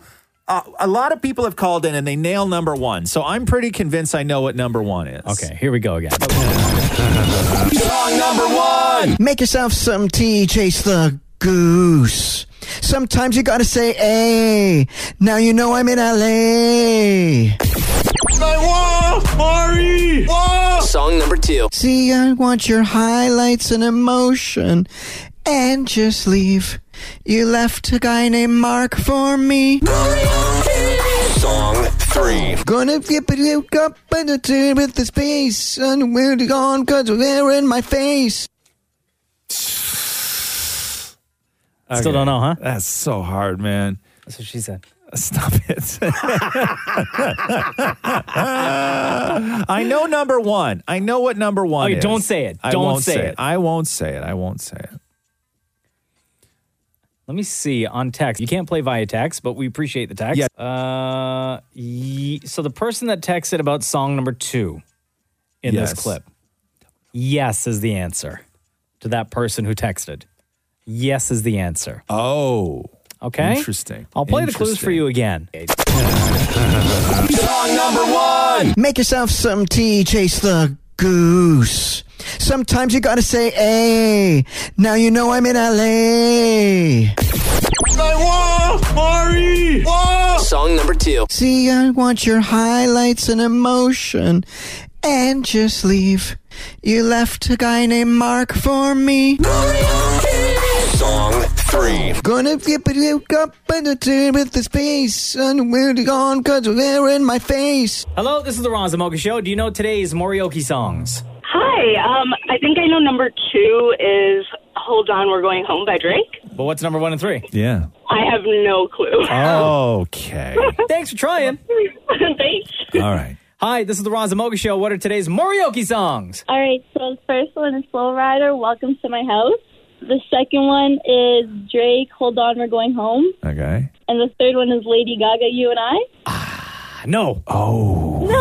S7: uh, a lot of people have called in and they nail number one. So I'm pretty convinced I know what number one is. Okay,
S2: here we go again.
S5: Song number one.
S3: Make yourself some tea, chase the goose. Sometimes you gotta say, hey, now you know I'm in LA.
S5: My wall, Ari. Wall. Song number two.
S3: See, I want your highlights and emotion. And just leave. You left a guy named Mark for me.
S5: Song three.
S3: Gonna flip it up and a turn with the space. And we're gone cause we're in my face.
S2: Still don't know, huh?
S7: That's so hard, man.
S2: That's what she said.
S7: Stop it. I know number one. I know what number one
S2: Okay,
S7: is.
S2: don't say it.
S7: I
S2: Don't
S7: won't
S2: say
S7: say
S2: it.
S7: I won't say it. I won't say it.
S2: Let me see on text. You can't play via text, but we appreciate the text. Yeah. Uh, ye- so the person that texted about song number two in
S7: Yes.
S2: this clip, yes is the answer to that person who texted. Yes is the answer.
S7: Oh,
S2: okay.
S7: interesting.
S2: I'll play the clues for
S7: Interesting.
S2: you again.
S5: Song number one.
S3: Make yourself some tea, chase the goose. Sometimes you gotta say, hey, now you know I'm in LA.
S5: My wall, Ari. Wall. Song number two.
S3: See, I want your highlights and emotion. And just leave. You left a guy named Mark for me.
S5: Song three.
S3: Gonna flip it up and a turn with the space. And we're gone cause we're in my face.
S2: Hello, this is the Ron Zamoka Show. Do you know today's Morioki songs?
S8: Hi. Um, I think I know number two is
S23: Hold on, we're going home by Drake.
S2: But what's number one and three? [laughs]
S7: Yeah.
S23: I have no clue.
S7: Oh. Okay.
S2: Thanks for trying.
S23: [laughs] Thanks.
S7: All right.
S2: Hi, this is the Ron Zamoga Show. What are today's Morioki songs?
S15: All right, so the first one is Flow Rider, Welcome to My House. The second one is Drake, Hold On, We're Going Home.
S7: Okay.
S15: And the third one is Lady Gaga, You and I.
S2: No.
S7: Oh.
S15: No!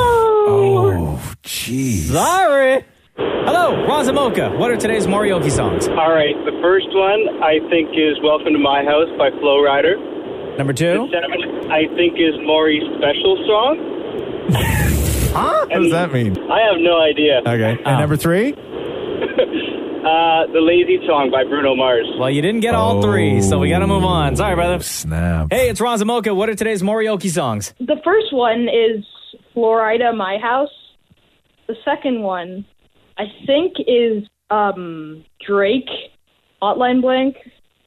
S7: Oh, jeez.
S2: Sorry. Hello, Ron Zamoka. What are today's Morioki songs?
S18: All right, the first one I think is "Welcome to My House" by Flow Rider.
S2: Number two?
S18: The second, I think is Maury's special song.
S7: [laughs] huh? What does that mean?
S18: I have no idea.
S7: Okay. And
S2: Oh.
S7: number three?
S18: Uh, the lazy song by Bruno Mars.
S2: Well, you didn't get all three, so we got to move on. Sorry, brother.
S7: Oh. Snap.
S2: Hey, it's Ron Zamoka. What are today's Morioki songs?
S20: The first one is Florida, my house. The second one, I think, is um, Drake, Hotline Blank,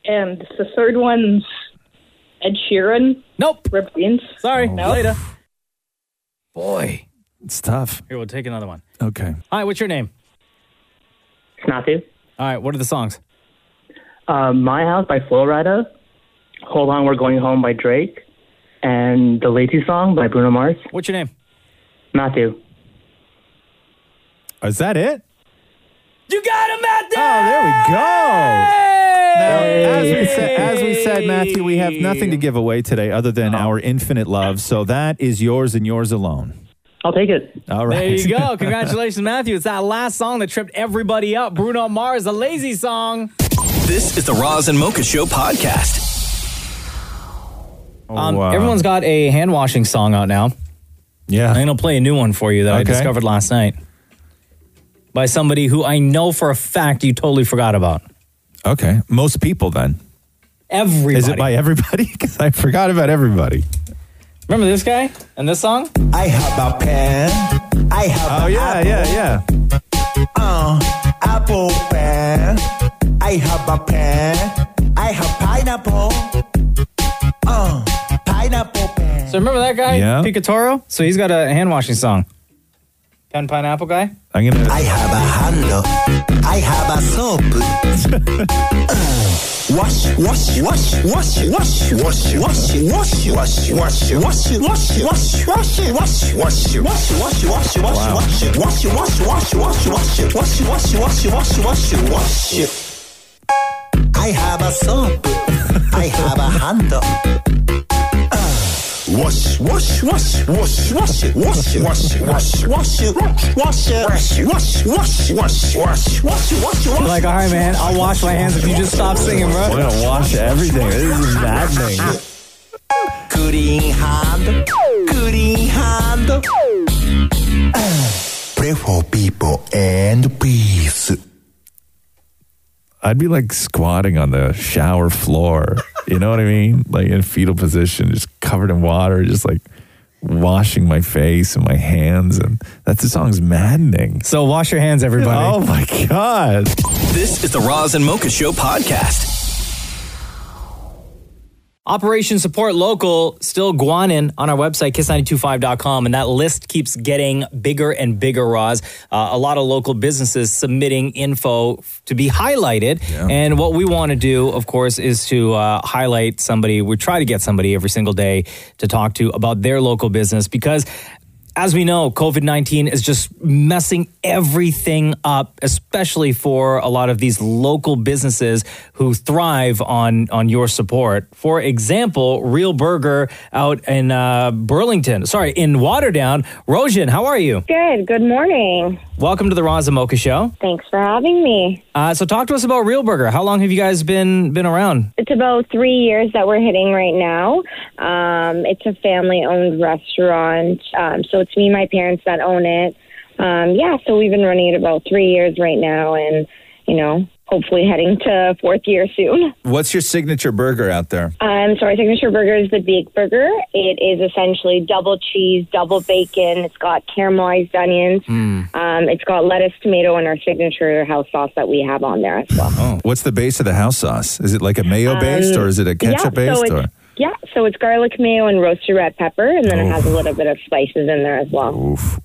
S20: and the third one's Ed Sheeran.
S2: Nope.
S20: Rip Beans.
S2: Sorry. Later. Boy.
S7: It's tough.
S2: Here, we'll take another one.
S7: Okay.
S2: Hi, what's your name?
S9: Snafu.
S2: All right, what are the songs?
S9: Um, My House by Flo Rida. Hold On, We're Going Home by Drake. And The Lazy Song by Bruno Mars.
S2: What's your name?
S9: Matthew.
S7: Is that it?
S2: You got him, Matthew!
S7: Oh, there we go. Now, as, we said, as we said, Matthew, we have nothing to give away today other than
S2: Oh.
S7: our infinite love. So that is yours and yours alone.
S9: I'll take it.
S7: All right.
S2: There you
S7: [laughs]
S2: go. Congratulations, Matthew. It's that last song that tripped everybody up. Bruno Mars, the lazy song.
S4: This is the Roz and Mocha Show podcast.
S7: Oh,
S2: Um, Everyone's got a hand washing song out now.
S7: Yeah. I'm
S2: going to play a new one for you that I
S7: Okay.
S2: discovered last night by somebody who I know for a fact you totally forgot about.
S7: Okay. Most people then.
S2: Everybody.
S7: Is it by everybody? Because I forgot about everybody.
S2: Remember this guy and this song?
S10: I have a pen. I have
S7: Oh,
S10: an
S7: yeah,
S10: apple.
S7: yeah, yeah.
S10: Uh, apple pen. I have a pen. I have pineapple. Uh, pineapple pen.
S2: So remember that guy?
S10: Yeah.
S2: Picatoro? So he's got a hand washing song. Pen Pineapple guy?
S7: I'm going to.
S10: I have a handle. I have a soap. Wash, wash, wash, wash, wash, wash, wash, wash, wash, wash, wash, wash, wash, wash, wash, wash, wash, wash, wash, wash, wash, wash, wash, wash, wash, wash, wash, wash, wash, wash, wash, wash. I have a soap. I have a handle. Wash, wash, wash, wash, wash, wash, wash, wash, wash, wash, wash, wash, wash, wash, wash, wash, wash, wash, wash.
S2: Like, all right, man, I'll wash my hands if you just stop singing, bro.
S7: I'm going to wash everything. This is maddening.
S10: Green hand, green hand. Pray for people and peace.
S7: I'd be like squatting on the shower floor. You know what I mean? Like in fetal position, just covered in water, just like washing my face and my hands. And that the song's maddening.
S2: So wash your hands, everybody.
S7: Oh my God.
S4: This is the Roz and Mocha Show podcast.
S2: Operation Support Local still guanin on our website, kiss925.com, and that list keeps getting bigger and bigger, Roz. Uh, a lot of local businesses submitting info f- to be highlighted. And what we want to do, of course, is to uh, highlight somebody. We try to get somebody every single day to talk to about their local business because as we know, COVID 19 is just messing everything up, especially for a lot of these local businesses who thrive on, on your support. For example, Real Burger out in uh, Burlington, sorry, in Waterdown. Rojan, how are you?
S24: Good. Good morning.
S2: Welcome to the Raza Mocha Show.
S24: Thanks for having me.
S2: Uh, so, talk to us about Real Burger. How long have you guys been been around?
S24: It's about three years that we're hitting right now. Um, it's a family owned restaurant. Um, so it's me and my parents that own it. Um, yeah, so we've been running it about three years right now and, you know, hopefully heading to fourth year soon.
S7: What's your signature burger out there?
S24: Um, so our signature burger is the Big Burger. It is essentially double cheese, double bacon. It's got caramelized onions.
S7: Mm.
S2: Hmm.
S24: Um, it's got lettuce, tomato, and our signature house sauce that we have on there as well.
S7: Oh, what's the base of the house sauce? Is it like a mayo based
S24: Um,
S7: or is it a ketchup
S24: yeah, so
S7: based?
S24: it's-
S7: or
S24: Yeah, so it's garlic mayo and roasted red pepper, and then it has a little bit of spices in there as well.
S7: Oof.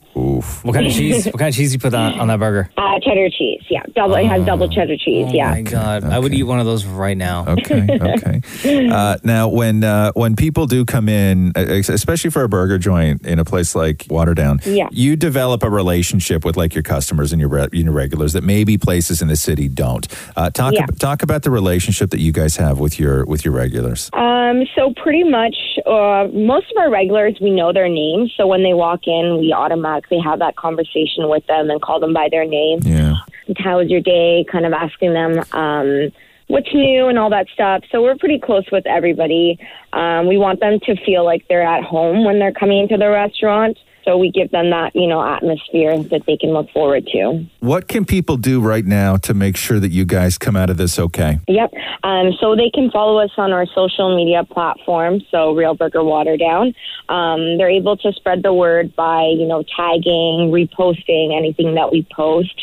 S2: What kind of cheese? What kind of cheese you put on, on that burger?
S24: Uh, cheddar cheese, yeah. Double, it has double cheddar cheese,
S7: Oh
S24: yeah.
S2: My God, I would eat one of those right now.
S7: Okay, okay. [laughs] Uh, now, when uh, when people do come in, uh, ex- especially for a burger joint in a place like Waterdown,
S24: Yeah.
S7: you develop a relationship with like your customers and your, re- your regulars that maybe places in the city don't. Uh, talk
S24: Yeah.
S7: ab- talk about the relationship that you guys have with your with your regulars.
S24: Um, so pretty much, uh, most of our regulars, we know their names. So when they walk in, we automatically have that conversation with them and call them by their name.
S7: Yeah.
S24: How was your day? Kind of asking them, um, what's new and all that stuff. So we're pretty close with everybody. Um, we want them to feel like they're at home when they're coming into the restaurant. So we give them that, you know, atmosphere that they can look forward to.
S7: What can people do right now to make sure that you guys come out of this okay?
S24: Yep. Um, so they can follow us on our social media platforms. So Real Burger Water Down. Um, they're able to spread the word by you know tagging, reposting anything that we post.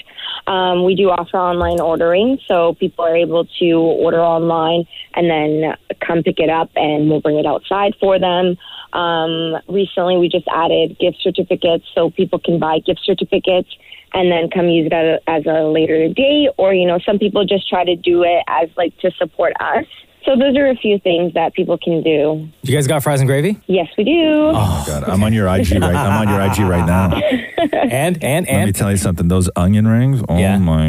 S24: Um, we do offer online ordering, so people are able to order online and then come pick it up, and we'll bring it outside for them. Um, recently, we just added gift certificates, so people can buy gift certificates and then come use it at a, as a later date. Or, you know, some people just try to do it as like to support us. So those are a few things that people can do.
S2: [laughs] You guys got fries and gravy?
S24: Yes, we do.
S7: Oh, God, I'm on your
S2: [laughs]
S7: IG right. I'm on your IG right now.
S2: And and
S7: Let me
S2: and
S7: tell you something. Those onion rings. Oh my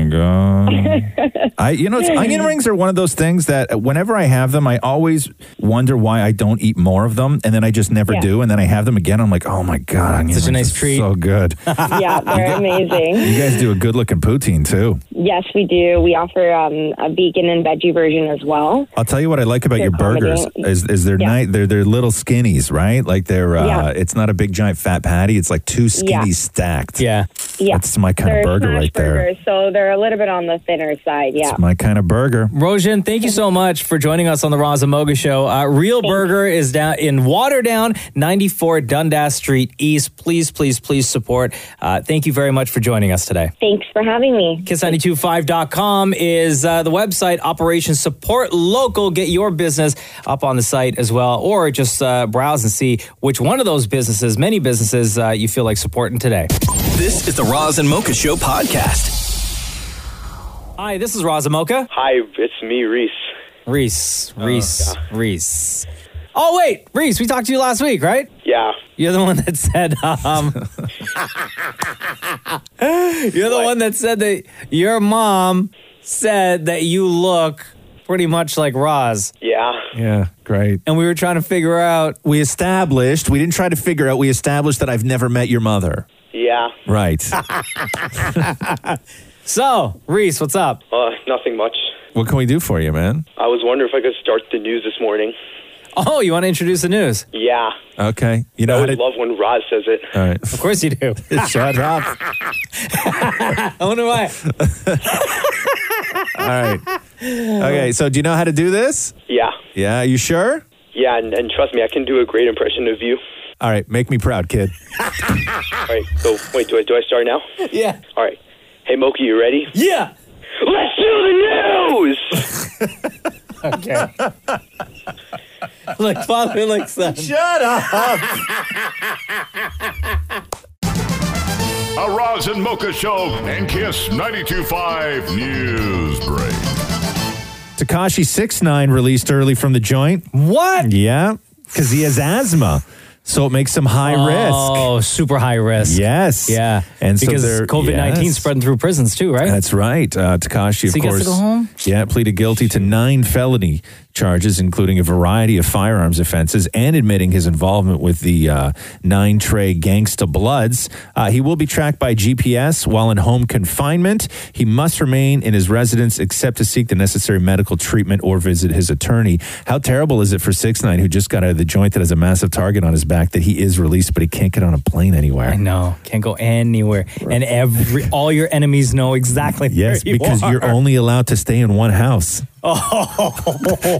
S7: god. I you know it's, onion rings are one of those things that whenever I have them, I always wonder why I don't eat more of them, and then I just never
S24: Yeah.
S7: do, and then I have them again. I'm like, oh my god, onion
S2: Such a
S7: rings
S2: nice
S7: are
S2: treat.
S7: So good.
S24: [laughs] yeah, they're
S7: [laughs] You
S24: amazing.
S7: guys do a good looking poutine too.
S24: Yes, we do. We offer um, a vegan and veggie version as well.
S7: I'll tell you what I like about
S24: They're
S7: your burgers
S24: accommodating.
S7: is is they're
S24: Yeah.
S7: nice. They're they're little skinnies, right? Like they're uh,
S24: Yeah.
S7: it's not a big giant fat patty. It's like two skinny
S24: Yeah.
S7: stacked.
S2: Yeah,
S24: Yeah.
S7: that's my kind
S24: they're
S7: of burger
S24: smash
S7: right there.
S24: burgers, so they're a little bit on the thinner side. Yeah.
S7: My kind of burger.
S2: Rojan, thank you so much for joining us on the Raza Moga Show. Uh, Real Burger is down in Waterdown, 94 Dundas Street East. Please, please, please support. Uh, thank you very much for joining us today.
S24: Thanks for having me.
S2: Kiss925.com is uh, the website. Operation Support Local. Get your business up on the site as well, or just uh, browse and see which one of those businesses, many businesses, uh, you feel like supporting today.
S4: This is the Roz and Mocha Show podcast.
S2: Hi, this is Razamoka.
S6: Hi, it's me, Reese. Oh,
S2: Reese, Reese, Reese. Oh, wait, Reese, we talked to you last week, right?
S6: Yeah.
S2: You're the one that said, um, [laughs] you're the one that said that your mom said that you look pretty much like Roz.
S6: Yeah.
S7: Yeah, great.
S2: And we were trying to figure out.
S7: We established, we didn't try to figure out, we established that I've never met your mother.
S6: Yeah.
S2: [laughs]
S7: Right.
S2: so, Reese, what's up?
S6: Uh, nothing much.
S7: what can we do for you, man?
S6: I was wondering if I could start the news this
S2: [laughs]
S6: morning.
S2: Oh, you want to introduce the news?
S6: Yeah.
S7: Okay. You
S6: I
S7: know how
S6: would
S7: to.
S6: love when Roz says it.
S7: All right.
S2: Of course
S7: [laughs]
S2: you do.
S7: Shut
S2: [laughs]
S7: up.
S2: Oh, I wonder why.
S7: All right. Okay, so do you know how to do this?
S6: Yeah.
S7: Yeah, you sure?
S6: Yeah, and, and trust me, I can do a great impression of you.
S7: All right, make me proud, kid.
S6: All right, so wait, do I, do I start now?
S2: Yeah.
S6: All right. Hey, Moki, you ready?
S2: Yeah.
S6: Let's do the news!
S2: [laughs] Okay. like father, like son.
S7: Shut up.
S9: A Roz and Mocha Show and Kiss 92.5 News Break.
S7: Takashi Six Nine released early from the joint.
S2: What?
S7: Yeah, because he has asthma. So it makes him high risk.
S2: Oh, super high risk.
S7: Yes.
S2: Yeah.
S7: And so
S2: because
S7: they're-
S2: COVID 19
S7: yes.
S2: spreading through prisons too, right?
S7: That's right. Uh, Takashi, of
S2: So he gets
S7: course.
S2: to go home?
S7: Yeah, pleaded guilty to nine felony charges, including a variety of firearms offenses, and admitting his involvement with the uh, Nine Tray Gangsta Bloods. Uh, he will be tracked by GPS while in home confinement. He must remain in his residence except to seek the necessary medical treatment or visit his attorney. How terrible is it for Six Nine, who just got out of the joint that has a massive target on his back, that he is released, but he can't get on a plane anywhere?
S2: I know. Can't go anywhere. And every all your enemies know exactly.
S7: Yes,
S2: where you
S7: because
S2: [laughs] are.
S7: you're only allowed to stay in one house.
S2: [laughs] Oh,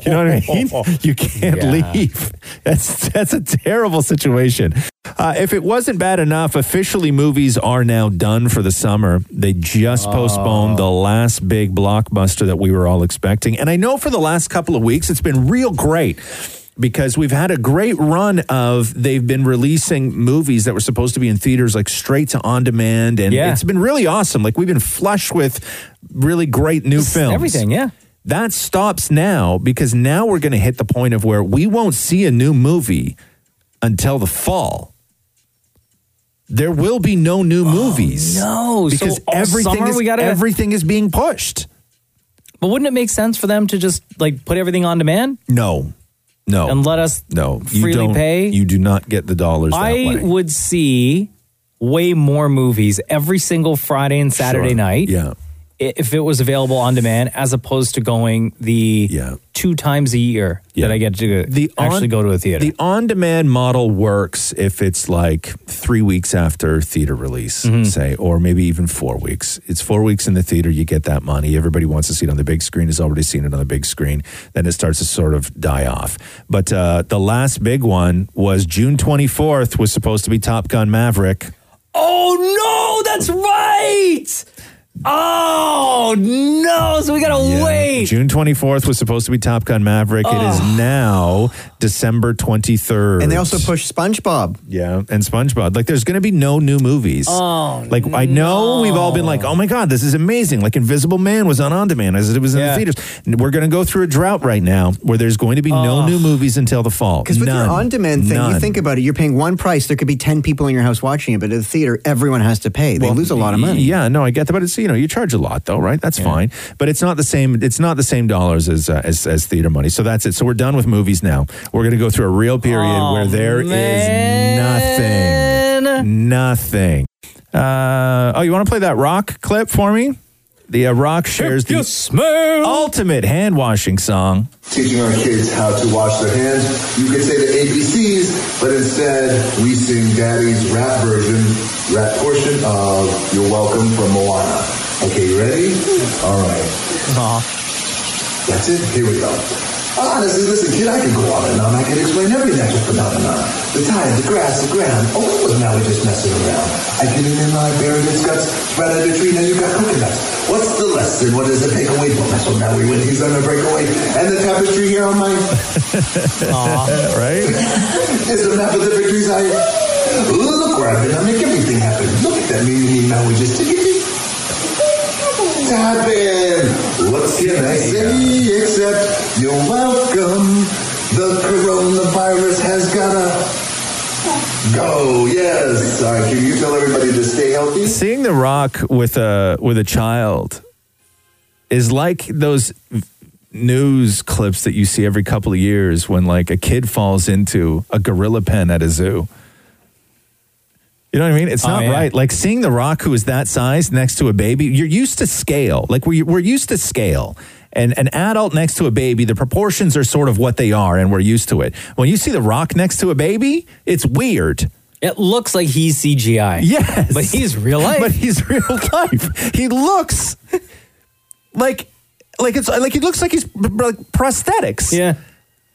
S7: You know what I mean? You can't
S2: Yeah.
S7: leave. That's that's a terrible situation. Uh, if it wasn't bad enough, officially movies are now done for the summer. They just
S2: Oh.
S7: postponed the last big blockbuster that we were all expecting, and I know for the last couple of weeks it's been real great. because we've had a great run of they've been releasing movies that were supposed to be in theaters like straight to on demand, and
S2: Yeah.
S7: it's been really awesome. Like we've been flush with really great new films.
S2: everything, yeah.
S7: That stops now because now we're going to hit the point of where we won't see a new movie until the fall. There will be no new movies.
S2: Oh, No,
S7: because
S2: so all
S7: everything
S2: summer
S7: is
S2: we gotta,
S7: everything is being pushed.
S2: But wouldn't it make sense for them to just like put everything on demand?
S7: No, no,
S2: and let us
S7: no you
S2: freely
S7: don't-
S2: pay?
S7: You do not get the dollars. that
S2: I
S7: way.
S2: would see way more movies every single Friday and Saturday
S7: Sure.
S2: night.
S7: Yeah.
S2: i- If it was available on demand, as opposed to going the two times a year that I get to the actually
S7: on-
S2: go to a theater.
S7: The on demand model works if it's like three weeks after theater release,
S2: Mm-hmm.
S7: say, or maybe even four weeks. It's four weeks in the theater, you get that money. Everybody wants to see it on the big screen, has already seen it on the big screen. Then it starts to sort of die off. But uh, the last big one was June 24th, was supposed to be Top Gun Maverick.
S2: oh no, that's right. Oh no, so we gotta wait.
S7: June 24th was supposed to be Top Gun Maverick. It is now December 23rd.
S3: And they also pushed SpongeBob.
S7: Yeah, and SpongeBob. Like, there's going to be no new movies.
S2: Um,
S3: Oh,
S7: like I know we've all been like, oh my god, this is amazing. Like Invisible Man was on on demand as it was in
S3: Yeah.
S7: the theaters. And We're going to go through a drought right now where there's going to be no new movies until the fall.
S3: Because with
S7: None.
S3: your on-demand thing, you
S7: None.
S3: think about it. You're paying one price. There could be ten people in your house watching it, but at the theater, everyone has to pay. They lose a lot of money.
S7: Yeah, no, I get that, but it's you know you charge a lot though, right? That's fine, but it's not the same. It's not the same dollars as uh, as as theater money. So that's it. So we're done with movies now. We're going to go through a real period where there is nothing, nothing. Uh, oh, you want to play that rock clip for me? The uh, rock shares the ultimate hand washing song.
S11: teaching our kids how to wash their hands. You could say the ABCs, but instead we sing Daddy's rap version, rap portion of You're Welcome from Moana. Okay, you ready? All right. That's it. Here we go. Uh, Honestly, listen, kid, I could go on and on. I could explain every natural phenomenon. The tide, the grass, the ground. Oh, what was Maui just messing around? I can in my buried its guts, spread out a tree, now you got coconuts. What's the lesson? What is the takeaway? Don't mess with Maui when he's on a breakaway. And the tapestry here on my...
S7: right?
S11: is a map of the victories I... Look where I've been. I make everything happen. Look at that meaning Maui just... Tap in. What can I say except you're welcome? The coronavirus has gotta go. Yes. All right. Can you tell everybody to stay healthy?
S7: Seeing the rock with a with a child is like those news clips that you see every couple of years when like a kid falls into a gorilla pen at a zoo. You know what I mean? It's
S5: Oh,
S7: not
S5: yeah.
S7: right. Like seeing the rock who is that size next to a baby, you're used to scale. Like we we're used to scale. And an adult next to a baby, the proportions are sort of what they are and we're used to it. When you see the rock next to a baby, it's weird.
S2: It looks like he's CGI.
S7: Yes.
S2: But he's real life.
S7: But he's real life. He looks like like it's like he looks like he's b- b- like prosthetics. Yeah.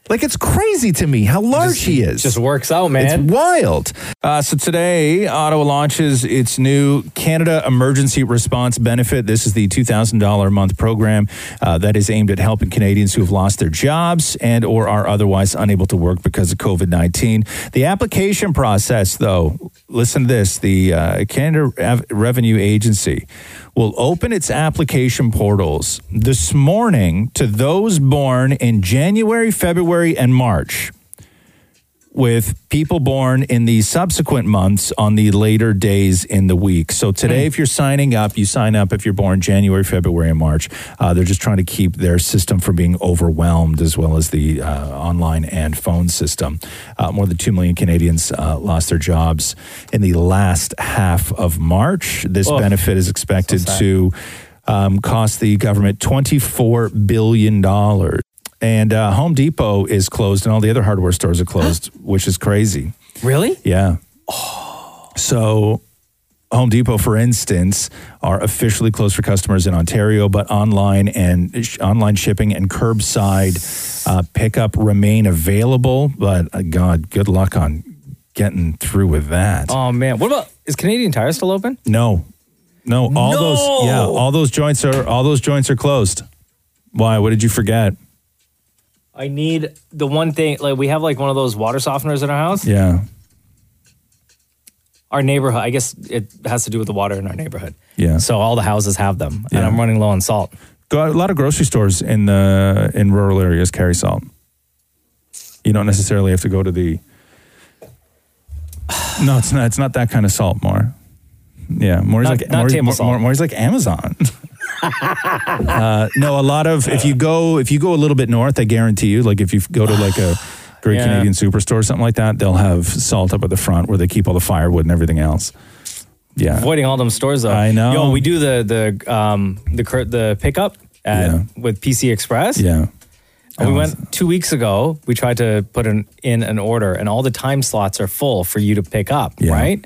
S7: Like it's crazy to me how large he is. Just
S2: works out,
S7: man. It's wild. Uh, so today, Ottawa launches its new Canada Emergency Response Benefit. This is the two thousand dollar a month program uh, that is aimed at helping Canadians who have lost their jobs and or are otherwise unable to work because of COVID nineteen. The application process, though, listen to this: the uh, Canada Rev- Revenue Agency will open its application portals this morning to those born in January, February, and March with people born in the subsequent months on the later days in the week. So today, if you're signing up, you sign up if you're born January, February, and March. Uh, they're just trying to keep their system from being overwhelmed, as well as the uh, online and phone system. Uh, more than 2 million Canadians uh, lost their jobs in the last half of March. This
S5: Oh,
S7: benefit is expected
S5: so sad.
S7: to um, cost the government $24 billion. And uh, Home Depot is closed, and all the other hardware stores are closed, which is crazy.
S2: Really?
S7: Yeah. So, Home Depot, for instance, are officially closed for customers in Ontario, but online and sh- online shipping and curbside uh, pickup remain available. But uh, God, good luck on getting through with that.
S2: Oh man, what about is Canadian Tire still open?
S7: No, no, all those yeah, all those joints are all those joints are closed. Why? What did you forget?
S2: I need the one thing. Like we have like one of those water softeners in our house.
S7: Yeah.
S2: Our neighborhood. I guess it has to do with the water in our neighborhood.
S7: Yeah.
S2: So all the houses have them, and I'm running low on salt.
S7: Go, a lot of grocery stores in the in rural areas carry salt. You don't necessarily have to go to the. [sighs] No, it's not. It's not that kind of salt. More. Yeah, more
S2: Not-
S7: like
S2: not
S7: more,
S2: table
S7: more,
S2: salt.
S7: more, more is like Amazon. [laughs] uh, no, a lot of if you go if you go a little bit north, I guarantee you, like if you go to like
S2: [sighs]
S7: a Great
S2: Yeah.
S7: Canadian Superstore or something like that, they'll have salt up at the front where they keep all the firewood and everything else. Yeah,
S2: Avoiding all them stores though. I
S7: know.
S2: Yo, we do the the um the cur- the pickup at, with PC Express.
S7: Yeah.
S2: And we went two weeks ago. We tried to put an, in an order, and all the time slots are full for you to pick up. Right.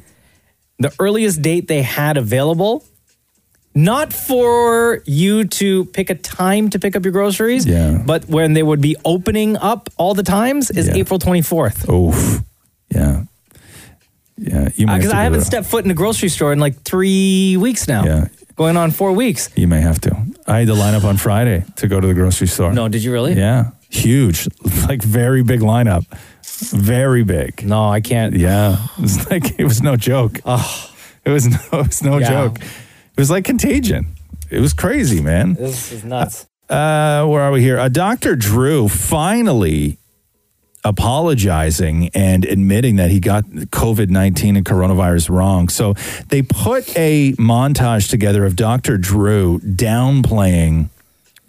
S2: The earliest date they had available, not for you to pick a time to pick up your groceries, but when they would be opening up all the times is April twenty fourth.
S7: Oof. Yeah. Yeah. You
S10: Uh,
S7: might have to
S2: Because Uh, I
S7: go
S2: haven't
S7: to-
S2: stepped foot in a grocery store in like three weeks now. Yeah. Going on four weeks.
S7: You may have to. I had to line up on Friday to go to the grocery store.
S2: No, did you really?
S7: Yeah. Huge. [laughs] Like very big lineup. Very big.
S2: No, I can't.
S7: Yeah. It was like it was no joke. Oh. It was no it was no
S2: Yeah.
S7: joke. It was like contagion. It was crazy, man.
S2: This is nuts.
S7: Uh where are we here? Uh, Dr. Drew finally apologizing and admitting that he got COVID 19 and coronavirus wrong. So they put a montage together of Dr. Drew downplaying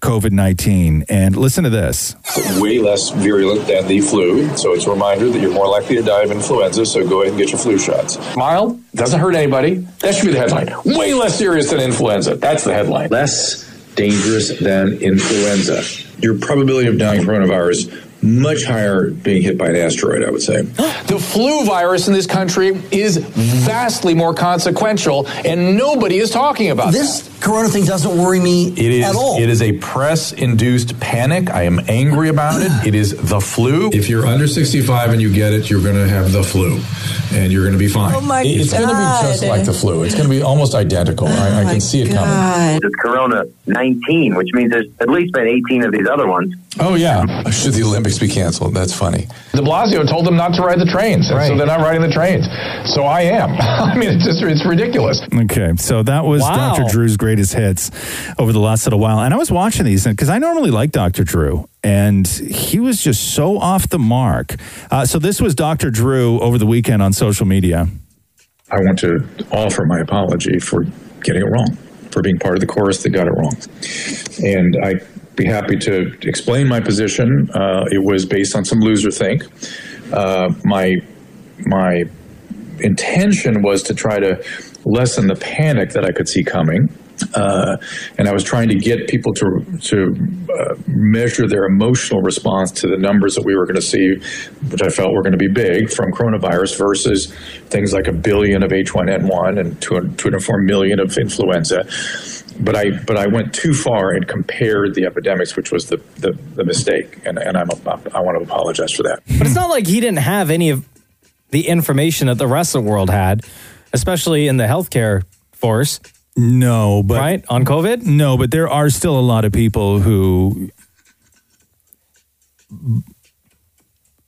S7: COVID 19. And listen to this.
S13: way less virulent than the flu. So it's a reminder that you're more likely to die of influenza, so go ahead and get your flu shots. Mild, doesn't hurt anybody. That should be the headline. Way less serious than influenza. That's the headline. Less dangerous than influenza. Your probability of dying of coronavirus much higher being hit by an asteroid, I would say.
S25: The flu virus in this country is vastly more consequential, and nobody is talking about
S4: This corona thing doesn't worry me
S25: It is-
S4: at all.
S25: it
S13: is a press-induced panic. I am angry about it. It is the flu. If you're under 65 and you get it, you're going to have the flu, and you're going to be fine.
S25: Oh my
S13: it's going to be just
S25: God.
S13: like the flu. It's going to be almost identical.
S4: Oh
S13: I, I can see it coming.
S10: It's Corona 19, which means there's at least been 18 of these other ones.
S13: Oh yeah. Should the Olympics be canceled? That's funny.
S25: De Blasio told them not to ride the trains, and so they're not riding the trains. So I am. [laughs] I mean, it's just it's ridiculous.
S7: Okay, so that was
S25: Wow.
S7: Dr. Drew's greatest hits over the last little while. And I was watching these because I normally like Dr. Drew, and he was just so off the mark. Uh, so this was Dr. Drew over the weekend on social media.
S13: I want to offer my apology for getting it wrong, for being part of the chorus that got it wrong. And I'd be happy to explain my position. Uh, it was based on some loser think. Uh, my my intention was to try to lessen the panic that I could see coming. Uh, and I was trying to get people to to uh, measure their emotional response to the numbers that we were going to see, which I felt were going to be big from coronavirus versus things like a billion of H1N1 and 200 204 million of influenza. But I but I went too far and compared the epidemics, which was the the, the mistake, and, and I'm I want to apologize for that.
S2: But it's not like he didn't have any of the information that the rest of the world had, especially in the healthcare force.
S7: No, but
S2: right on COVID.
S7: No, but there are still a lot of people who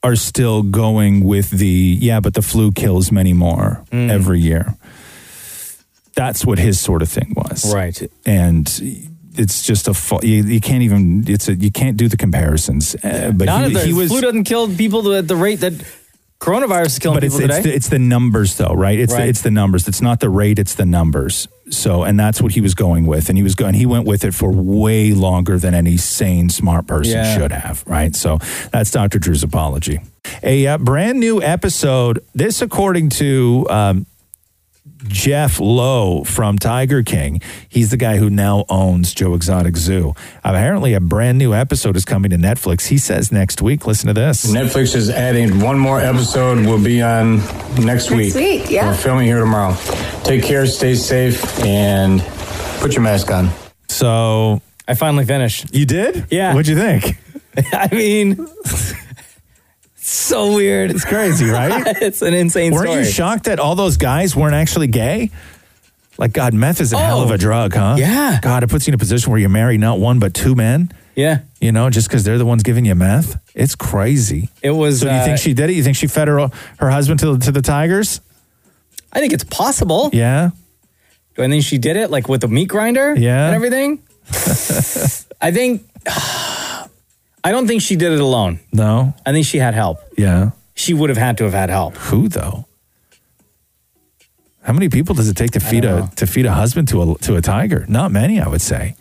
S7: are still going with the yeah, but the flu kills many more
S2: Mm.
S7: every year. That's what his sort of thing was,
S2: Right.
S7: And it's just a fa- you, you can't even it's a, you can't do the comparisons. Uh, but
S2: None
S7: he,
S2: of the
S7: he was
S2: flu doesn't kill people at the rate that coronavirus is killing
S7: but it's,
S2: people
S7: it's
S2: today.
S7: the, it's the numbers though right it's
S2: Right.
S7: The, it's the numbers it's not the rate it's the numbers so and that's what he was going with and he was going he went with it for way longer than any sane smart person
S2: Yeah.
S7: should have right so that's dr drew's apology a uh, brand new episode this according to um, Jeff Lowe from Tiger King. He's the guy who now owns Joe Exotic Zoo. Apparently, a brand new episode is coming to Netflix. He says next week. Listen to this.
S8: Netflix is adding one more episode. Will be on next week.
S26: week, yeah.
S8: We're filming here tomorrow. Take care, stay safe, and put your mask on.
S7: So
S2: I finally finished.
S7: You did?
S2: Yeah.
S7: What'd you think?
S2: [laughs] I mean, so weird. It's
S7: crazy, right?
S2: [laughs] it's an insane
S7: Weren't
S2: story.
S7: you shocked that all those guys weren't actually gay?
S2: Oh.
S7: Like, God, meth is a hell of a drug, huh? Yeah. God, it puts you in a position where you marry not one, but two men.
S2: Yeah.
S7: You know, just because they're the ones giving you meth. It's crazy.
S2: It was.
S7: So do you
S2: uh,
S7: think she did it? You think she fed her her husband to, to the tigers?
S2: I think it's possible.
S7: Yeah.
S2: Do I think she did it like with a meat grinder?
S7: Yeah.
S2: And everything?
S7: [laughs]
S2: I think. I don't think she did it alone.
S7: No.
S2: I think she had help.
S7: Yeah.
S2: She would have had to have had help.
S7: Who though? How many people does it take to feed a to feed a husband to a to a tiger? Not many, I would say.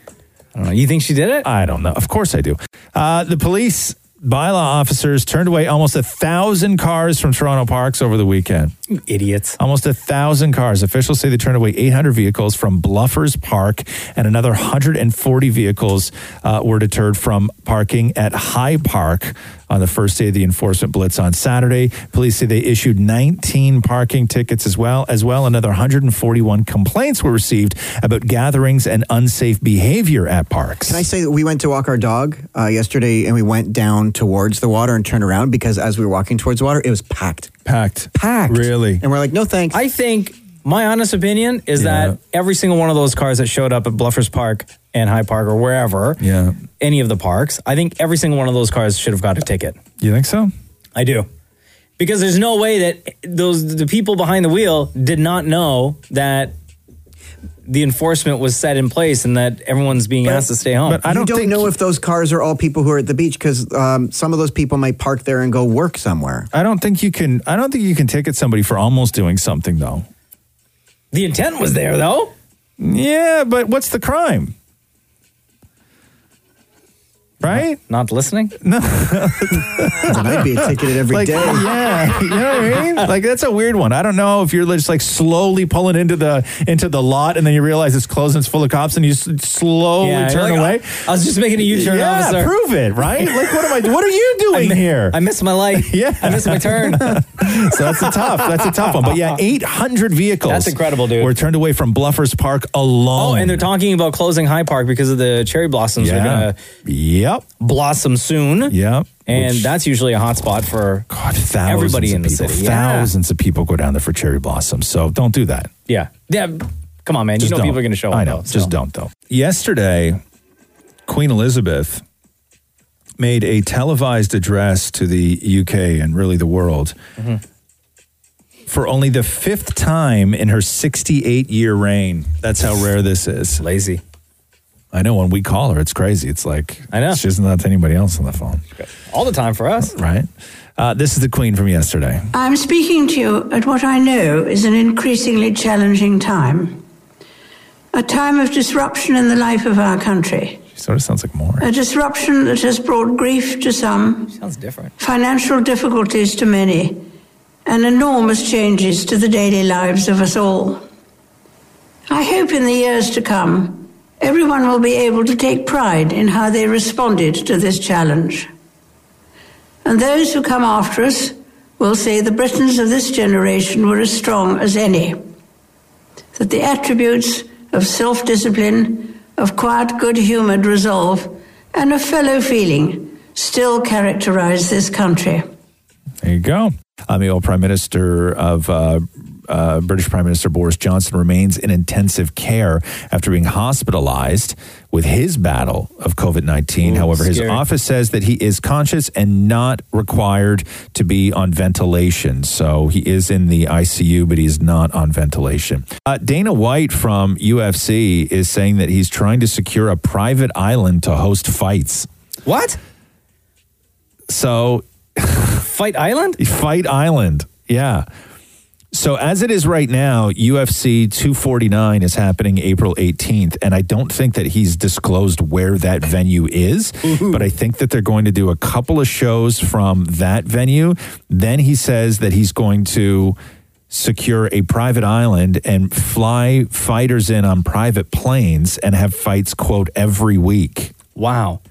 S2: I don't know. You think she did it?
S7: I don't know. Of course I do. Uh, the police bylaw officers turned away almost a thousand cars from Toronto parks over the weekend.
S2: You idiots.
S7: Almost a thousand cars. Officials say they turned away 800 vehicles from Bluffers Park, and another 140 vehicles uh, were deterred from parking at High Park on the first day of the enforcement blitz on Saturday. Police say they issued 19 parking tickets as well. As well, another 141 complaints were received about gatherings and unsafe behavior at parks.
S3: Can I say that we went to walk our dog uh, yesterday and we went down towards the water and turned around because as we were walking towards the water, it was packed.
S7: Packed.
S3: Packed.
S7: Really?
S3: And we're like, no thanks.
S2: I think my honest opinion is that every single one of those cars that showed up at Bluffers Park and High Park or wherever,
S7: yeah,
S2: any of the parks, I think every single one of those cars should have got a ticket.
S7: You think so?
S2: I do. Because there's no way that those the people behind the wheel did not know that the enforcement was set in place and that everyone's being asked to stay home.
S3: You don't know if those cars are all people who are at the beach because um, some of those people might park there and go work somewhere.
S7: I don't think you can. I don't think you can ticket somebody for almost doing something though.
S2: The intent was there though.
S7: Yeah, but what's the crime? Right?
S2: Not listening?
S7: [laughs] No.
S3: I'd be ticketed every
S7: like,
S3: day.
S7: Yeah, you know what I mean. Like that's a weird one. I don't know if you're just like slowly pulling into the into the lot, and then you realize it's closed and it's full of cops, and you s- slowly
S2: Yeah, you're
S7: turn
S2: like,
S7: away.
S2: I was just making a U-turn,
S7: Yeah,
S2: officer.
S7: prove it, right? Like what am I? What are you doing here?
S2: [laughs] I missed my light.
S7: [laughs] yeah,
S2: I missed my turn.
S7: so that's a tough. That's a tough one. But
S2: [laughs]
S7: yeah, 800 vehicles.
S2: That's incredible, dude.
S7: Were turned away from Bluffers Park alone.
S2: Oh, and they're talking about closing High Park because of the cherry blossoms are
S7: Yeah.
S2: gonna
S7: yep
S2: blossom soon.
S7: Yep,
S2: and
S7: Which-
S2: that's usually a hot spot for
S7: God, thousands
S2: everybody
S7: of
S2: in the
S7: people,
S2: city.
S7: Thousands of people go down there for cherry blossoms. So don't do that.
S2: Yeah. yeah, yeah. Come on, man.
S7: Just
S2: you know
S7: don't.
S2: people are gonna show up.
S7: I know.
S2: though, so.
S7: Just don't though. Yesterday, Queen Elizabeth made a televised address to the UK and really the world
S2: Mm-hmm.
S7: for only the fifth time in her 68 year reign. That's how rare this is.
S2: Lazy.
S7: I know when we call her, it's crazy. It's like I know she doesn't let anybody else on the phone,
S2: all the time for us,
S7: right? Uh, this is the Queen from yesterday.
S14: I'm speaking to you at what I know is an increasingly challenging time. A time of disruption in the life of our country.
S7: She sort of sounds like more.
S14: A disruption that has brought grief to some,
S2: Sounds different.
S14: financial difficulties to many, and enormous changes to the daily lives of us all. I hope in the years to come, everyone will be able to take pride in how they responded to this challenge. And those who come after us will say the Britons of this generation were as strong as any. That the attributes of self discipline, of quiet, good humoured resolve, and of fellow feeling still characterise this country.
S7: There you go. Um, the old Prime Minister of uh, uh, British Prime Minister Boris Johnson remains in intensive care after being hospitalized with his battle of COVID 19. However, his
S16: scary.
S7: office says that he is conscious and not required to be on ventilation. So he is in the ICU, but he is not on ventilation. Uh, Dana White from UFC is saying that he's trying to secure a private island to host fights.
S2: What?
S7: So
S2: Fight Island?
S7: Fight Island. Yeah. So as it is right now, UFC 249 is happening April 18th, and I don't think that he's disclosed where that venue is, but I think that they're going to do a couple of shows from that venue. Then he says that he's going to secure a private island and fly fighters in on private planes and have fights quote every week.
S2: Wow.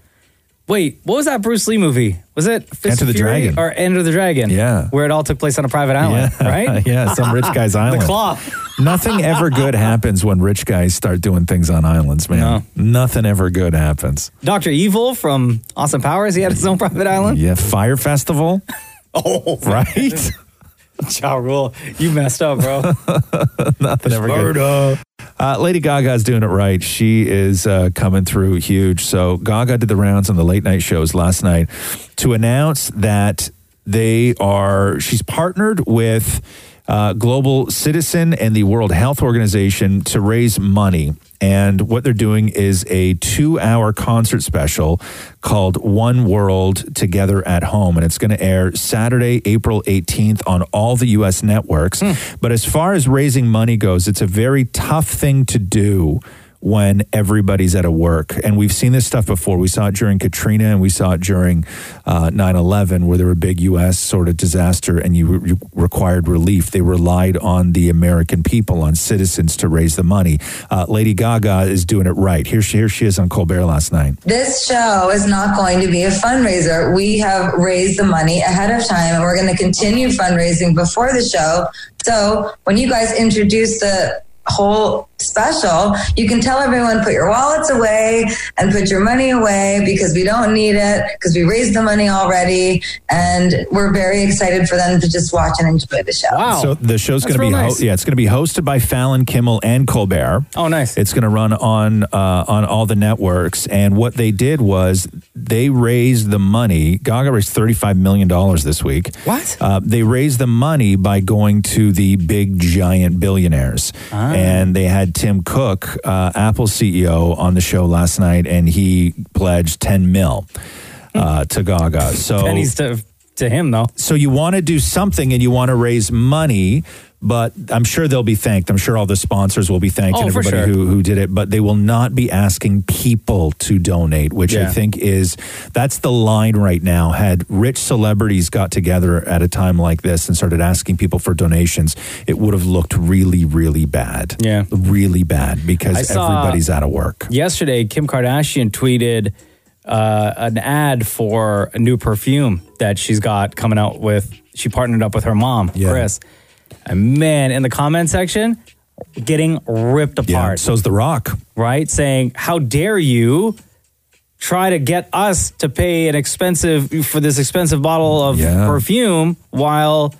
S2: Wait, what was that Bruce Lee movie? Was it Fist
S7: Enter
S2: of
S7: the
S2: Fury
S7: Dragon.
S2: or Enter the Dragon?
S7: Yeah.
S2: where it all took place on a private island,
S7: Yeah. [laughs]
S2: [laughs] right?
S7: Yeah, some
S2: [laughs]
S7: rich guy's island.
S2: The claw.
S7: [laughs] Nothing ever good happens when rich guys start doing things on islands, man. Nothing ever good happens.
S2: Doctor Evil from Awesome Powers. He had his own private island.
S7: Yeah, fire festival,
S2: Oh,
S7: right?
S2: [laughs] Ja Rule, you messed up, bro.
S7: [laughs] [laughs] Nothing ever good. Uh, Lady Gaga's doing it right. She is uh, coming through huge. So Gaga did the rounds on the late night shows last night to announce that they are. She's partnered with uh, Global Citizen and the World Health Organization to raise money. And what they're doing is a two hour concert special called One World Together at Home. And it's going to air Saturday, April 18th on all the U.S. networks. But as far as raising money goes, it's a very tough thing to do when everybody's at a work. And we've seen this stuff before. We saw it during Katrina and we saw it during uh, 9-11 where there were big U.S. sort of disaster and you, re- you required relief. They relied on the American people, on citizens to raise the money. Uh, Lady Gaga is doing it right. Here she, here she is on Colbert last night.
S1: This show is not going to be a fundraiser. We have raised the money ahead of time and we're going to continue fundraising before the show. So when you guys introduce the whole special, you can tell everyone put your wallets away and put your money away because we don't need it because we raised the money already and we're very excited for them to just watch and enjoy the show.
S7: So the show's
S1: That's
S7: going to be
S1: real
S7: ho-
S1: nice.
S7: yeah, it's going to be hosted by Fallon, Kimmel, and Colbert.
S2: Oh, nice!
S7: It's going to run on uh, on all the networks. And what they did was they raised the money. Gaga raised thirty five million dollars this week. What? Uh, they raised the money by going to the big giant billionaires, and they had Tim Cook, uh, Apple CEO, on the show last night, and he pledged ten mil uh, to Gaga. So
S2: Pennies to to him though.
S7: so you want to do something and you want to raise money, but I'm sure they'll be thanked. I'm sure all the sponsors will be thanked
S2: Oh,
S7: and
S2: for
S7: everybody
S2: sure.
S7: who, who did it, but they will not be asking people to donate, which I
S2: Yeah.
S7: think is that's the line right now. Had rich celebrities got together at a time like this and started asking people for donations, it would have looked really, really bad. Yeah. Really bad
S2: I
S7: because
S2: saw-
S7: everybody's out of work.
S2: Yesterday, Kim Kardashian tweeted uh, an ad for a new perfume that she's got coming out with. She partnered up with her mom, Chris. And man, in the comment section, getting ripped apart.
S7: so's The Rock.
S2: Right? Saying, how dare you try to get us to pay an expensive for this expensive bottle of perfume while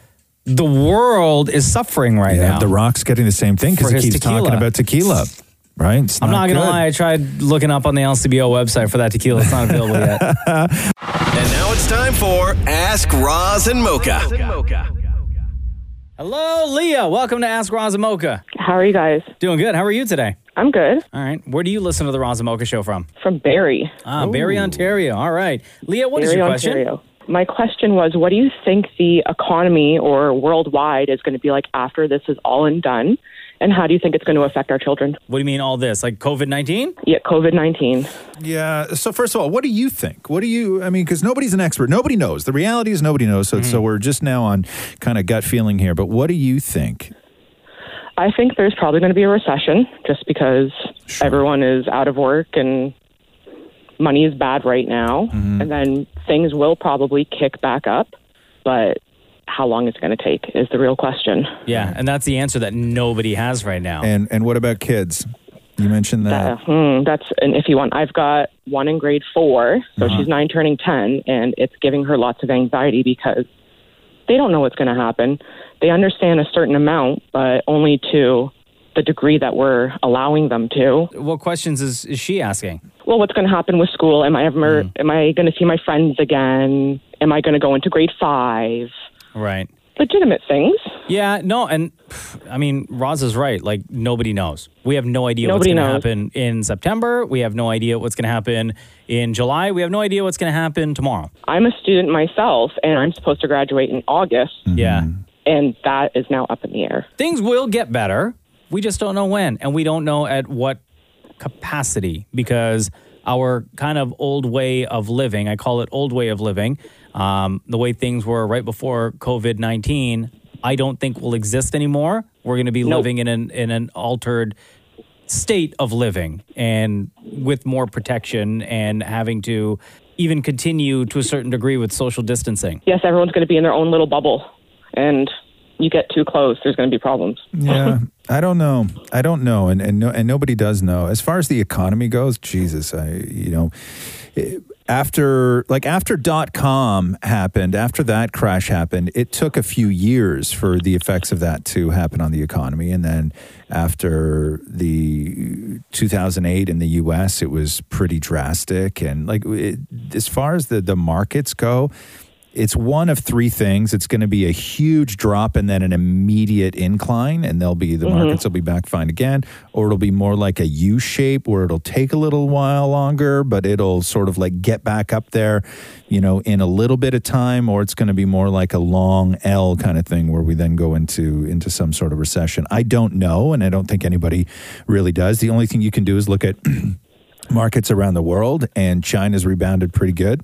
S2: the world is suffering right
S7: Yeah,
S2: now.
S7: The Rock's getting the same thing because
S2: For
S7: he
S2: his
S7: keeps talking
S2: tequila.
S7: about tequila, right? It's
S2: I'm not, gonna
S7: good.
S2: lie. I tried looking up on the LCBO website for that tequila. It's not
S7: [laughs]
S2: available yet.
S4: And now it's time for Ask Roz and Mocha.
S2: Hello, Leah. Welcome to Ask Razamoka.
S27: How are you guys?
S2: Doing good. How are you today?
S27: I'm good.
S2: All right. Where do you listen to the Razamoka show from?
S27: From Barry.
S2: Ah, Barry, Ontario. All right, Leah. What is
S27: Barrie,
S2: your
S27: Ontario. My question was, what do you think the economy or worldwide is going to be like after this is all and done? And how do you think it's going to affect our children?
S2: question? What do you mean all this? Like COVID nineteen?
S27: Yeah, COVID 19.
S7: Yeah. Uh, So first of all, what do you think? What do you? I mean, because nobody's an expert. Nobody knows. The reality is nobody knows. So so we're just now on kind of gut feeling here. But what do you think?
S27: I think there's probably going to be a recession just because everyone is out of work and money is bad right now.
S2: Mm-hmm.
S27: And then things will probably kick back up. But how long it's going to take is the real question.
S2: Yeah, and that's the answer that nobody has right now.
S7: And and what about kids? You mentioned that.
S27: Hmm, that's an iffy one. I've got one in grade four, so
S2: Uh-huh.
S27: she's nine turning 10, and it's giving her lots of anxiety because they don't know what's going to happen. They understand a certain amount, but only to the degree that we're allowing them to.
S2: What questions is, is she asking?
S27: Well, what's going to happen with school? Am I
S2: Mm.
S27: ever, am I going to see my friends again? Am I going to go into grade five?
S2: Right.
S27: Legitimate things.
S2: Yeah, no, and pff, I mean, Roz is right. Like, nobody knows. We have no idea
S27: Nobody
S2: what's going to
S27: knows.
S2: happen in September. We have no idea what's going to happen in July. We have no idea what's going to happen tomorrow.
S27: I'm a student myself, and I'm supposed to graduate in August,
S2: Mm-hmm. Yeah.
S27: and that is now up in the air.
S2: Things will get better. We just don't know when, and we don't know at what capacity because our kind of old way of living, I call it old way of living, um, the way things were right before COVID 19, I don't think will exist anymore. We're going to be
S9: Nope.
S2: living in an, in an altered state of living and with more protection and having to even continue to a certain degree with social distancing.
S27: yes,
S7: [laughs]
S27: everyone's going to be in their own little bubble, and you get too close, there's going to be problems.
S7: Yeah. I don't know. I don't know, and and no, and nobody does know. As far as the economy goes, Jesus, I you know, it- after like after dot com happened, after that crash happened, it took a few years for the effects of that to happen on the economy, and then after the 2008 in the U.S., it was pretty drastic, and like it, as far as the the markets go, it's one of three things. It's going to be a huge drop and then an immediate incline, and they'll be the
S8: Mhm.
S7: markets will be back fine again, or it'll be more like a U shape where it'll take a little while longer, but it'll sort of like get back up there, you know, in a little bit of time, or it's going to be more like a long L kind of thing where we then go into into some sort of recession. I don't know, and I don't think anybody really does. The only thing you can do is look at [clears throat] markets around the world, and China's rebounded pretty good.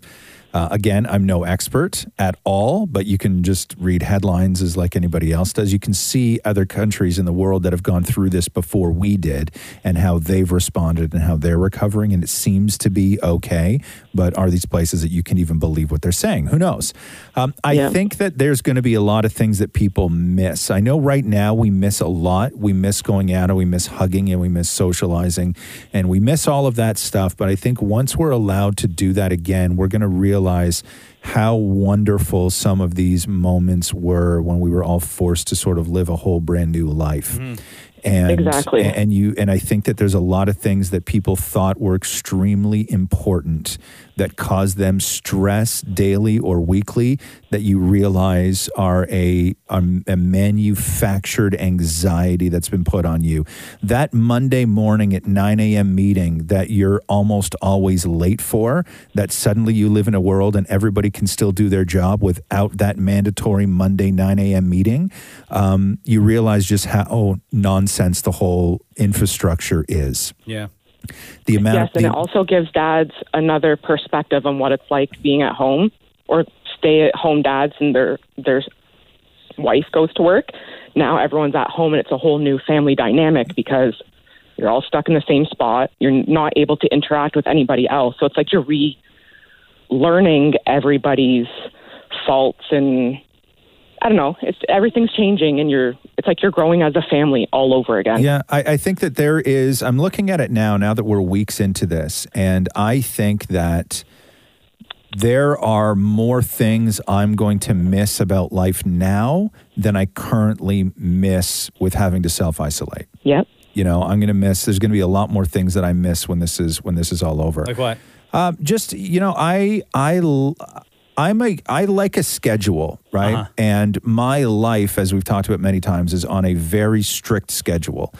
S7: Uh, again, I'm no expert at all, but you can just read headlines as like anybody else does. You can see other countries in the world that have gone through this before we did and how they've responded and how they're recovering. And it seems to be okay. But are these places that you can even believe what they're saying? Who knows? Um, I
S10: Yeah.
S7: think that there's going to be a lot of things that people miss. I know right now we miss a lot. We miss going out and we miss hugging and we miss socializing and we miss all of that stuff. But I think once we're allowed to do that again, we're going to realize how wonderful some of these moments were when we were all forced to sort of live a whole brand new life. And,
S18: Exactly.
S7: And you and I think that there's a lot of things that people thought were extremely important that cause them stress daily or weekly that you realize are a a, a manufactured anxiety that's been put on you. That Monday morning at 9 a.m. meeting that you're almost always late for. That suddenly you live in a world and everybody can still do their job without that mandatory Monday 9 a.m. meeting. Um, you realize just how nonsense the whole infrastructure is.
S2: Yeah.
S7: The amount
S18: yes,
S7: of
S18: and
S7: the,
S18: it also gives dads another perspective on what it's like being at home or stay-at-home dads, and their their wife goes to work. Now everyone's at home, and it's a whole new family dynamic because you're all stuck in the same spot. You're not able to interact with anybody else, so it's like you're relearning everybody's faults and. I don't know. It's everything's changing, and you're. It's like you're growing as a family all over again.
S7: Yeah, I, I think that there is. I'm looking at it now, now that we're weeks into this, and I think that there are more things I'm going to miss about life now than I currently miss with having to self isolate.
S18: Yep.
S7: You know, I'm going to miss. There's going to be a lot more things that I miss when this is when this is all over.
S2: Like what?
S7: Um, just you know, I I l- I'm a I like a schedule, right?
S2: Uh-huh.
S7: And my life, as we've talked about many times, is on a very strict schedule.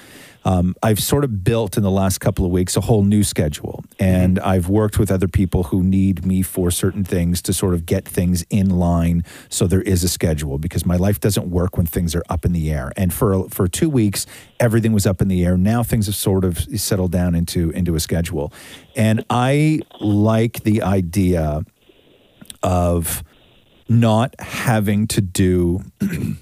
S7: Um, I've sort of built in the last couple of weeks a whole new schedule, and I've worked with other people who need me for certain things to sort of get things in line, so there is a schedule because my life doesn't work when things are up in the air. And for for two weeks, everything was up in the air. Now things have sort of settled down into into a schedule, and I like the idea of not having to do [clears throat]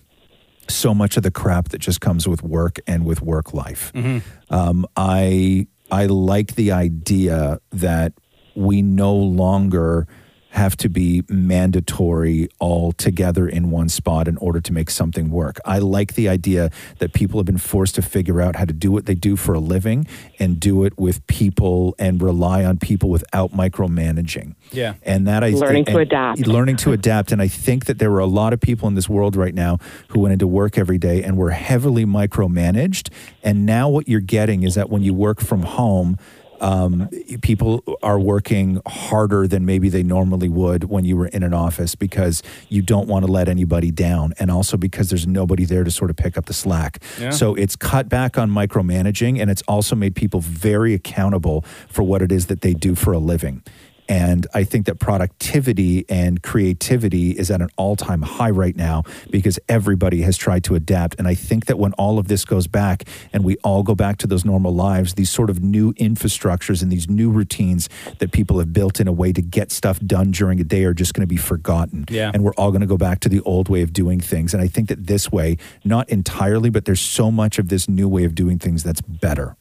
S7: so much of the crap that just comes with work and with work life.
S10: Mm.
S7: Um, I I like the idea that we no longer have to be mandatory all together in one spot in order to make something work. I like the idea that people have been forced to figure out how to do what they do for a living and do it with people and rely on people without micromanaging
S18: Yeah.
S7: and that I
S18: Learning to
S7: and
S18: adapt.
S7: learning to adapt. And I think that there were a lot of people in this world right now who went into work every day and were heavily micromanaged. And now what you're getting is that when you work from home. Um, people are working harder than maybe they normally would when you were in an office because you don't want to let anybody down, and also because there's nobody there to sort of pick up the slack.
S20: Yeah.
S7: So it's cut back on micromanaging, and it's also made people very accountable for what it is that they do for a living. And I think that productivity and creativity is at an all time high right now because everybody has tried to adapt. And I think that when all of this goes back and we all go back to those normal lives, these sort of new infrastructures and these new routines that people have built in a way to get stuff done during a day are just going to be forgotten.
S2: Yeah.
S7: And we're all going to go back to the old way of doing things. And I think that this way, not entirely, but there's so much of this new way of doing things that's better.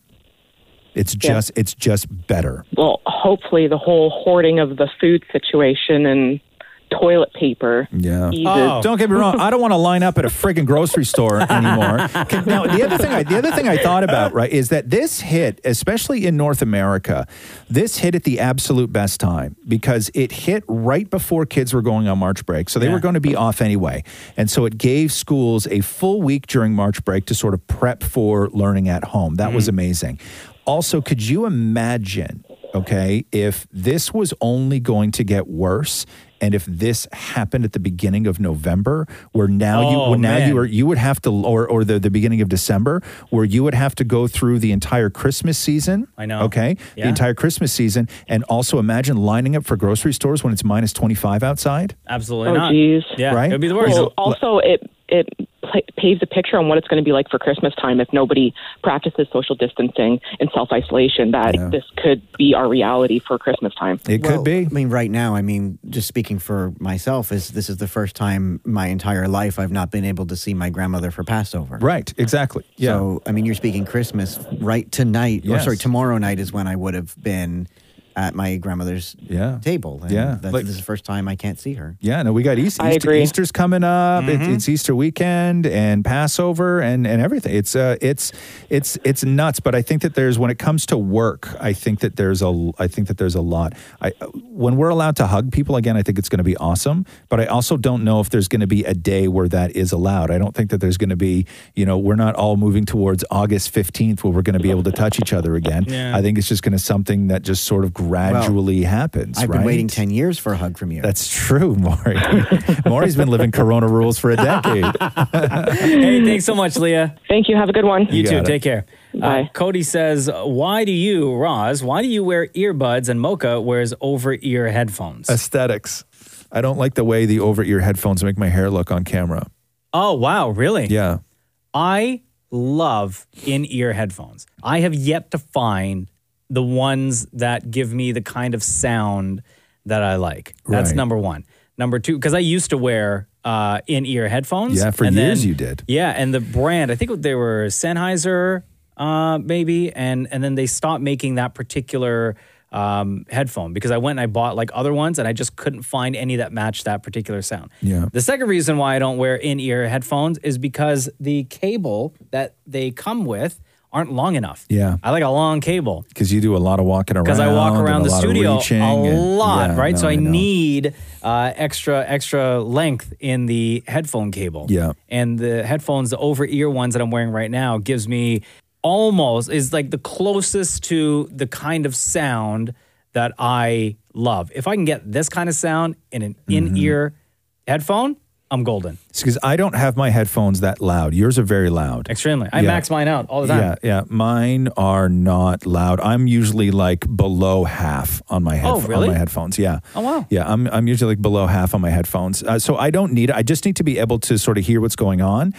S7: It's
S18: Yeah.
S7: just, it's just better.
S18: well, hopefully the whole hoarding of the food situation and toilet paper.
S7: Yeah.
S18: Jesus.
S7: Oh,
S2: Oh.
S7: Don't get me wrong.
S2: [laughs]
S7: I don't want to line up at a friggin' grocery store anymore. 'Cause Now, the other thing, I, the other thing I thought about, right, is that this hit, especially in North America, this hit at the absolute best time because it hit right before kids were going on March break, so they were going to be off anyway, and so it gave schools a full week during March break to sort of prep for learning at home. That was amazing. Also, could you imagine, okay, if this was only going to get worse and if this happened at the beginning of November, where now you
S2: Oh,
S7: well, now
S2: man.
S7: you are you would have to or or the, the beginning of December, where you would have to go through the entire Christmas season. I know. Okay.
S2: Yeah.
S7: The entire Christmas season. And also imagine lining up for grocery stores when it's minus twenty five outside.
S2: Absolutely
S7: Oh,
S2: not.
S7: geez.
S2: Yeah,
S7: Right?
S2: it would be the
S7: Or
S2: worst.
S7: is
S18: Well, also, it it pla paves a picture on what it's going to be like for Christmas time if nobody practices social distancing and self isolation. That this could be our reality for Christmas time.
S3: Well, I mean, right now, I mean, just speaking for myself, is this is the first time my entire life I've not been able to see my grandmother for Passover.
S7: Right. Exactly. Yeah.
S3: So, I mean, you're speaking Christmas right tonight. Or
S7: Yes.
S3: sorry, tomorrow night is when I would have been at my grandmother's
S7: Yeah.
S3: table. And
S7: Yeah.
S3: That's,
S7: Like-
S3: this is the first time I can't see her.
S7: Yeah, no, we got East,
S3: I
S7: Easter,
S3: agree.
S7: Easter's coming up. It-
S3: Mhm.
S7: it's Easter weekend and Passover and and everything. It's uh, it's it's it's nuts. But I think that there's when it comes to work, I think that there's a I think that there's a lot. I when we're allowed to hug people again, I think it's going to be awesome. But I also don't know if there's going to be a day where that is allowed. I don't think that there's going to be you know we're not all moving towards August fifteenth where we're going to be able to touch each other again.
S3: Yeah.
S7: I think it's just going to something that just sort of gradually happens.
S3: I've been
S7: right?
S3: waiting 10 years for a hug from you.
S7: That's true, [laughs] Maury. Maury's been living Corona rules for a
S2: [laughs]
S7: decade.
S2: hey, thanks so much, Leah.
S18: Thank you. Have a good one.
S2: You,
S7: You
S2: too.
S7: got it.
S2: Take care. Uh, Cody says, "Why do you, Roz? Why do you wear earbuds and Mocha wears over-ear headphones?"
S7: Aesthetics. I don't like the way the over ear headphones make my hair look on camera.
S2: Oh wow, really?
S7: Yeah.
S2: I love in-ear headphones. I have yet to find the ones that give me the kind of sound that I like. That's
S7: Right.
S2: number one. Number two, because I used to wear uh, in-ear headphones.
S7: Yeah, for
S2: and
S7: years
S2: then-
S7: you did.
S2: Yeah, and the brand, I think they were Sennheiser, uh, maybe, and and then they stopped making that particular um, headphone because I went and I bought like other ones, and I just couldn't find any that matched that particular sound.
S7: Yeah.
S2: The second reason why I don't wear in-ear headphones is because the cable that they come with aren't long enough.
S7: Yeah.
S2: I like a long cable
S7: Because you do a lot of walking around.
S2: because I walk
S7: and
S2: around
S7: a
S2: the
S7: lot of
S2: studio
S7: reaching
S2: a
S7: and-
S2: lot,
S7: Yeah,
S2: right? so
S7: no,
S2: I,
S7: know.
S2: need uh, extra extra length in the headphone cable.
S7: Yeah.
S2: and the headphones, the over ear ones that I'm wearing right now, gives me almost is like the closest to the kind of sound that I love. If I can get this kind of sound in an
S7: Mm-hmm.
S2: in ear headphone, I'm golden.
S7: because I don't have my headphones that loud. Yours are very loud.
S2: Extremely. I
S7: Yeah.
S2: max mine out all the time.
S7: Yeah, yeah. Mine are not loud. I'm usually like below half on my,
S2: Oh,
S7: headph-
S2: really?
S7: on my headphones. Yeah.
S2: Oh wow.
S7: Yeah, I'm I'm usually like below half on my headphones, uh, so I don't need. I just need to be able to sort of hear what's going on.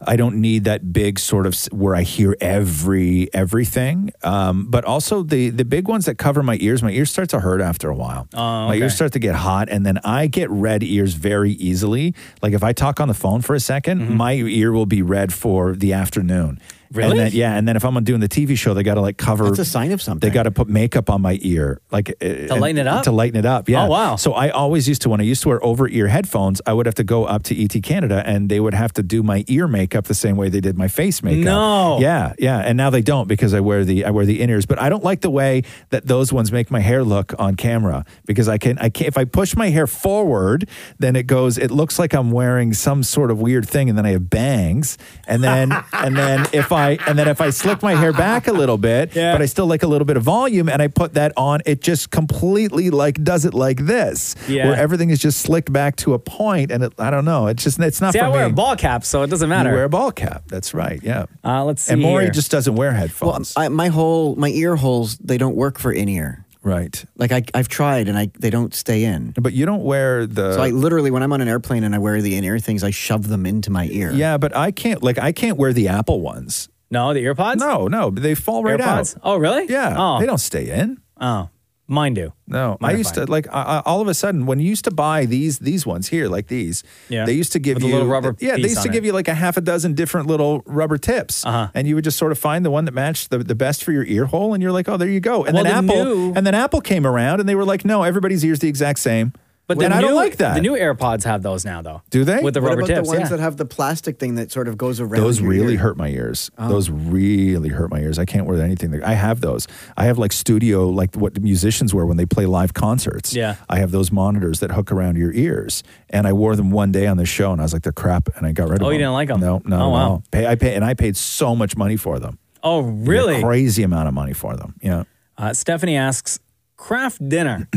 S7: I don't need that big sort of s- where I hear every everything. Um, but also the the big ones that cover my ears. My ears start to hurt after a while.
S2: Oh,
S7: My
S2: okay.
S7: ears start to get hot, and then I get red ears very easily. Like if I talk on the phone for a 2nd
S2: Mm-hmm.
S7: my ear will be red for the afternoon.
S2: Really?
S7: And then, yeah, and then if I'm doing the TV show, they got to like cover.
S3: That's a sign of something.
S7: They got to put makeup on my ear, like to
S2: lighten it up?
S7: To lighten it up, yeah.
S2: Oh, wow.
S7: So I always used to when I used to wear over ear headphones, I would have to go up to ET Canada and they would have to do my ear makeup the same way they did my face makeup.
S2: No.
S7: Yeah, yeah. And now they don't because I wear the I wear the in ears, but I don't like the way that those ones make my hair look on camera because I can I can if I push my hair forward, then it goes it looks like I'm wearing some sort of weird thing and then I have bangs. And then and
S2: [laughs]
S7: then if I and then if I slick my hair back a little bit, but I still like a little bit of volume and I put that on, it just completely like does it like this.
S2: Yeah.
S7: Where everything is just slicked back to a point and it, I don't know. It's just it's not
S2: See,
S7: for
S2: I wear
S7: me.
S2: a ball cap, so it doesn't matter.
S7: You wear a ball cap. That's right. Yeah.
S2: Uh, let's see.
S7: and Maury
S2: here.
S7: just doesn't wear headphones.
S3: Well, I, my whole my ear holes they don't work for in ear.
S7: Right.
S3: Like I, I've tried and I they don't stay in.
S7: But you don't wear the.
S3: So I literally when I'm on an airplane and I wear the in ear things, I shove them into my ear.
S7: yeah, but I can't like I can't wear the Apple ones.
S2: no the earpods.
S7: No, no, they fall right
S2: AirPods?
S7: out.
S2: Oh, really?
S7: Yeah.
S2: Oh.
S7: They don't stay in.
S2: Oh, mine do.
S7: No,
S2: Mine
S7: I
S2: are
S7: used
S2: fine.
S7: to like I, I, all of a sudden when you used to buy these these ones here like these.
S2: Yeah.
S7: They used to give
S2: With a
S7: you
S2: little rubber
S7: Yeah, they
S2: piece
S7: used to
S2: on
S7: give
S2: it.
S7: you like a half a dozen different little rubber tips, uh-huh. and you would just sort of find the one that matched the, the best for your ear hole, and you're like, oh, there you go. And
S2: Well,
S7: then
S2: the
S7: Apple
S2: new-
S7: and then Apple came around, and they were like, no, everybody's ears the exact same.
S2: But
S7: then
S2: the
S7: I don't
S2: new-
S7: like that.
S2: The new AirPods have those now, though.
S7: Do they?
S2: With the
S7: What
S2: rubber
S7: about the
S2: tips.
S7: ones
S2: yeah.
S3: that have the plastic thing that sort of goes around.
S7: Those
S3: your
S7: really
S3: ear.
S7: hurt my ears.
S2: Oh.
S7: Those really hurt my ears. I can't wear anything. that- I have those. I have like studio, like what the musicians wear when they play live concerts.
S2: Yeah.
S7: I have those monitors that hook around your ears. And I wore them one day on the show and I was like, they're crap. And I got rid of them.
S2: Oh, you didn't like 'em?
S7: No, no.
S2: Oh, wow.
S7: no. Pay, I pay, and I paid so much money for them.
S2: oh, really?
S7: A crazy amount of money for them. Yeah. [clears throat]
S2: Uh, Stephanie asks, craft dinner.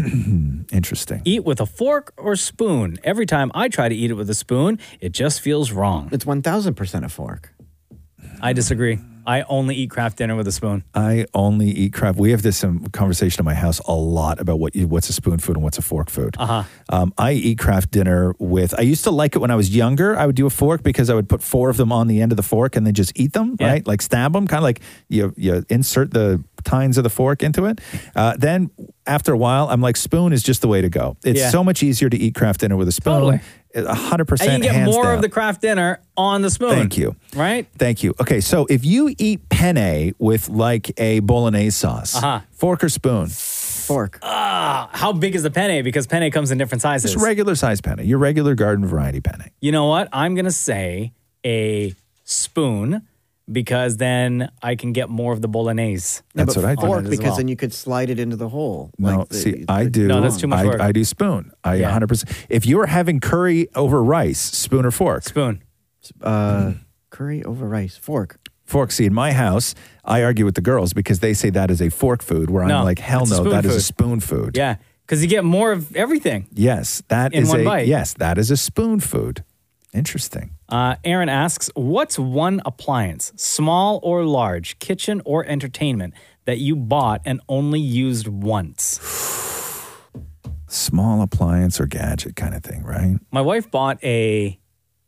S7: Interesting.
S2: Eat with a fork or spoon. Every time I try to eat it with a spoon, it just feels wrong.
S3: It's 1000% a fork.
S2: I disagree. I only eat craft dinner with a spoon.
S7: I only eat crap. We have this um, conversation in my house a lot about what you, what's a spoon food and what's a fork food. Uh-huh. Um, I eat craft dinner with. I used to like it when I was younger. I would do a fork because I would put four of them on the end of the fork and then just eat them, right? Like stab them, kind of like you you insert the tines of the fork into it. Uh, then after a while, I'm like, spoon is just the way to go. It's
S2: Yeah.
S7: so much easier to eat craft dinner with a spoon.
S2: Totally.
S7: A hundred percent.
S2: And you get
S7: hands
S2: more
S7: down.
S2: of the craft dinner on the spoon.
S7: Thank you.
S2: Right?
S7: Thank you. Okay, so if you eat penne with like a bolognese sauce,
S2: Uh-huh.
S7: fork or spoon?
S3: Fork.
S2: Ah, how big is the penne? Because penne comes in different sizes.
S7: Just regular size penne, your regular garden variety penne.
S2: You know what? I'm going to say a spoon because then I can get more of the bolognese.
S3: Yeah, but Fork
S2: on it as
S3: because
S2: well.
S3: then you could slide it into the hole.
S7: No,
S3: like the-
S7: see, I do.
S2: No, that's too much
S7: I,
S2: work.
S7: I do spoon. I
S2: Yeah.
S7: 100%. If you are having curry over rice, spoon or fork?
S2: Spoon.
S7: Uh,
S3: Curry over rice. Fork.
S7: Fork. See, in my house, I argue with the girls because they say that is a fork food, where
S2: No,
S7: I'm like, hell
S2: it's a
S7: no,
S2: spoon
S7: that is a
S2: food.
S7: spoon food.
S2: Yeah, because you get more of everything.
S7: Yes, that is
S2: In one
S7: a
S2: bite.
S7: yes, that is a spoon food. Interesting.
S2: Uh, Aaron asks, what's one appliance, small or large, kitchen or entertainment, that you bought and only used once? [sighs]
S7: Small appliance or gadget kind of thing, right?
S2: My wife bought a.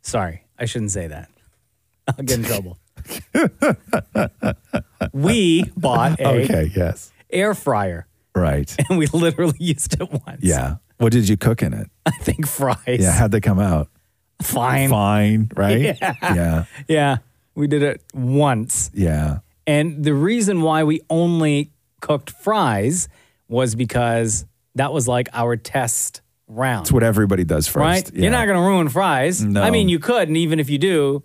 S2: Sorry, I shouldn't say that. I'll get in trouble. we bought a
S7: Okay, yes.
S2: air fryer,
S7: Right.
S2: [laughs] and we literally used it once.
S7: Yeah. What did you cook in it?
S2: I think fries.
S7: Yeah. How'd they come out?
S2: [laughs] Fine.
S7: Fine. Right.
S2: [laughs] Yeah.
S7: Yeah.
S2: Yeah, we did it once.
S7: Yeah.
S2: And the reason why we only cooked fries was because that was like our test round.
S7: It's what everybody does first.
S2: Right? You're not going to ruin fries.
S7: No.
S2: I mean, you could, and even if you do,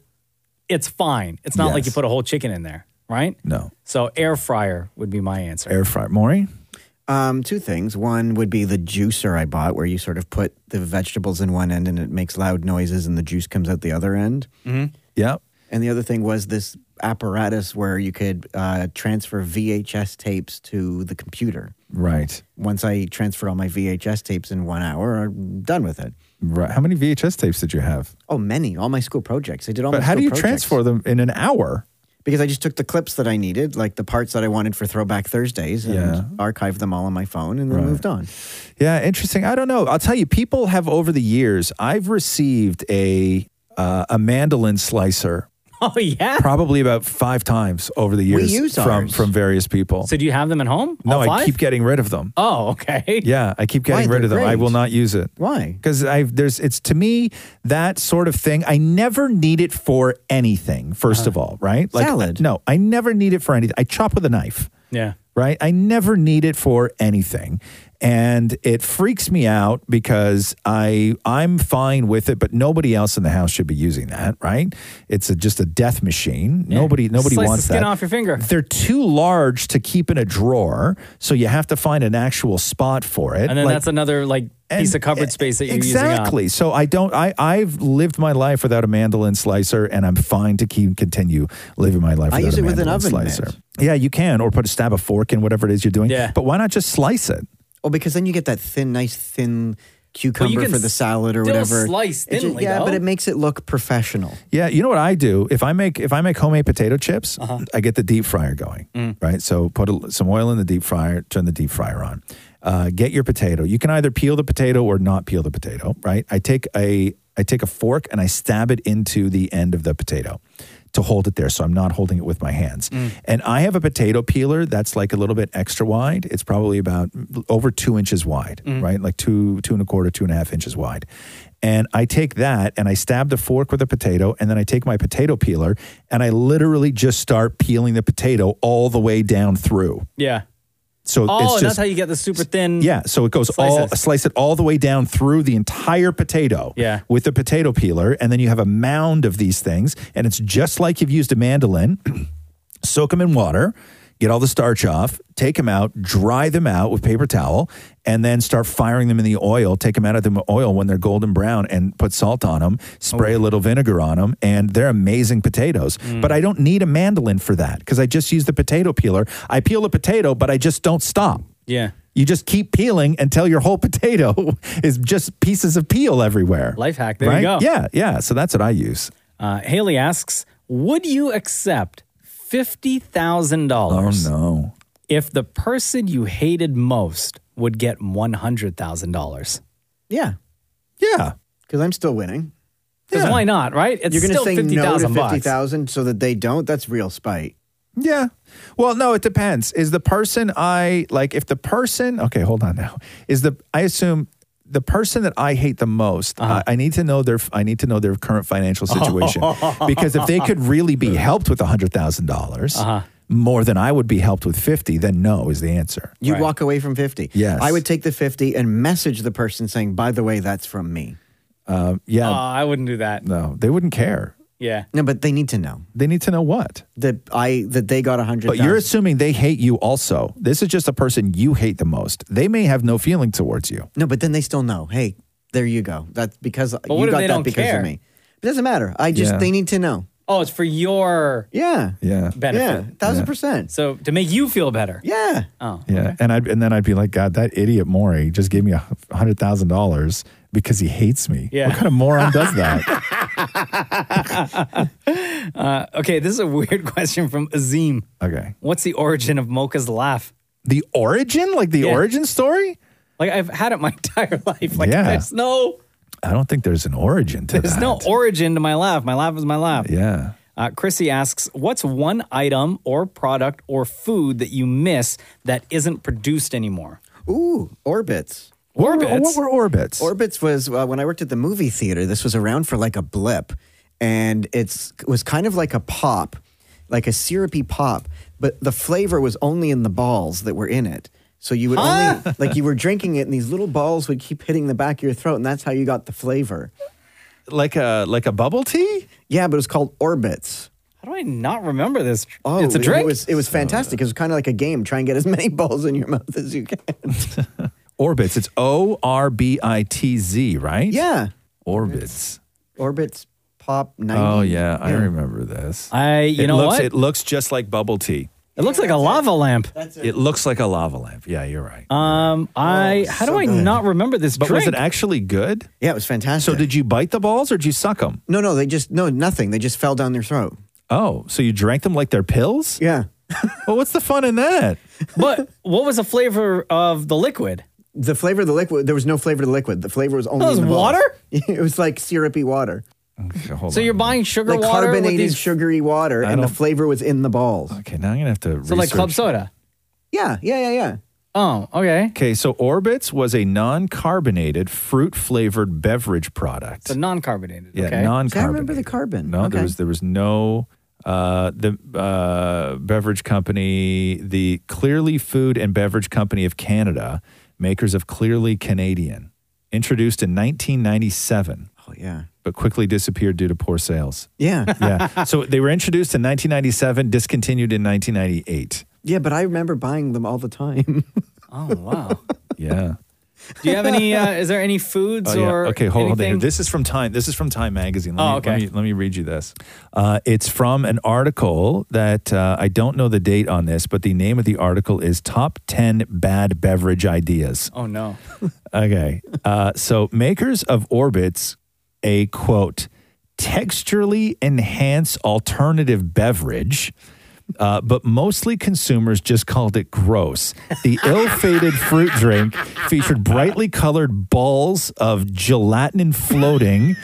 S2: it's fine. It's not like you
S7: Yes.
S2: put a whole chicken in there, right?
S7: No.
S2: So air fryer would be my answer. [laughs]
S7: Air fryer. Maury?
S3: Um, two things. One would be the juicer I bought, where you sort of put the vegetables in one end and it makes loud noises and the juice comes out the other end.
S5: Mm-hmm.
S7: Yep.
S3: And the other thing was this apparatus where you could uh, transfer VHS tapes to the computer.
S7: Right.
S3: Once I transferred all my VHS tapes in one hour, I'm done with it.
S7: Right. How many VHS tapes did you have?
S3: Oh, many. All my school projects. I did all
S7: But
S3: my
S7: how do
S3: school
S7: you
S3: projects.
S7: transfer them in an hour?
S3: Because I just took the clips that I needed, like the parts that I wanted for Throwback Thursdays, and archived them all on my phone and then moved on.
S7: Yeah, interesting. I don't know. I'll tell you, people have over the years. I've received a uh, a mandolin
S2: [laughs]
S7: slicer
S2: Oh, yeah.
S7: probably about five times over the
S2: We
S7: years
S2: use
S7: from
S2: ours.
S7: from various people.
S2: So do you have them at home?
S7: no,
S2: All
S7: I
S2: five?
S7: keep getting rid of them.
S2: Oh, okay. [laughs]
S7: Yeah, I keep getting
S2: Why?
S7: rid of them.
S2: They're
S7: I
S2: great.
S7: will not use it.
S3: Why?
S7: Because I there's it's to me that sort of thing. I never need it for anything. 1st
S2: Uh-huh.
S7: of all, right?
S3: Salad.
S7: No, I never need it for anything. I chop with a knife
S2: Yeah.
S7: right? I never need it for anything. And it freaks me out because I I'm fine with it, but nobody else in the house should be using that, right? It's a, just a death machine. Nobody nobody
S2: Slice
S7: wants
S2: the skin
S7: that.
S2: off your finger.
S7: They're too large to keep in a drawer, so you have to find an actual spot for it.
S2: And then
S7: Like-
S2: that's another like piece of cupboard space that you're using. up.
S7: e-, exactly. So I don't. I I've lived my life without a mandolin slicer, and I'm fine to keep continue living my life.
S3: I
S7: without
S3: use
S7: a
S3: it with an
S7: mandolin
S3: oven
S7: slicer.
S3: mitt.
S7: Yeah, you can, or put a stab of fork in whatever it is you're doing. Yeah. But why not just slice it?
S3: Oh, because then you get that thin, nice thin cucumber
S7: can
S3: for the salad or
S7: still
S3: whatever.
S7: slice
S3: It ju-
S7: thinly,
S3: yeah,
S7: though.
S3: but it makes it look professional.
S7: Yeah, you know what I do if I make if I make homemade potato chips,
S2: Uh-huh.
S7: I get the deep fryer going,
S10: Mm.
S7: right? So put a, some oil in the deep fryer, turn the deep fryer on. Uh, get your potato. You can either peel the potato or not peel the potato, right? I take a I take a fork and I stab it into the end of the potato to hold it there, so I'm not holding it with my hands.
S2: Mm.
S7: And I have a potato peeler that's like a little bit extra wide. It's probably about over two inches wide,
S2: Mm-hmm.
S7: right? Like two, two and a quarter, two and a half inches wide. And I take that and I stab the fork with a potato, and then I take my potato peeler and I literally just start peeling the potato all the way down through.
S2: Yeah.
S7: So
S2: oh,
S7: it's
S2: and that's
S7: just
S2: how you get the super thin.
S7: yeah. So it goes all
S2: Slices.
S7: slice it all the way down through the entire potato.
S2: Yeah.
S7: With the potato peeler, and then you have a mound of these things, and it's just like you've used a mandolin. [clears throat] Soak them in water, get all the starch off, take them out, dry them out with paper towel, and then start firing them in the oil. Take them out of the oil when they're golden brown, and put salt on them. Spray a little vinegar on them, and they're amazing potatoes. But I don't need a mandolin for that because I just use the potato peeler. I peel a potato, but I just don't stop.
S2: Yeah.
S7: You just keep peeling until your whole [laughs] potato is just pieces of peel everywhere.
S2: Life hack. There
S7: right?
S2: you go.
S7: Yeah, yeah. So that's what I use.
S2: Uh, Haley asks, would you accept $50,000?
S7: Oh, no.
S2: If the person you hated most would get $100,000?
S3: Yeah.
S7: Yeah.
S3: Because I'm still winning.
S2: Because why not, right? It's
S3: You're going to
S2: still
S3: say no to
S2: 50,000 bucks.
S3: 50,000 so that they don't? That's real spite.
S7: Yeah. Well, no, it depends. Is the person I like, if the person, okay, hold on now, is the, I assume the person that I hate the most,
S3: Uh-huh.
S7: I, I need to know their, I need to know their current financial
S3: [laughs]
S7: situation because if they could really be helped with $100,000 dollars
S3: Uh-huh.
S7: more than I would be helped with 50, then no is the answer.
S3: You walk away from 50.
S7: Yes.
S3: I would take the 50 and message the person saying, by the way, that's from me.
S7: Uh, yeah.
S2: Oh, I wouldn't do that.
S7: no, they wouldn't care.
S2: Yeah.
S3: No, but they need to know.
S7: They need to know what?
S3: That I that they got a hundred.
S7: But you're assuming they hate you also. This is just a person you hate the most. They may have no feeling towards you.
S3: No, but then they still know. Hey, there you go. That's because
S2: what
S3: you
S2: if
S3: got
S2: they
S3: that
S2: don't
S3: because
S2: care?
S3: of me. It doesn't matter. I just
S2: Yeah.
S3: they need to know.
S2: Oh, it's for your
S3: Yeah.
S7: Yeah.
S2: benefit.
S3: Yeah. Thousand percent.
S2: So to make you feel better.
S3: Yeah.
S2: Oh.
S7: Yeah, and I and then I'd be like, God, that idiot Maury just gave me a hundred thousand dollars because he hates me.
S2: Yeah.
S7: What kind of moron [laughs] does that?
S2: Uh, okay, this is a weird [laughs] question from Azim.
S7: Okay.
S2: What's the origin of Mocha's laugh?
S7: The origin? Like the origin story?
S2: Like I've had it my [laughs] entire life. Like
S7: Yeah.
S2: there's no
S7: I don't think there's an origin to
S2: there's
S7: that.
S2: no origin to my laugh. My laugh is my laugh.
S7: Yeah.
S2: Uh, Chrissy asks, "What's one item or product or food that you miss that isn't produced anymore?"
S3: Ooh, orbits.
S2: Orbits? what were
S7: orbits?
S3: Orbits was uh, when I worked at the movie theater. This was around for like a blip, and it's it was kind of like a pop, like a syrupy pop. But the flavor was only in the balls that were in it. So you would
S2: [laughs]
S3: only like you were drinking it, and these little balls would keep hitting the back of your throat, and that's how you got the flavor.
S7: Like a like a bubble tea?
S3: Yeah, but it was called Orbits.
S2: How do I not remember this?
S3: Oh,
S2: it's a
S3: It
S2: drink.
S3: was it was fantastic. It was kind of like a game. Try and get as [laughs] many balls in your mouth as you can.
S2: [laughs]
S7: Orbits. It's O R B I T Z, right?
S3: Yeah.
S7: Orbits.
S3: Orbits pop ninety.
S7: Oh yeah, I remember this.
S2: I you
S7: it
S2: know
S7: looks,
S2: what?
S7: It looks just like bubble tea.
S2: It looks like a lava lamp.
S7: It. looks like a lava lamp. Yeah, you're right.
S2: Um,
S3: Oh,
S2: I how do I not remember this
S7: But
S2: drink?
S7: was it actually good?
S3: Yeah, it was fantastic.
S7: So did you bite the balls or did you suck them?
S3: No, no, they just no nothing. They just fell down their throat.
S7: Oh, so you drank them like they're pills?
S3: Yeah.
S7: [laughs] well, what's the fun in that?
S2: but what was the flavor of the liquid? Oh,
S3: The flavor of the liquid. There was no flavor to the liquid. The flavor was only
S2: was
S3: in the balls.
S2: water?
S3: [laughs] it was like syrupy water,
S2: so you're buying sugar
S3: like
S2: water with
S3: carbonated
S2: these,
S3: sugary water,
S7: I
S3: and the
S7: don't-
S3: flavor was in the balls.
S7: Okay, now I'm gonna have to.
S2: so like club soda.
S3: Yeah, yeah, yeah, yeah.
S2: Oh, okay.
S7: Okay, so Orbits was a non-carbonated fruit-flavored beverage product.
S2: So non-carbonated.
S7: yeah,
S2: okay.
S3: See, I
S7: non-carbonated.
S3: remember the carbon.
S7: No,
S3: okay.
S7: there was there was no uh, the uh, beverage company, the Clearly Food and Beverage Company of Canada, makers of Clearly Canadian, introduced in 1997,
S3: Oh, yeah,
S7: but quickly disappeared due to poor sales.
S3: yeah,
S7: Yeah, so they were introduced in 1997, discontinued in 1998.
S3: yeah. But I remember buying them all the time. [laughs]
S2: Oh wow.
S7: Yeah.
S2: Do you have any? Uh, is there any foods
S7: Oh, yeah.
S2: or
S7: okay, hold on.
S2: anything?
S7: Here. This is from Time. This is from Time Magazine. Let
S2: Oh,
S7: me,
S2: okay.
S7: Let me, let me read you this. Uh, it's from an article that uh, I don't know the date on this, but the name of the article is "Top Ten Bad Beverage Ideas."
S2: oh no. [laughs]
S7: Okay. Uh, so makers of Orbits, a quote, texturally enhanced alternative beverage. Uh, but mostly consumers just called it gross. The ill fated fruit drink featured brightly colored balls of gelatin floating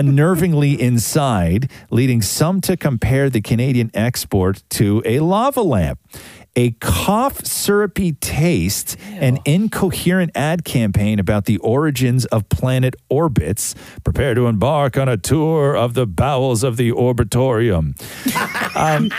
S7: unnervingly inside, leading some to compare the Canadian export to a lava lamp. a cough syrupy taste, an incoherent ad campaign about the origins of planet orbits. Prepare to embark on a tour of the bowels of the orbitorium. um,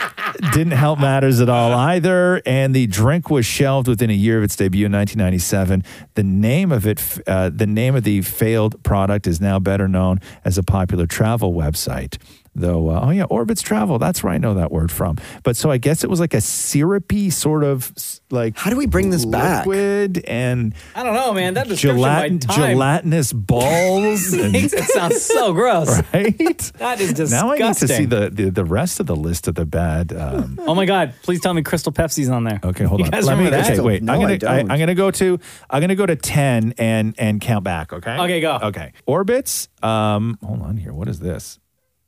S7: didn't help matters at all either. And the drink was shelved within a year of its debut in 1997. The name of it, uh, the name of the failed product, is now better known as a popular travel website. Though, uh, oh yeah, Orbits Travel. That's where I know that word from. But so I guess it was like a syrupy sort of s- like. How do we bring this
S2: back?
S7: Liquid and
S2: I don't know, man. That description
S7: gelatin,
S2: by time.
S7: gelatinous balls. and-
S2: [laughs] It sounds so gross.
S7: Right?
S2: That is disgusting.
S7: [laughs] Now I need to see the, the, the rest of the list of the bad. Um, [laughs]
S2: Oh my God! Please tell me Crystal Pepsi's on there.
S7: Okay, hold
S2: You
S7: on.
S2: guys
S7: Let me.
S2: remember that?
S7: Okay, wait. I'm gonna. I, am gonna go to. I'm gonna go to ten and and count back. Okay.
S2: Okay, go.
S7: Okay. Orbits. Um. Hold on here. What is this?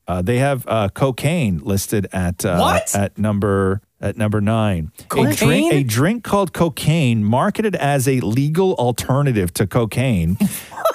S7: Uh, they have uh, cocaine listed at uh,
S5: What?
S7: at number at number nine. A
S5: Cocaine?
S7: drink, a drink called cocaine, marketed as a legal alternative to cocaine.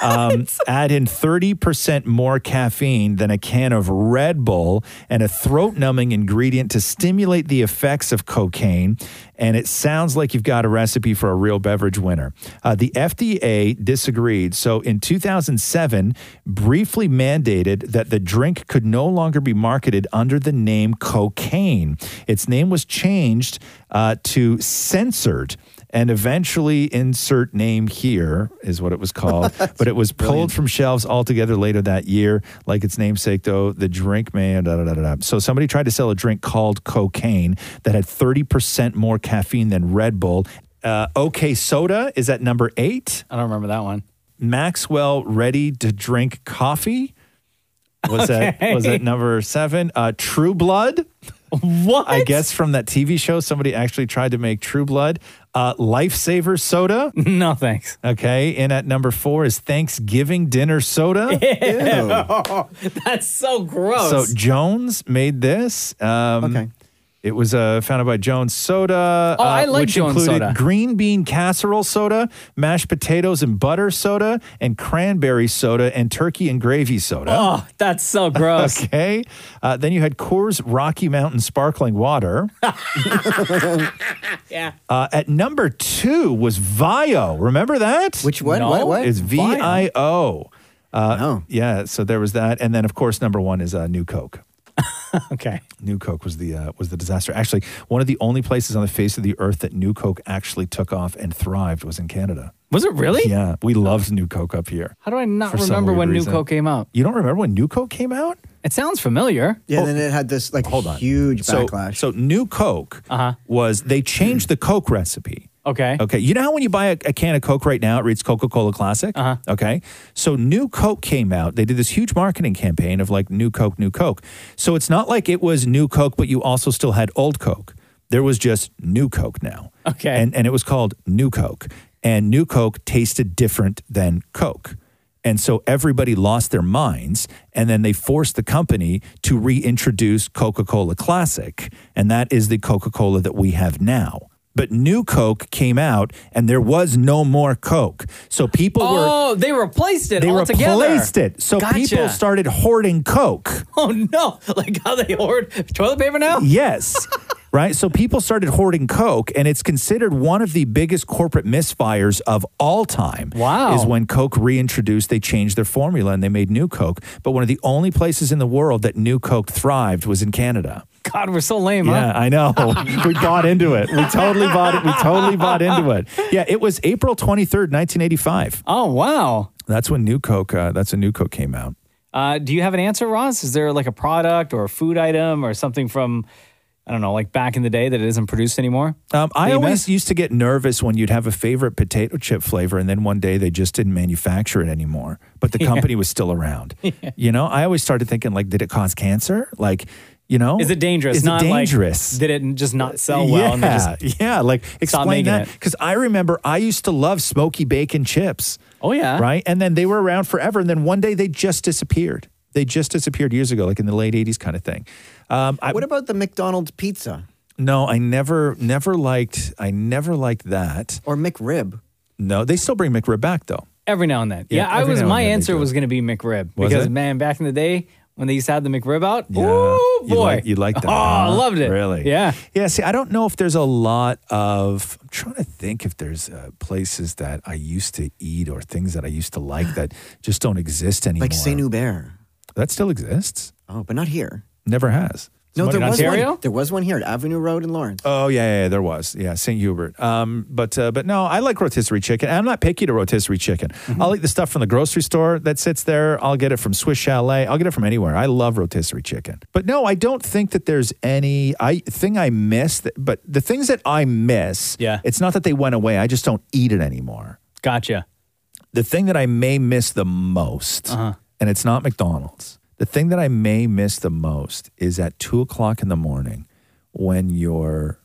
S7: um, add in 30% more caffeine than a can of Red Bull and a throat numbing ingredient to stimulate the effects of cocaine. And it sounds like you've got a recipe for a real beverage winner. Uh, the FDA disagreed. So in 2007, briefly mandated that the drink could no longer be marketed under the name cocaine. Its name was changed uh, to censored and eventually insert name here is what it was
S2: [laughs]
S7: called but it was pulled from shelves altogether later that year like its namesake though the drink man da, da, da, da, da. so somebody tried to sell a drink called cocaine that had 30% more caffeine than red bull uh, okay soda is at number eight i
S2: don't remember that one
S7: maxwell ready to drink coffee was
S2: [laughs]
S5: Okay.
S7: that was that number seven? Uh, True Blood.
S2: What?
S7: I guess from that TV show, somebody actually tried to make True Blood. Uh, Lifesaver soda.
S2: [laughs] No thanks.
S7: Okay, and at number four is Thanksgiving dinner
S2: [laughs]
S7: soda.
S2: That's so gross.
S7: So Jones made this. Um, okay. It was uh, founded by Jones Soda,
S2: Oh,
S7: uh,
S2: I like
S7: which
S2: Jones
S7: included
S2: Soda.
S7: green bean casserole soda, mashed potatoes and butter soda, and cranberry soda, and turkey and gravy soda.
S2: oh,
S7: [laughs]
S2: that's so gross.
S7: Okay. Uh, then you had Coors Rocky Mountain Sparkling Water.
S2: [laughs] yeah.
S7: Uh, at number two was Vio. Remember that? Which
S2: one? No. What- what? Oh.
S7: It's V
S2: Vio.
S7: I O. Uh, Yeah. So there was that, and then of course number one is uh, New Coke.
S2: [laughs] okay.
S7: [laughs] New Coke was the uh, was the disaster. Actually, one of the only places on the face of the earth that New Coke actually took off and thrived was in Canada.
S2: Was it really?
S7: Yeah, we loved New Coke up here.
S2: How do I not
S7: For some
S2: remember
S7: weird
S2: when New
S7: reason.
S2: Coke came out?
S7: You don't remember when New Coke came out?
S2: It sounds familiar.
S7: Yeah,
S3: then it had this like
S7: Hold on.
S3: huge
S7: so,
S3: backlash.
S7: So New Coke
S2: Uh-huh.
S7: was they changed the Coke recipe.
S2: Okay.
S7: Okay. You know how when you buy a, a can of Coke right now, it reads Coca Cola Classic? Uh-huh. Okay. So New Coke came out. They did this huge marketing campaign of like New Coke, New Coke. So it's not like it was New Coke, but you also still had Old Coke. There was just New Coke now. Okay. And, and it was called New Coke. And New Coke tasted different than Coke. And so everybody lost their minds. And then they forced the company to reintroduce Coca Cola Classic. And that is the Coca Cola that we have now. But new Coke came out and there was no more Coke. So people were.
S2: Oh, they replaced it
S7: They
S2: altogether.
S7: replaced it. So
S2: Gotcha.
S7: people [laughs] started hoarding Coke.
S2: Oh no! Like how they hoard toilet paper now?
S7: Yes. [laughs] right? So people started hoarding Coke, and it's considered one of the biggest corporate misfires of all time.
S2: Wow.
S7: Is when Coke reintroduced, they changed their formula and they made new Coke. But one of the only places in the world that new Coke thrived was in Canada.
S2: God, we're so lame.
S7: Yeah,
S2: huh?
S7: I know.
S2: [laughs]
S7: we bought into it. We totally bought it. We totally bought into it. Yeah, it was April 23rd, 1985.
S2: Oh, wow.
S7: That's when New Coke, uh, that's when New Coke came out.
S2: Uh, do you have an answer, Ross? Is there like a product or a food item or something from, I don't know, like back in the day that it isn't produced anymore?
S7: Um, I
S2: That you
S7: always
S2: miss?
S7: used to get nervous when you'd have a favorite potato chip flavor, and then one day they just didn't manufacture it anymore, but the
S2: [laughs] Yeah.
S7: company was still around.
S2: [laughs]
S7: You know, I always started thinking like, did it cause cancer? Like, you know,
S2: Is it dangerous?
S7: Is
S2: not
S7: it dangerous?
S2: Like, did it just not sell well?
S7: yeah,
S2: and they
S7: [laughs]
S2: just,
S7: yeah. Like explain
S2: making
S7: that
S2: it.
S7: because I remember I used to love smoky bacon chips.
S2: Oh yeah,
S7: right. And then they were around forever, and then one day they just disappeared. They just disappeared years ago, like in the late '80s, kind of thing. Um, I,
S3: [laughs] what about the McDonald's pizza
S7: no, I never, never liked. I never liked that.
S3: or McRib?
S7: No, they still bring McRib back though.
S2: every now and then.
S7: Yeah,
S2: Yeah, I
S7: every
S2: was.
S7: now and
S2: My
S7: then they
S2: answer
S7: do.
S2: was going to be McRib
S7: Was
S2: because
S7: it?
S2: man, back in the day when they used to have the McRib out. Ooh,
S7: You
S2: boy.
S7: like, you like that?
S2: [laughs] Oh, I loved it.
S7: Really?
S2: Yeah.
S7: Yeah. See, I don't know if there's a lot of. I'm trying to think if there's uh, places that I used to eat or things that I used to
S3: [gasps]
S7: like that just don't exist anymore.
S3: Like Saint Hubert.
S7: That still exists.
S3: Oh, but not here.
S7: Never has.
S3: No,
S7: Somebody
S3: there
S7: in
S3: was
S7: Ontario?
S3: one. There was one here at Avenue Road in Lawrence.
S7: Oh yeah, yeah, yeah, there was. Yeah, St. Hubert. Um, but uh, but no, I like rotisserie chicken. I'm not picky to rotisserie chicken. I'll eat the stuff from the grocery store that sits there. I'll get it from Swiss Chalet. I'll get it from anywhere. I love rotisserie chicken. But no, I don't think that there's any I thing I miss. That, but the things that I miss, yeah, it's not that they went away. I just don't eat it anymore.
S2: Gotcha.
S7: The thing that I may miss the most,
S3: Uh-huh.
S7: and it's not McDonald's. The thing that I may miss the most is at two o'clock in the morning when you're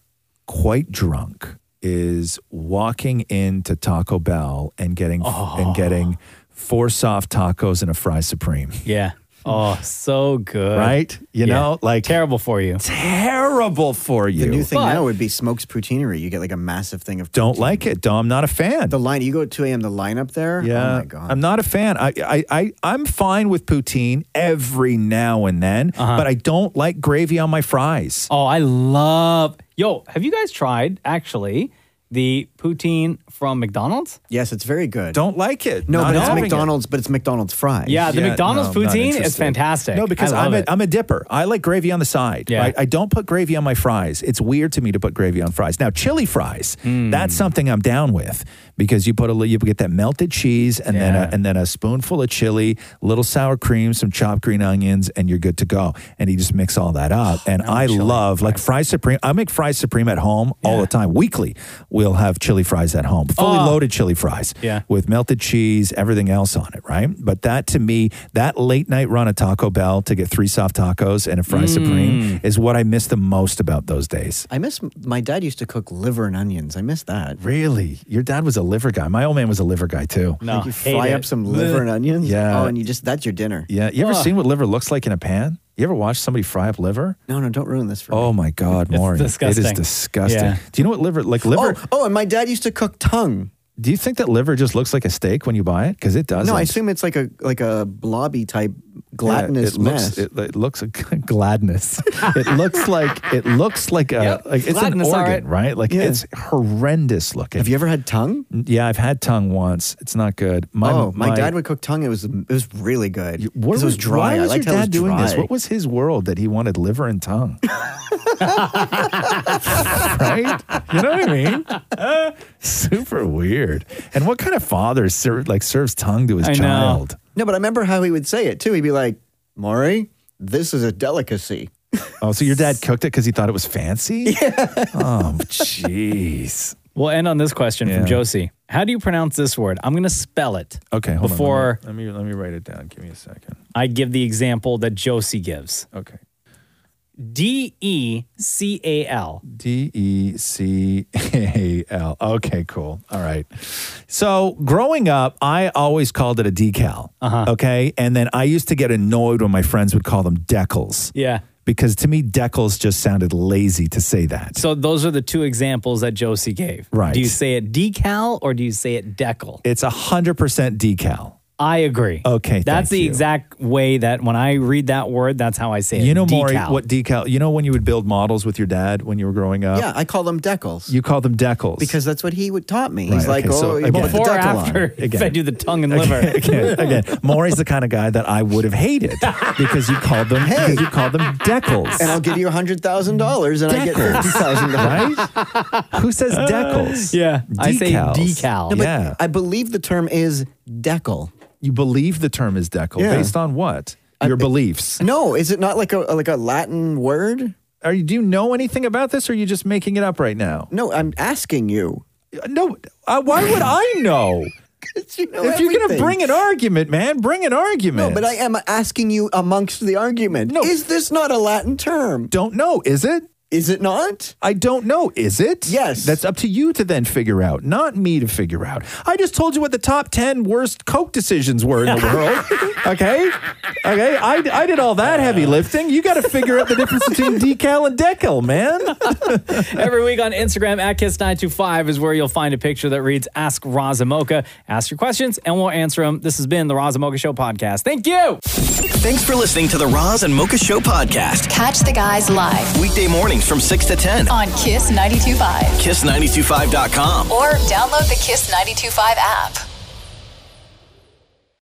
S7: quite drunk is walking into Taco Bell and getting
S3: Oh.
S7: and getting four soft tacos and a fry supreme.
S2: Yeah. Oh, so good.
S7: Right? You know, like
S2: Oh, terrible for you.
S7: Terrible for you.
S3: The new thing now would be Smokes Poutineery. You get like a massive thing of.
S7: Don't like it, Dom. Not a fan.
S3: The line you go at two a.m. The lineup there.
S7: Yeah,
S3: [laughs] Oh my god.
S7: I'm not a fan. I, I, I, I'm fine with poutine every now and then,
S3: Uh-huh.
S7: but I don't like gravy on my fries.
S2: Oh, I love. Yo, have you guys tried actually the poutine from McDonald's?
S3: Yes, it's very good.
S7: Don't like it.
S3: No,
S2: Not
S3: but it's
S2: having it.
S3: McDonald's. But it's McDonald's fries.
S2: Yeah, the McDonald's
S7: no, I'm not
S2: poutine is
S7: interested.
S2: fantastic.
S7: No, because
S2: I love
S7: I'm a,
S2: it.
S7: I'm a dipper. I like gravy on the side.
S2: Yeah.
S7: I, I don't put gravy on my fries. It's weird to me to put gravy on fries. Now, chili fries,
S2: Hmm.
S7: that's
S2: Mm.
S7: something I'm down with because you put a li- you get that melted cheese and then a, and then a spoonful of chili, little sour cream, some chopped green onions, and you're good to go. And you just mix all that
S2: [sighs]
S7: up. And I love like fry supreme. I make fry supreme at home all the time. Weekly, we'll have chili fries at home, fully
S2: Oh.
S7: loaded chili fries
S2: Yeah.
S7: with melted cheese, everything else on it, right? But that to me, that late night run at Taco Bell to get three soft tacos and a fry
S2: Mm.
S7: supreme is what I miss the most about those days.
S3: I miss my dad used to cook liver and onions. I miss that.
S7: Really? Your dad was a liver guy. My old man was a liver guy too.
S3: No, Like you fry up some liver and onions.
S7: Yeah.
S3: Oh, and you just that's your dinner.
S7: yeah. You ever
S3: Ugh.
S7: seen what liver looks like in a pan? You ever watch somebody fry up liver?
S3: No, no, don't ruin this for me.
S7: Oh my God, Maury. It
S3: disgusting.
S7: is disgusting.
S3: Yeah.
S7: Do you know what liver like liver?
S3: Oh, oh, and my dad used to cook tongue.
S7: Do you think that liver just looks like a steak when you buy it? Because it doesn't.
S3: No, I assume it's like a like a blobby type
S7: Yeah,
S3: gluttonous
S7: it looks,
S3: mess.
S7: It, it looks a [laughs] gladness. [laughs] it looks like it looks like a
S3: Yep,
S7: like it's an
S3: gladness, all
S7: organ,
S3: right.
S7: right? Like
S3: Yeah.
S7: it's horrendous looking. Have you
S3: ever had tongue?
S7: Yeah, I've had tongue once. It's not good.
S3: oh, my, dad would cook tongue. It was it was really good.
S7: What
S3: 'Cause it was dry.
S7: Why
S3: I
S7: was
S3: liked
S7: your
S3: how it
S7: dad doing this?
S3: dry.
S7: What was his world that he wanted liver and tongue? right? You know what I mean? Uh, super weird. And what kind of father ser- like serves tongue to his child?
S3: No, but I remember how he would say it too. He'd be like, "Maury, this is a delicacy."
S7: Oh, so your dad cooked it because he thought it was fancy? Oh, jeez.
S2: We'll end on this question
S7: Yeah.
S2: from Josie. How do you pronounce this word? I'm going to spell it.
S7: Okay, hold on, let me-
S2: before
S7: let me, let me write it down. Give me a second.
S2: I give the example that Josie gives.
S7: Okay.
S2: D E C A L.
S7: D E C A L. Okay, cool. All right. So growing up, I always called it a decal. Uh-huh. Okay. And then I used to get annoyed when my friends would call them decals
S2: Yeah.
S7: because to me, decals just sounded lazy to say that.
S2: So those are the two examples that Josie gave.
S7: Right.
S2: Do you say it decal or do you say it decal?
S7: It's 100% decal.
S2: I agree.
S7: Okay.
S2: That's the
S7: thank you.
S2: exact way that when I read that word, that's how I say it.
S7: You know,
S2: decal.
S7: Maury, what decal? You know when you would build models with your dad when you were growing up?
S3: yeah, I call them decals
S7: You call them decals.
S3: because that's what he would taught me.
S7: Right,
S3: He's like,
S7: okay,
S3: "Oh,
S7: so
S3: you
S7: again-
S3: put the
S7: Before or
S3: decal on."
S7: after? Again.
S2: Fed you the tongue
S7: [laughs]
S2: and liver.
S7: again, again, Maury's the kind of guy that I would have
S3: [laughs]
S7: hated because you called them because you called them decals.
S3: And I'll give you hundred thousand dollars, and I get
S7: Decals.
S3: fifty thousand dollars.
S7: Who says decals?
S2: Uh, Yeah, I say
S7: Decals.
S2: decal.
S3: No, but
S7: yeah.
S3: I believe the term is decal.
S7: You believe the term is decal
S3: Yeah.
S7: based on what? Your beliefs.
S3: No, is it not like a like a Latin word?
S7: Are you do you know anything about this or are you just making it up right now?
S3: No, I'm asking you.
S7: No, uh, why would I know?
S3: [laughs] You know
S7: if you're going to
S3: everything.
S7: bring an argument, man, bring an argument.
S3: No, but I am asking you amongst the argument. No. Is this not a Latin term?
S7: Don't know, is it?
S3: Is it not?
S7: I don't know, is it?
S3: Yes.
S7: That's up to you to then figure out,
S3: [laughs]
S7: not me to figure out. I just told you what the top 10 worst Coke decisions were in the world. Okay. Okay. I, I did all that heavy lifting. You got to figure out the difference
S3: [laughs]
S7: between decal and decal, man.
S2: [laughs] Every week on Instagram at Kiss925 is where you'll find a picture that reads Ask Razamoka. Ask your questions and we'll answer them. This has been the Razamoka Show podcast. Thank you.
S4: Thanks for listening to the Roz and Mocha Show podcast.
S15: Catch the guys live
S4: Weekday mornings from 6 to 10.
S15: on Kiss 925
S4: Kiss925.com.
S15: or download the Kiss 925 app.